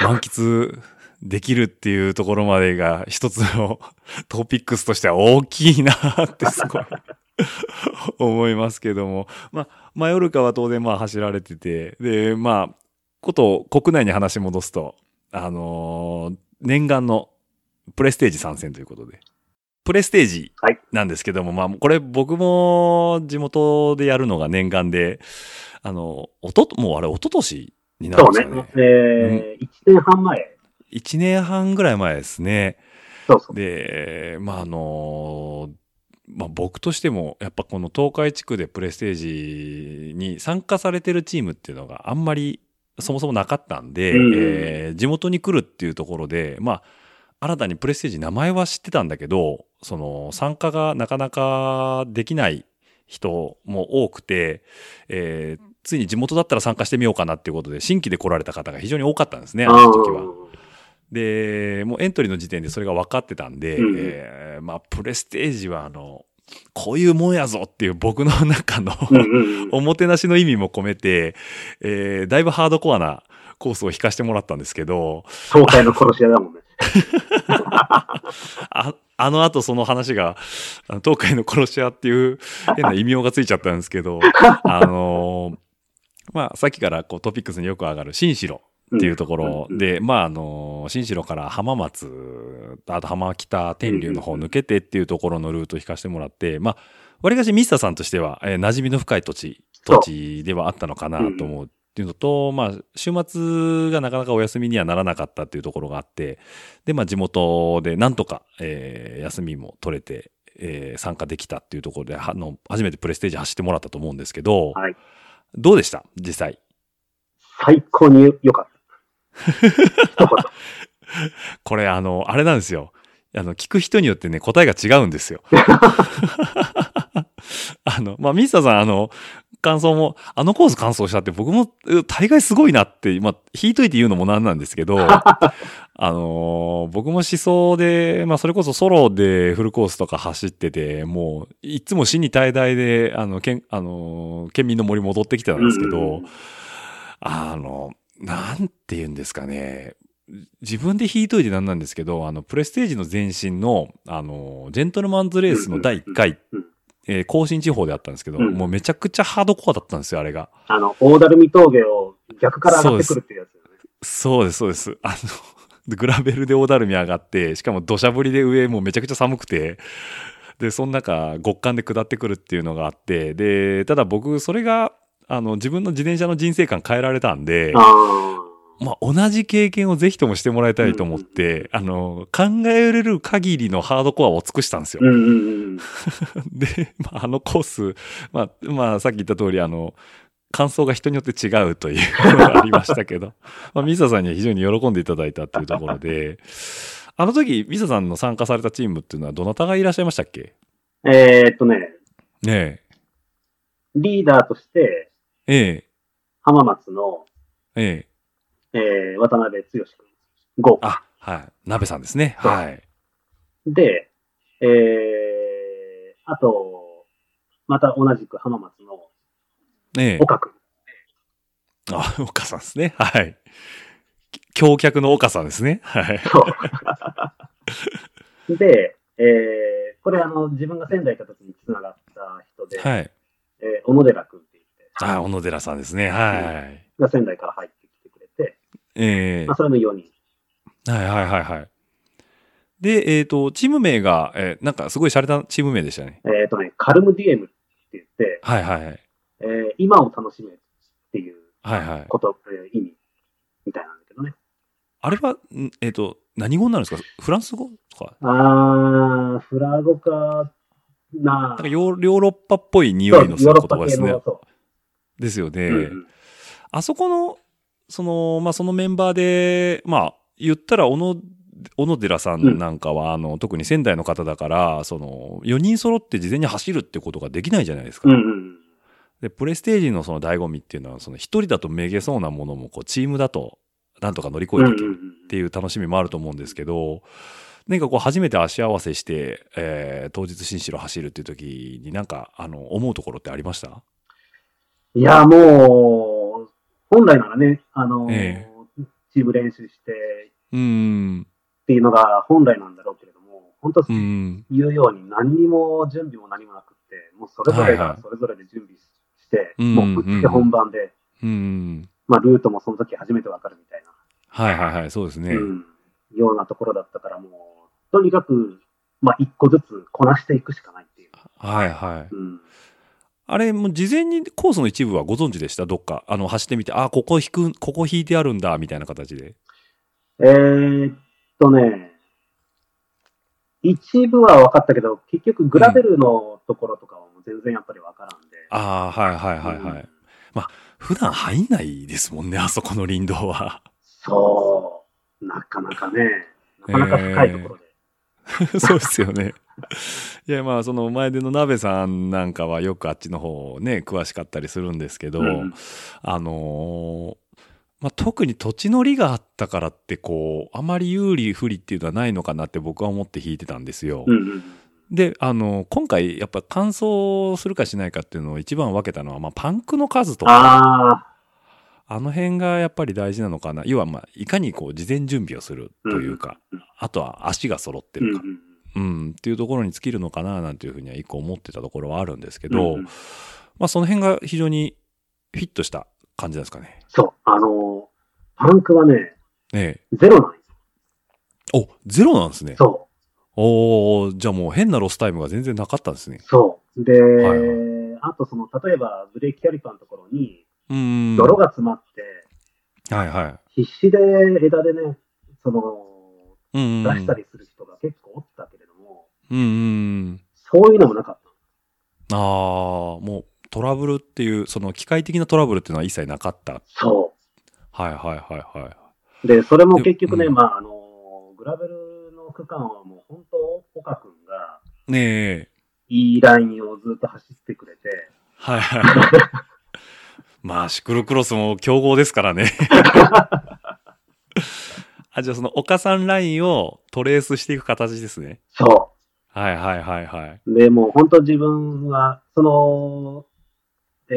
満喫できるっていうところまでが一つの トピックスとしては大きいなってすごい 思いますけども。まあ、マヨルカは当然まあ走られてて、で、まあ、こと国内に話戻すと、あのー念願のプレステージ参戦ということで。プレステージはいなんですけども、まあ、これ僕も地元でやるのが念願で、あの、おと、もうあれ、一昨年になるそんうですねよね。。えー、1年半前。 1年半ぐらい前ですね。そうそう。で、まあ、あの、まあ、僕としても、やっぱこの東海地区でプレステージに参加されてるチームっていうのがあんまりそもそもなかったんで、うんえー地元に来るっていうところで、まあ、新たにプレステージ名前は知ってたんだけど、その参加がなかなかできない人も多くて、えーついに地元だったら参加してみようかなっていうことで、新規で来られた方が非常に多かったんですね、あの時は。うんで、もうエントリーの時点でそれが分かってたんで、うんえーまあ、プレステージは、あの、こういうもんやぞっていう僕の中の、うんうんうん おもてなしの意味も込めて、えーだいぶハードコアなコースを引かしてもらったんですけど、東海の殺し屋だもんね。ああの後その話が、あの東海の殺し屋っていう変な異名がついちゃったんですけ ど、あのーまあ、さっきからこうトピックスによく上がる新城っていうところうんで、まあ、あの、新城から浜松、あと浜北天竜の方抜けてっていうところのルートを引かせてもらって、まあ、わりかしミスターさんとしては、えー馴染みの深い土地、そう土地ではあったのかなと思うっていうのと、まあ、週末がなかなかお休みにはならなかったっていうところがあって、で、まあ、地元でなんとか、えー休みも取れて、えー参加できたっていうところで、はあの、初めてプレステージ走ってもらったと思うんですけど、はいどうでした実際。最高に良か った。一これあの、あれなんですよ。あの、聞く人によってね、答えが違うんですよ。 あの、まあ、ミスターさん、あの、感想も、あのコース感想したって僕もう大概すごいなって、まあ、引いといて言うのもなんなんですけど、あのー僕も思想で、まあ、それこそソロでフルコースとか走ってて、もう、いつも死に怠々で、あの、けんあのー県民の森戻ってきてたんですけうんどうんうん、あの、なんて言うんですかね、自分で引いといてなんなんですけど、あの、プレステージの前身の、あの、ジェントルマンズレースの第1回うんうん、えー、甲信地方であったんですけど、うんもうめちゃくちゃハードコアだったんですよ、あれが。あの、大だるみ峠を逆から上がってくるっていうやつだよね。そうです、そうです。あの、グラベルで大だるみ上がって、しかも土砂降りで上もうめちゃくちゃ寒くて、で、その中、極寒で下ってくるっていうのがあって、で、ただ僕、それが、あの、自分の自転車の人生観変えられたんで、あまあ、同じ経験をぜひともしてもらいたいと思って、あの、考えれる限りのハードコアを尽くしたんですよあ。う。んうんで、まあ、あのコース、まあ、まあ、さっき言った通り、あの、感想が人によって違うというのがありましたけど、 まあ、ミサさんには非常に喜んでいただいたっていうところで、あの時、ミサさんの参加されたチームっていうのはどなたがいらっしゃいましたっけうん。えーっとね、ねリーダーとしてえ、え浜松の、え、ええ、えー渡辺剛君、ゴあ、はい、鍋さんですね。はい。ー。で、えー、あと、また同じく浜松のねえ、岡君。あ、岡さんですね。はい。橋脚の岡さんですね。はい。そう。で、えー、これあの、自分が仙台行った時に繋がった人で、はい。えー小野寺君って言って、あ、小野寺さんですね。はい。が仙台から入ってきてくれて、ええまあ、それの4人。はいはいはいはい。で、えっ、と、チーム名が、えーなんかすごい洒落たチーム名でしたね。えーっとね、カルムディエムって言って、はいはいはい。えー今を楽しめっていうはいはい。こと、えー意味みたいなんだけどね。あれは、んえっ、と、何語になるんですかフランス語とか。あー、フラゴかななんかヨーヨーロッパっぽい匂いのする言葉ですね。そですよね。う、ヨーロッパ系のそう。うんうんあそこの、その、まあ、そのメンバーで、まあ、言ったら、小野、小野寺さんなんかは、あの、特に仙台の方だから、その、4人揃って事前に走るってことができないじゃないですか。うんうんで、プレステージのその醍醐味っていうのは、その一人だとめげそうなものも、こう、チームだと、なんとか乗り越うんえてういんけうるんっていう楽しみもあると思うんですけど、なんかこう、初めて足合わせして、えー当日新城走るっていう時になんか、あの、思うところってありましたいや、もう、本来ならね、あのーえチーム練習してうーん、っていうのが本来なんだろうけれども、本当うーん、言うように何にも準備も何もなくって、もうそれぞれはいはがいそれぞれで準備しして、うんもうぶっつけ本番で、うーん。まあルートもその時初めてわかるみたいな、はいはいはい、そうですね。うん、ようなところだったから、もう、とにかく、まあ一個ずつこなしていくしかないっていう。はいはい。うんあれ、もう事前にコースの一部はご存知でしたどっか。あの、走ってみて、あ、ここ引く、ここ引いてあるんだ、みたいな形で。えーっとね、一部は分かったけど、結局グラベルのところとかはもう全然やっぱり分からんで。ああ、はいはいはいはい。うん普段入んないですもんね、あそこの林道は。 そう。なかなかね、なかなか深いところで。そうですよね。いや、まあ、その前での鍋さんなんかはよくあっちの方ね、詳しかったりするんですけど、うんあのーまあ、特に土地の利があったからって、こう、あまり有利不利っていうのはないのかなって僕は思って弾いてたんですよ。うんうん。で、あの、今回、やっぱ完走するかしないかっていうのを一番分けたのは、まあ、パンクの数とか、ああの辺がやっぱり大事なのかな。要は、まあ、いかにこう、事前準備をするというか、うんあとは足が揃ってーうんるうか、ん。うん、っていうところに尽きるのかな、なんていうふうには一個思ってたところはあるんですけど、うんうんまあ、その辺が非常にフィットした感じなんですかね。そう、あのー、パンクはね、えゼロなんですよ。え。お、ゼロなんですね。そおーじゃあもう変なロスタイムが全然なかったんですねう、。そう。で、はいあとその、例えばブレーキキャリパーのところに、うーん。泥が詰まって、はいは必死で枝でね、その、い。うんうん。出したりする人が結構おったけれども、うんうん。そういうのもなかっあた。あ、もうトラブルっていう、その機械的なトラブルっていうのは一切なかった。そはいはいはいはい。う。で、それも結局ね、うんまあ、あのー、グラベルの区間はもう本当、岡くんが、ねえ。いいラインをずっと走ってくれて、はい はい。まあ、シクロクロスも強豪ですからね。あ、じゃあその岡さんラインをトレースしていく形ですね。そはいはいはいはい。う。で、もう本当自分は、その、え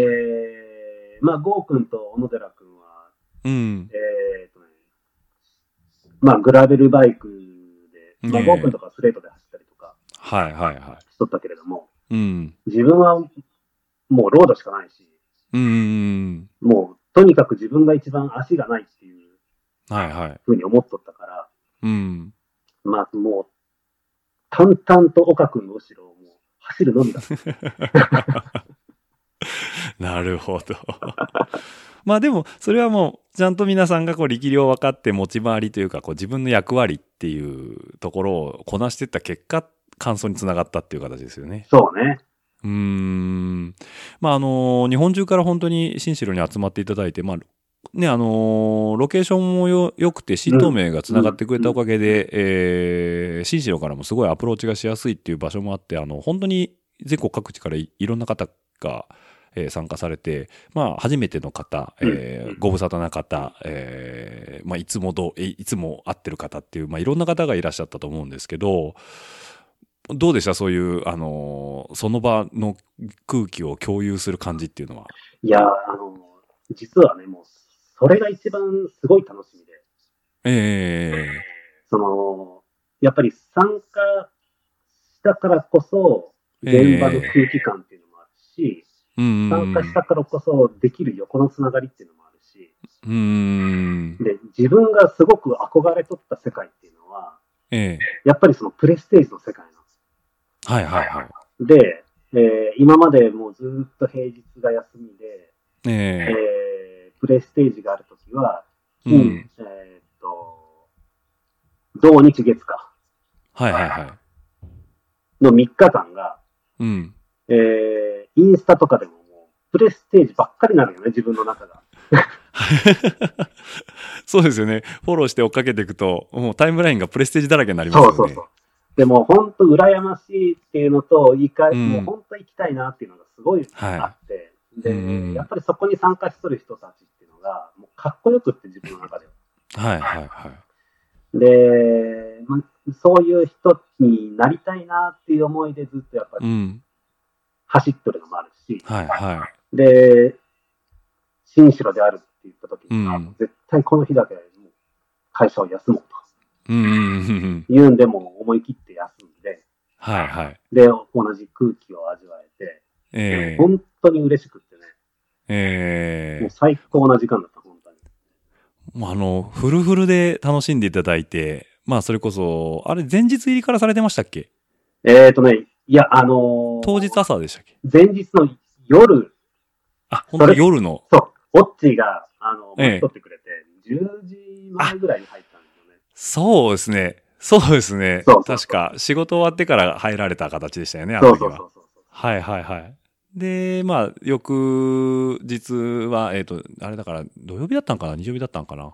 ー、まあ、ゴーくんと小野寺くんは、うん。えーとね、まあ、グラベルバイクで、まねあ、えゴーくんとかはスレートで走ったりとかはいはいはしとったけれども、い。うん。自分はもうロードしかないし、うんうんもうとにかく自分が一番足がないっていううん。はいはい。ふうに思っとったから、うん。まあもう、淡々と岡君の後ろをもう走るのみだった。なるほど。 まあでも、それはもう、ちゃんと皆さんがこう力量分かって持ち回りというか、こう自分の役割っていうところをこなしてった結果、感想につながったっていう形ですよね。そうね。うーん。まあ、あの、日本中から本当に新城に集まっていただいて、まあ、ね、あのロケーションもよ良くて、新東名がつながってくれたおかげで、えー、新城からもすごいアプローチがしやすいっていう場所もあって、あの、本当に全国各地からいいろんな方が、えー参加されて、まあ、初めての方、えーうんご無沙汰な方、えーまあ、いつもどう、えいつも会ってる方っていう、まあ、いろんな方がいらっしゃったと思うんですけど、どうでしたそういう、あのーその場の空気を共有する感じっていうのは。いやー、あの、実はね、もう、それが一番すごい楽しみで、えその、やっぱり参加したからこそ、ええ現場の空気感っていうのもあるし、えうんうん参加したからこそできる横のつながりっていうのもあるし、うん。うん。で、自分がすごく憧れとった世界っていうのは、ええやっぱりそのプレステージの世界なんです。はいはいはい。で、えー今までもうずーっと平日が休みで、えええープレステージがあるときは、うん金えーっと、土日月かはいはいはい。の3日間が、うん。 えーインスタとかでももうプレステージばっかりなのよね、自分の中が。そうですよね。フォローして追っかけていくと、もうタイムラインがプレステージだらけになりますよそうね。そうそう。でも本当羨ましいっていうのと、いいかうんもう本当行きたいなっていうのがすごいあって、で、うんやっぱりそこに参加しとる人たちっていうのが、もうかっこよくって自分の中では。はいはいはい。で、ま、そういう人になりたいなっていう思いでずっとやっぱうりん。走ってるのもあるし、はいはで、新城であるって言った時に、うんあもう絶対この日だけはもう会社を休もうい。うんうんうんうん。というんで、もう思い切って休んで、はいはい。で、同じ空気を味わえて、ええ本当に嬉しくってね、ええもう最高な時間だった、本当に。もうあの、フルフルで楽しんでいただいて、まあそれこそ、あれ前日入りからされてましたっけえーとね、いや、あのー当日朝でしたっけ前日の夜、あ、本当に夜の。そう、オッチーが、あの、ええ待っとってくれて、10時前ぐらいに入ったんですよね。そうですね。そうですね。そうそう確か、仕事終わってから入られた形でしたよね、あのそう時そは。うそうそうそう。はいはいはい。で、まあ、翌日は、えっ、と、あれだから、土曜日だったんかな日曜日だったんかな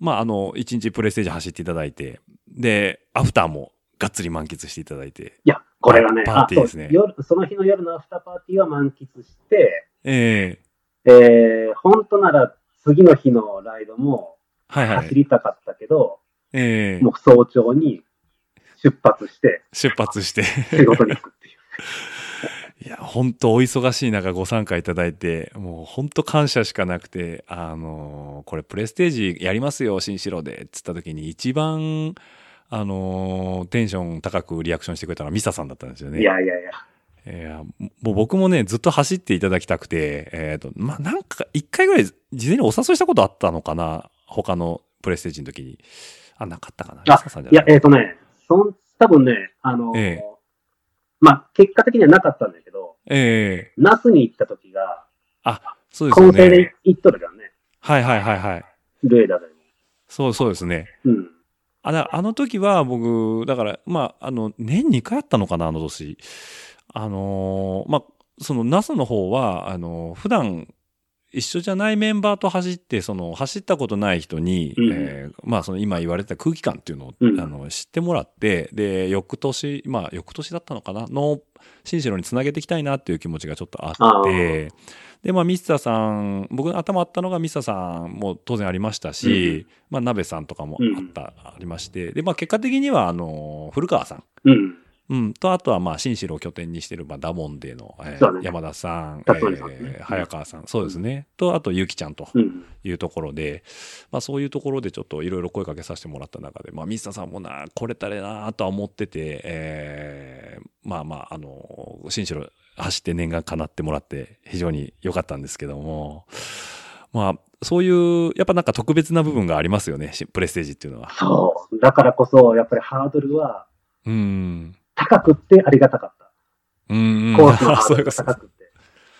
まあ、あの、一日プレイステージ走っていただいて、で、アフターもがっつり満喫していただいて、いや、これがね、パーティーですねあそう夜その日の夜のアフターパーティーは満喫して、えええー、本当なら次の日のライドもはいは走い。りたかったけど、ええもう早朝に出発 して出発して。仕事に行くっていう。いや、本当お忙しい中ご参加いただいて、もう本当感謝しかなくて、あのーこれプレステージやりますよ、新城で、つった時に一番、あのーテンション高くリアクションしてくれたのはミサさんだったんですよね。いやいやいや。いや、もう僕もね、ずっと走っていただきたくて、えっ、と、まあ、なんか、一回ぐらい、事前にお誘いしたことあったのかな他のプレステージの時に。あ、なかったかなあリサさんじゃいなやい、えっ、とね、そん、多分ね、あのーええまあ、結果的にはなかったんだけど、ええナスに行った時が、そうですよ混成でね。行っとるからね、はいはいはいはい。ルエダでも。そうそうですね。うん。あだあの時は僕、だから、まあ、あの、年2回あったのかな、あの年。あのーまあ、その、ナスの方は、あのー普段、一緒じゃないメンバーと走って、その、走ったことない人に、うんえーまあ、その、今言われてた空気感っていうのを、うんあの、知ってもらって、で、翌年、まあ、翌年だったのかな、の、新城につなげていきたいなっていう気持ちがちょっとああって、で、まあ、ミスターさん、僕の頭あったのがミスターさんも当然ありましたし、まあ、鍋さんとかもあった、ありまして、で、まあ、結果的には、あの、古川さん、うん。うん、と、あとは、まあ、新城を拠点にしてる、まあ、ダモンデーの、えーそうだね山田さん、え辰徳さんねー早川さん、そうですね、と、あと、ゆきちゃんとうん。いうところで、まあ、そういうところでちょっといろいろ声かけさせてもらった中で、まあ、ミスターさんもな、来れたらなとは思ってて、えーまあまあ、あの、新城走って念願叶ってもらって、非常に良かったんですけども、まあ、そういう、やっぱなんか特別な部分がありますよね、しプレステージっていうのは。そう。だからこそ、やっぱりハードルはうん。高くってありがたかった。うん、うん。コースのハ ーそドういルうこがと高くって。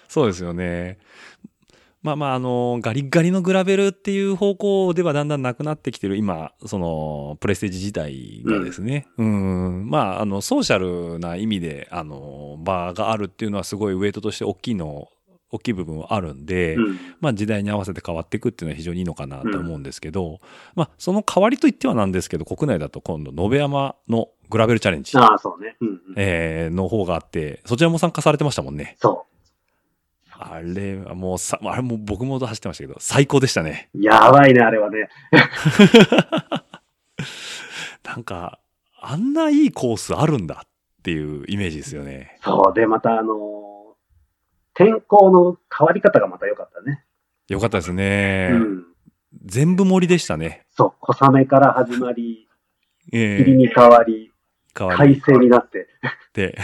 そうですよね。まあまあ、あの、ガリッガリのグラベルっていう方向ではだんだんなくなってきてる、今、その、プレステージ自体がですね、うん、まあ、あの、ソーシャルな意味で、あの、場があるっていうのはすごいウェイトとして大きいの、大きい部分はあるんで、うん。まあ、時代に合わせて変わっていくっていうのは非常にいいのかなと思うんですけど、まあ、その代わりといってはなんですけど、国内だと今度、野辺山のグラベルチャレンジ、ああ、そうね。うん、うん。えーの方があって、そちらも参加されてましたもんね。そあれはもうさ、あれも僕も走ってましたけど、最高でしたね。う。やばいね、あれはね。なんか、あんないいコースあるんだっていうイメージですよね。そう。で、また、あのー天候の変わり方がまた良かったね。よかったですね。うん。全部森でしたね。そう。小雨から始まり、え霧に変わり、ー、変わり快晴になって。で。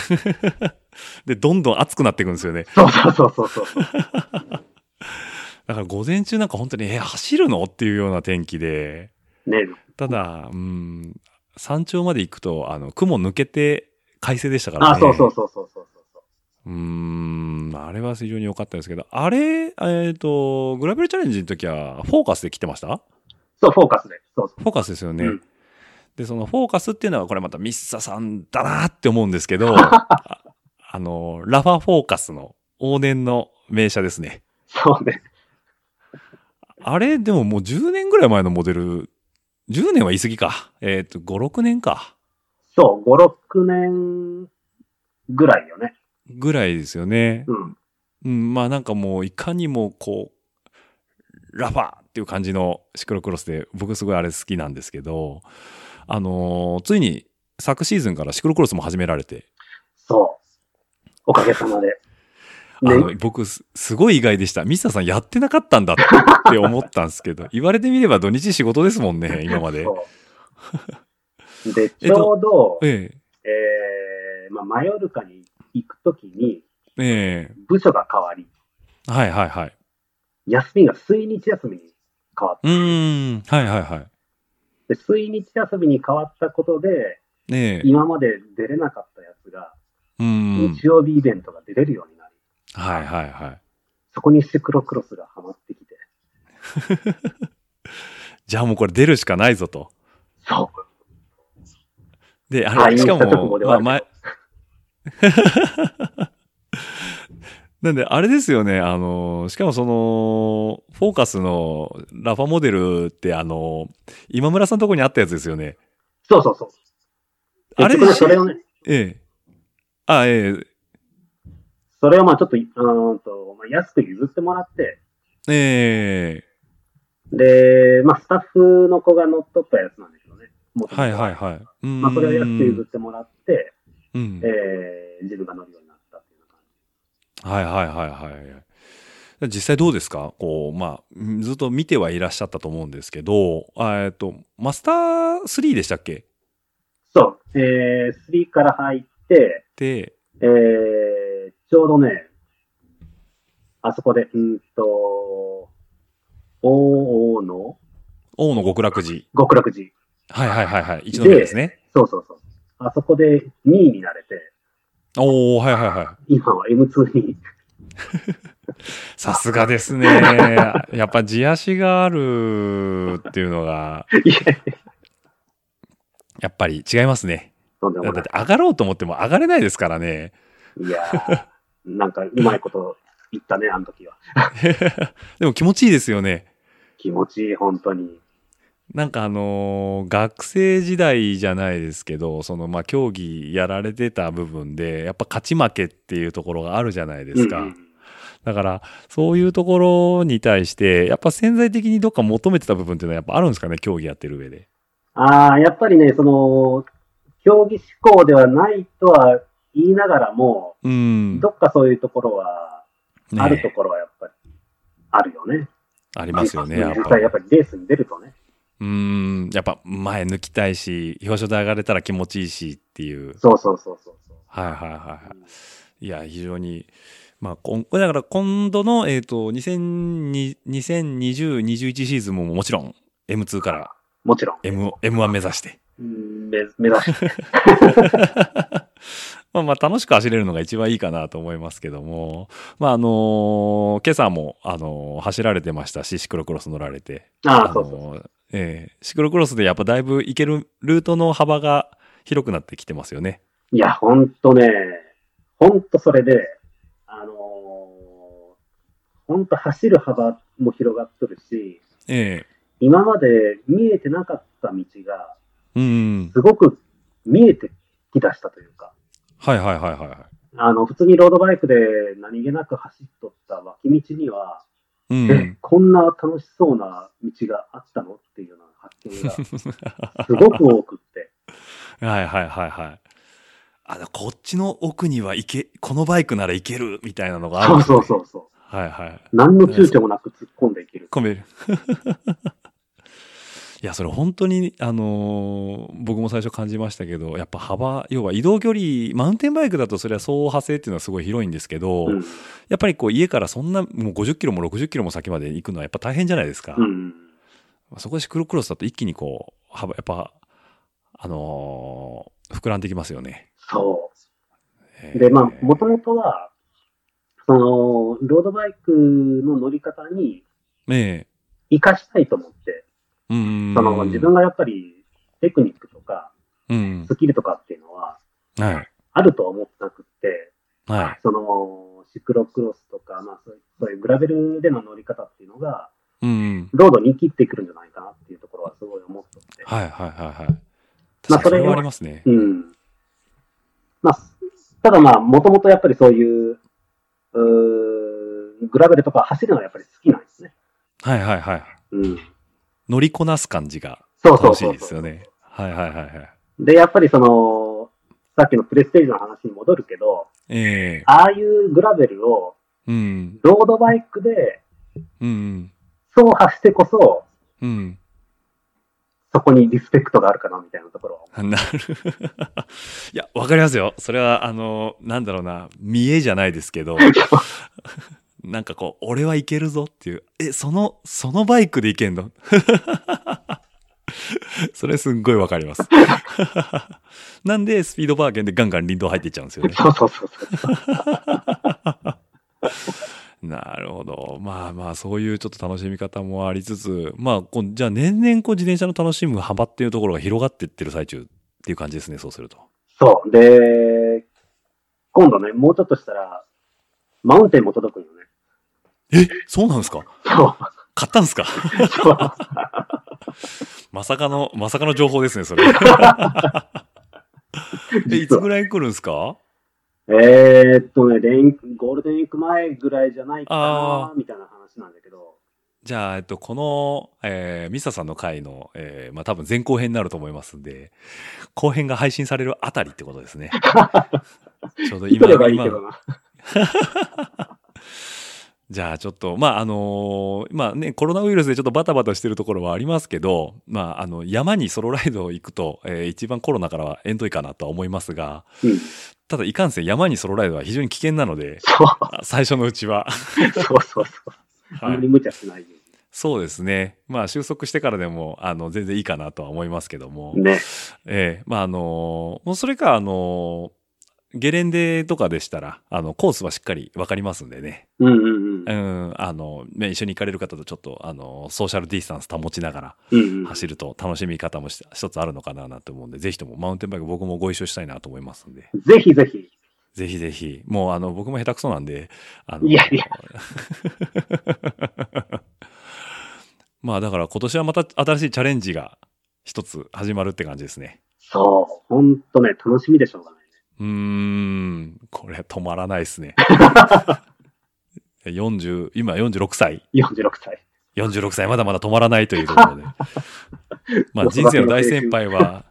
で、どんどん暑くなっていくんですよね。そうそうそうそうそう。だから午前中なんか本当に、えー走るのっていうような天気で、ね、ただ、うん、山頂まで行くと、あの、雲抜けて快晴でしたからね。あ、そうそうそうそうそうそうそうーん、あれは非常に良かったですけど、あれ、えっ、と、グラベルチャレンジの時は、フォーカスで来てましたう。そう、フォーカスで。そうそう。フォーカスですよね。うんで、そのフォーカスっていうのは、これまたミッサさんだなって思うんですけ ど、ああの、ラファフォーカスの往年の名車ですね。そうね。あれ、でももう10年ぐらい前のモデル、10年は言い過ぎか。えっ、と、5、6年か。そう、5、6年ぐらいよね。ぐらいですよね。うん。うん、まあなんかもういかにもこう、ラファーっていう感じのシクロクロスで、僕すごいあれ好きなんですけど、あのーついに昨シーズンからシクロクロスも始められて、そう。おかげさまで。あねの、僕すすごい意外でした。ミスターさんやってなかったんだって思ったんです けど、言われてみれば土日仕事ですもんね、今まで。そうで、 えっとちょうど、ええーまあ、マヨルカに行くときに、え、え部署が変わり、え、はいはいはい。休みが水日休みに変わっうーん、はいはいはい。て、水日休みに変わったことで、ねえ、今まで出れなかったやつが、うーん日、曜日イベントが出れるようになり、はいはいはい。そこにシクロクロスがハマってきて、じゃあもうこれ出るしかないぞと。そう。で、あはいれ、しか言ったとこも、でまあ、は前、 なんで、あれですよね、あの、しかもその、フォーカスのラファモデルって、あの、今村さんのとこにあったやつですよね。そうそうそう。あれ結局ねそれをね、ええ。あ、えそれをまあちょっと、うーんと、まあ、安く譲ってもらって、え、ええ、で、まあ、スタッフの子が乗っ取ったやつなんでしょうね。元々はいはいはい。うんまあ、それを安く譲ってもらって、うんえー自分が乗るようになったっていう感はいはいはいはい。実際どうですかこう、まあ、んずっと見てはいらっしゃったと思うんですけど、あえっと、マスター3でしたっけじ。そう、えー、3から入って、で、えー、ちょうどね、あそこで、うーんと、王々の王の極楽寺。極楽寺。はいはいはいはい。一宮ですね。そうそうそう。あそこで2位になれて、おおはいはいは今は M2 に、い。さすがです ね。やっぱ地足があるっていうのが、いや、やっぱり違いますね。とんでだもっないて。上がろうと思っても上がれないですからね。いやー、なんかうまいこと言ったね、あの時は。でも気持ちいいですよね。気持ちいい、本当に。なんかあのー学生時代じゃないですけどそのまあ競技やられてた部分でやっぱ勝ち負けっていうところがあるじゃないですか、うんうんだからそういうところに対してやっぱ潜在的にどっか求めてた部分っていうのはやっぱあるんですかね競技やってる上でああ、やっぱりね、その、競技志向ではないとは言いながらも、うんどっかそういうところは、ねあるところはやっぱり、あるよね。ありいますよねやっ実ぱ際やっぱりレースに出るとね。うんやっぱ前抜きたいし表彰で上がれたら気持ちいいしっていうそうそうそうそうそう。はいはいはいはいいや、非常に、まあ、こんだから今度の、えっ、と、2020、2021シーズンももちろん M2 からもちろん。 M、M1 目指して。うん目目指して。 まあまあ楽しく走れるのが一番いいかなと思いますけども、まああのー今朝も、あのー走られてましたし、シクロクロス乗られて。 あのあ、そうそうそう。ーええシクロクロスでやっぱだいぶ行けるルートの幅が広くなってきてますよね。いや、ほんとね、ほんとそれで、あのー、ほんと走る幅も広がっとるし、え今まで見えてなかった道が、えうん。すごく見えてきだしたというか、はいはいはいはいはい。あの、普通にロードバイクで何気なく走っとった脇道には、うんえ。、こんな楽しそうな道があったのっていうような発見がすごく多くって。はいはいはいはい。あの、こっちの奥には行け、このバイクなら行けるみたいなの があるんそでうすね、そうそうそう。はいはい。何の躊躇もなく突っ込んでいける。込める。 いや、それ本当に、あのー僕も最初感じましたけど、やっぱ幅、要は移動距離、マウンテンバイクだとそれは総派性っていうのはすごい広いんですけど、うん。やっぱりこう家からそんなもう50キロも60キロも先まで行くのはやっぱ大変じゃないですか。うん。そこでシクロクロスだと一気にこう、幅、やっぱ、あのー膨らんできますよね。そえう。ーで、まあ、もともとは、その、ロードバイクの乗り方にええ活かしたいと思って、うん。その、自分がやっぱりテクニックとか、うん。スキルとかっていうのは、はい。あるとは思ってなくって、はい。その、シクロクロスとか、まあそういう、そういうグラベルでの乗り方っていうのが、うん。ロードに切ってくるんじゃないかなっていうところはすごい思ってて。はいはいはいはい。まあ確かにそれそれははありますね。うん。まあ、ただまあ、もともとやっぱりそういう、うーグラベルとか走るのはやっぱり好きなんですね。はいはいはい。うん。乗りこなす感じがそうそ楽うしいそうそう。ですよね。はいはいはいはい。で、やっぱりその、さっきのプレステージの話に戻るけど、ええああいうグラベルをうん。ロードバイクでうん。走破してこそ、うん。そこにリスペクトがあるかなみたいなところはなる。 いや、わかりますよ。それは、あの、なんだろうな、見えじゃないですけど、なんかこう、俺はいけるぞっていう、え、その、そのバイクでいけんの それすんごいわかります。 なんで、スピードバーゲンでガンガン林道入っていっちゃうんですよね。そうそうそうそう。なるほど。まあまあ、そういうちょっと楽しみ方もありつつ、まあ、こうじゃあ年々こう自転車の楽しむ幅っていうところが広がっていってる最中っていう感じですね、そうすると。そう。で、今度ね、もうちょっとしたら、マウンテンも届くんよね。え、そうなんですかそう。買ったんですかそうまさかの、まさかの情報ですね、 それ。え、いつぐらい来るんですかえーっとね、連ゴールデンウィーク前ぐらいじゃないかあな、みたいな話なんだけど、じゃあ、えっと、この、えーミサさんの回の、えーまあ多分前後編になると思いますんで、後編が配信されるあたりってこと ですね。ちょうど聞いとればいいけどな。じゃあちょっと、まああのまあね、コロナウイルスでちょっとバタバタしてるところはありますけど、まああの、山にソロライド行くと、えー一番コロナからは遠遠いかなとは思いますが、うんただいかんせん山にソロライドは非常に危険なので、そう最初のうち は。そうそうそう。はあんまいり無茶しないで。そうですね。まあ収束してからでも、あの、全然いいかなとは思いますけども。ね。ええまああのもうそれか、あのゲレンデとかでしたら、あの、コースはしっかりわかりますんでね。うんうんうんう。ん、あの、ね、一緒に行かれる方とちょっと、あのソーシャルディスタンス保ちながらうんうん、走ると楽しみ方もし一つあるのかななんて思うんで、ぜひともマウンテンバイク僕もご一緒したいなと思いますんで、ぜひぜひ。ぜひぜひ、もうあの、僕も下手くそなんで、あの、いやいや。 まあだから今年はまた新しいチャレンジが一つ始まるって感じですね。そう。ほんとね、楽しみでしょうがない。うーん、これは止まらないです ね。40、今46歳。 46歳。 46歳まだまだ止まらないというところで。 まあ人生の大先輩は、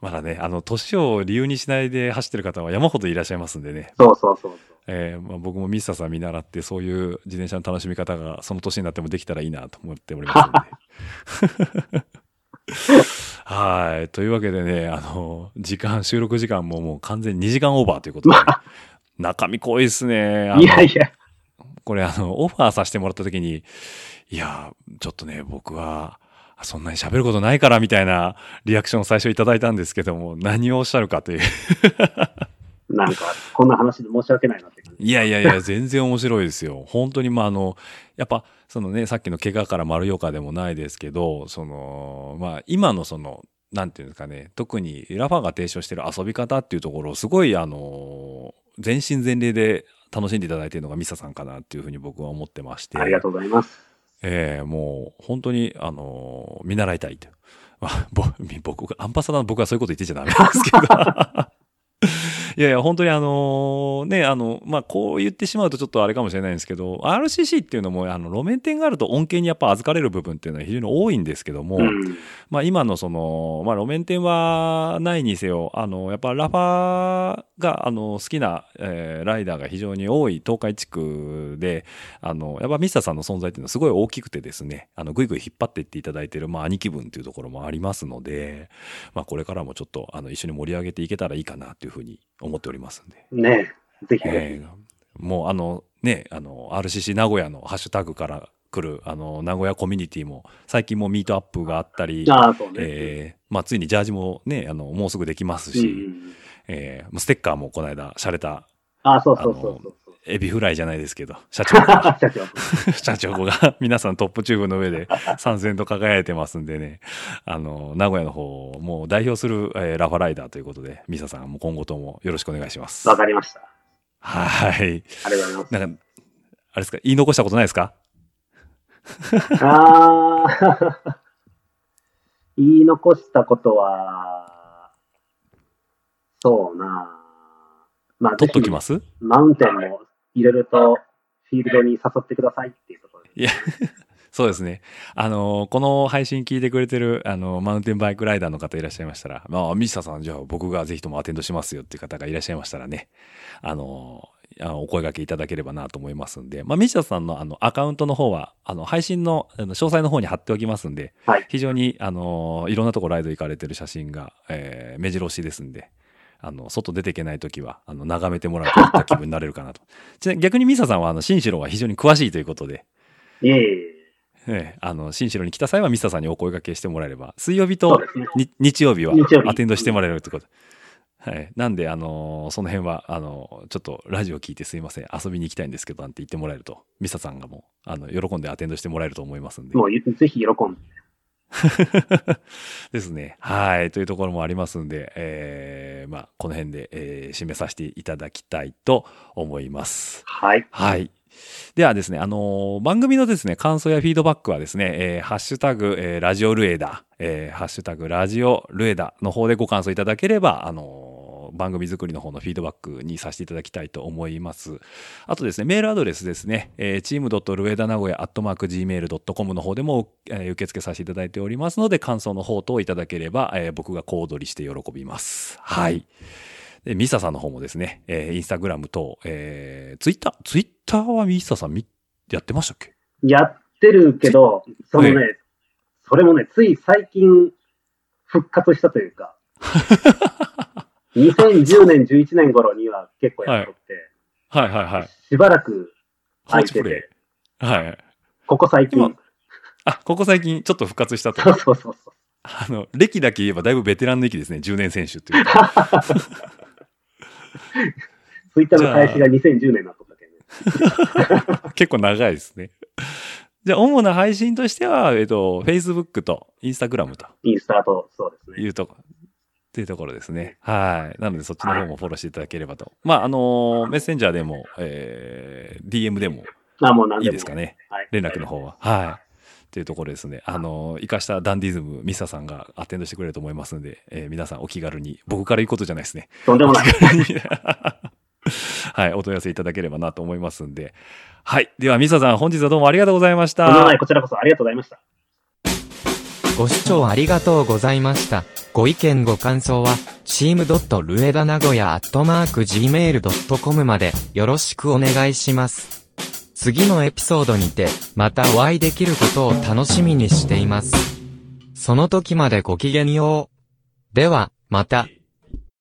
まだね、あの、年を理由にしないで走ってる方は山ほどいらっしゃいますんでね。そうそうそうそう。えーまあ、僕もミスターさん見習って、そういう自転車の楽しみ方がその年になってもできたらいいなと思っておりますので。 はい。というわけでね、あの、時間、収録時間ももう完全に2時間オーバーということ で、中身濃いですね。あのいやいや、これあの、オファーさせてもらった時に、いや、ちょっとね、僕は、そんなに喋ることないからみたいなリアクションを最初いただいたんですけども、何をおっしゃるかという。なんか、こんな話で申し訳ないなって感じ。いやいやいや、全然面白いですよ。本当に、まあ、あの、やっぱ、そのね、さっきの怪我から丸よかでもないですけど、その、まあ、今のその、なんていうんですかね、特にラファが提唱してる遊び方っていうところを、すごい、あの、全身全霊で楽しんでいただいているのがミサさんかなっていうふうに僕は思ってまして。ありがとうございます。ええもう本当に、あのー見習いたいと。 まあ、ぼ僕が、アンバサダーの僕はそういうこと言ってちゃダメなんですけど。 いやいや、本当にあのーね、あの、まあ、こう言ってしまうとちょっとあれかもしれないんですけど、RCC っていうのも、あの、路面店があると恩恵にやっぱ預かれる部分っていうのは非常に多いんですけども、うん。まあ、今のその、まあ、路面店はないにせよあのやっぱラファーがあの好きな、えーライダーが非常に多い東海地区であのやっぱミスターさんの存在っていうのはすごい大きくてですねあのぐいぐい引っ張っていっていただいている、まあ、兄貴分っていうところもありますので、まあ、これからもちょっとあの一緒に盛り上げていけたらいいかなというふうに思っておりますんで。ねえ、ぜひぜえーもうあのね、あの、RCC 名古屋のハッシュタグから来る、あの、名古屋コミュニティも、最近もミートアップがあったりひ。、ああ、そうね。えーまあ、ついにジャージもね、あの、もうすぐできますし、うんうんうん、えーステッカーもこの間、洒落た、ああ、そうそうそ うそうそう。エビフライじゃないですけど、 社長が、社長。社長が 皆さんトップチューブの上で三千と輝いてますんでね、あの、名古屋の方、もう代表する、えーラファライダーということで、ミサさんも今後ともよろしくお願いします。わかりました。はい。ありがとうございなんか、あれですか、言い残したことないですかます。ああ、言い残したことは、そうな。まあ、。取っときますすマウンテンもいろいろとフィールドに誘ってくださいっていうところで。いや、 そうですね。あの、この配信聞いてくれてる、あの、マウンテンバイクライダーの方いらっしゃいましたら、まあ、ミスターさん、じゃあ僕がぜひともアテンドしますよっていう方がいらっしゃいましたらね、あの、あお声掛けいただければなと思いますんで、まあ、ミスターさんのあの、アカウントの方は、あの、配信の、あの詳細の方に貼っておきますんで、はい非常に、あの、いろんなとこライド行かれてる写真が、えー目白押しですんで、あの、外出ていけないときは、あの、眺めてもらうといった気分になれるかなと。 ちな逆にミサさんは、あの、新城は非常に詳しいということで、いえいえいえ。ええ、あの、新城に来た際はミスターさんにお声掛けしてもらえれば、水曜日そとうですね。に日曜日は日曜日アテンドしてもらえるってこと。はい。なんで、あのーその辺は、あのーちょっとラジオ聞いてすいません、遊びに行きたいんですけど、なんて言ってもらえると、ミスターさんがもう、あの、喜んでアテンドしてもらえると思いますんで。もうゆぜひ喜んで。 ですね。はい。というところもありますんで、えーまあ、この辺で、えー締めさせていただきたいと思います。はい。はい。ではですね、あのー番組のですね、感想やフィードバックはですね、えーハッシュタグ、えーラジオルエダ、えーハッシュタグ、ラジオルエダの方でご感想いただければ、あのー番組作りの方のフィードバックにさせていただきたいと思います。あとですね、メールアドレスですね、えー、チームルエダ名古屋 gmail.com の方でも、えー受け付けさせていただいておりますので、感想の方等いただければ、えー僕が小躍りして喜びます。はい。で、ミサさんの方もですね、えーインスタグラムと、えー、ツイッター、ツイッターはミサさんみやってましたっけやってるけど、そのね、えそれもね、つい最近復活したとい うか、2010年、11年頃には結構やっとって、はいはいはい。しばらく、放置プレイ。はい。ここ最近今、あ、ここ最近ちょっと復活 したと。そうそうそうそう。あの、歴だけ言えばだいぶベテランの域ですね。10年選手っていうか。ツイッターの開始が2010年だったんだけどね。結構長いですね。じゃあ、主な配信としては、えっと、Facebook と Instagram とインスタと、そうですね。いうとこ、っていうところですね。はい。なので、そっちの方もフォローしていただければと。まあ、あの、メッセンジャーでも、えー、DM でもあ、もう何いいでも。ですかね。はい。連絡の方は。はい。っていうところですね。あの、生かしたダンディズム、ミサさんがアテンドしてくれると思いますので、えー皆さんお気軽に、僕から言うことじゃないですね。 とんでもない。はい、お問い合わせいただければなと思いますんで。はい。では、ミサさん、本日はどうもありがとうございましとんでもたない。。こちらこそありがとうございました。ご視聴ありがとうございました。ご意見ご感想は、チームドットルエダ名古屋アットマーク Gmail.com までよろしくお願いします。次のエピソードにて、またお会いできることを楽しみにしています。その時までごきげんよう。では、また。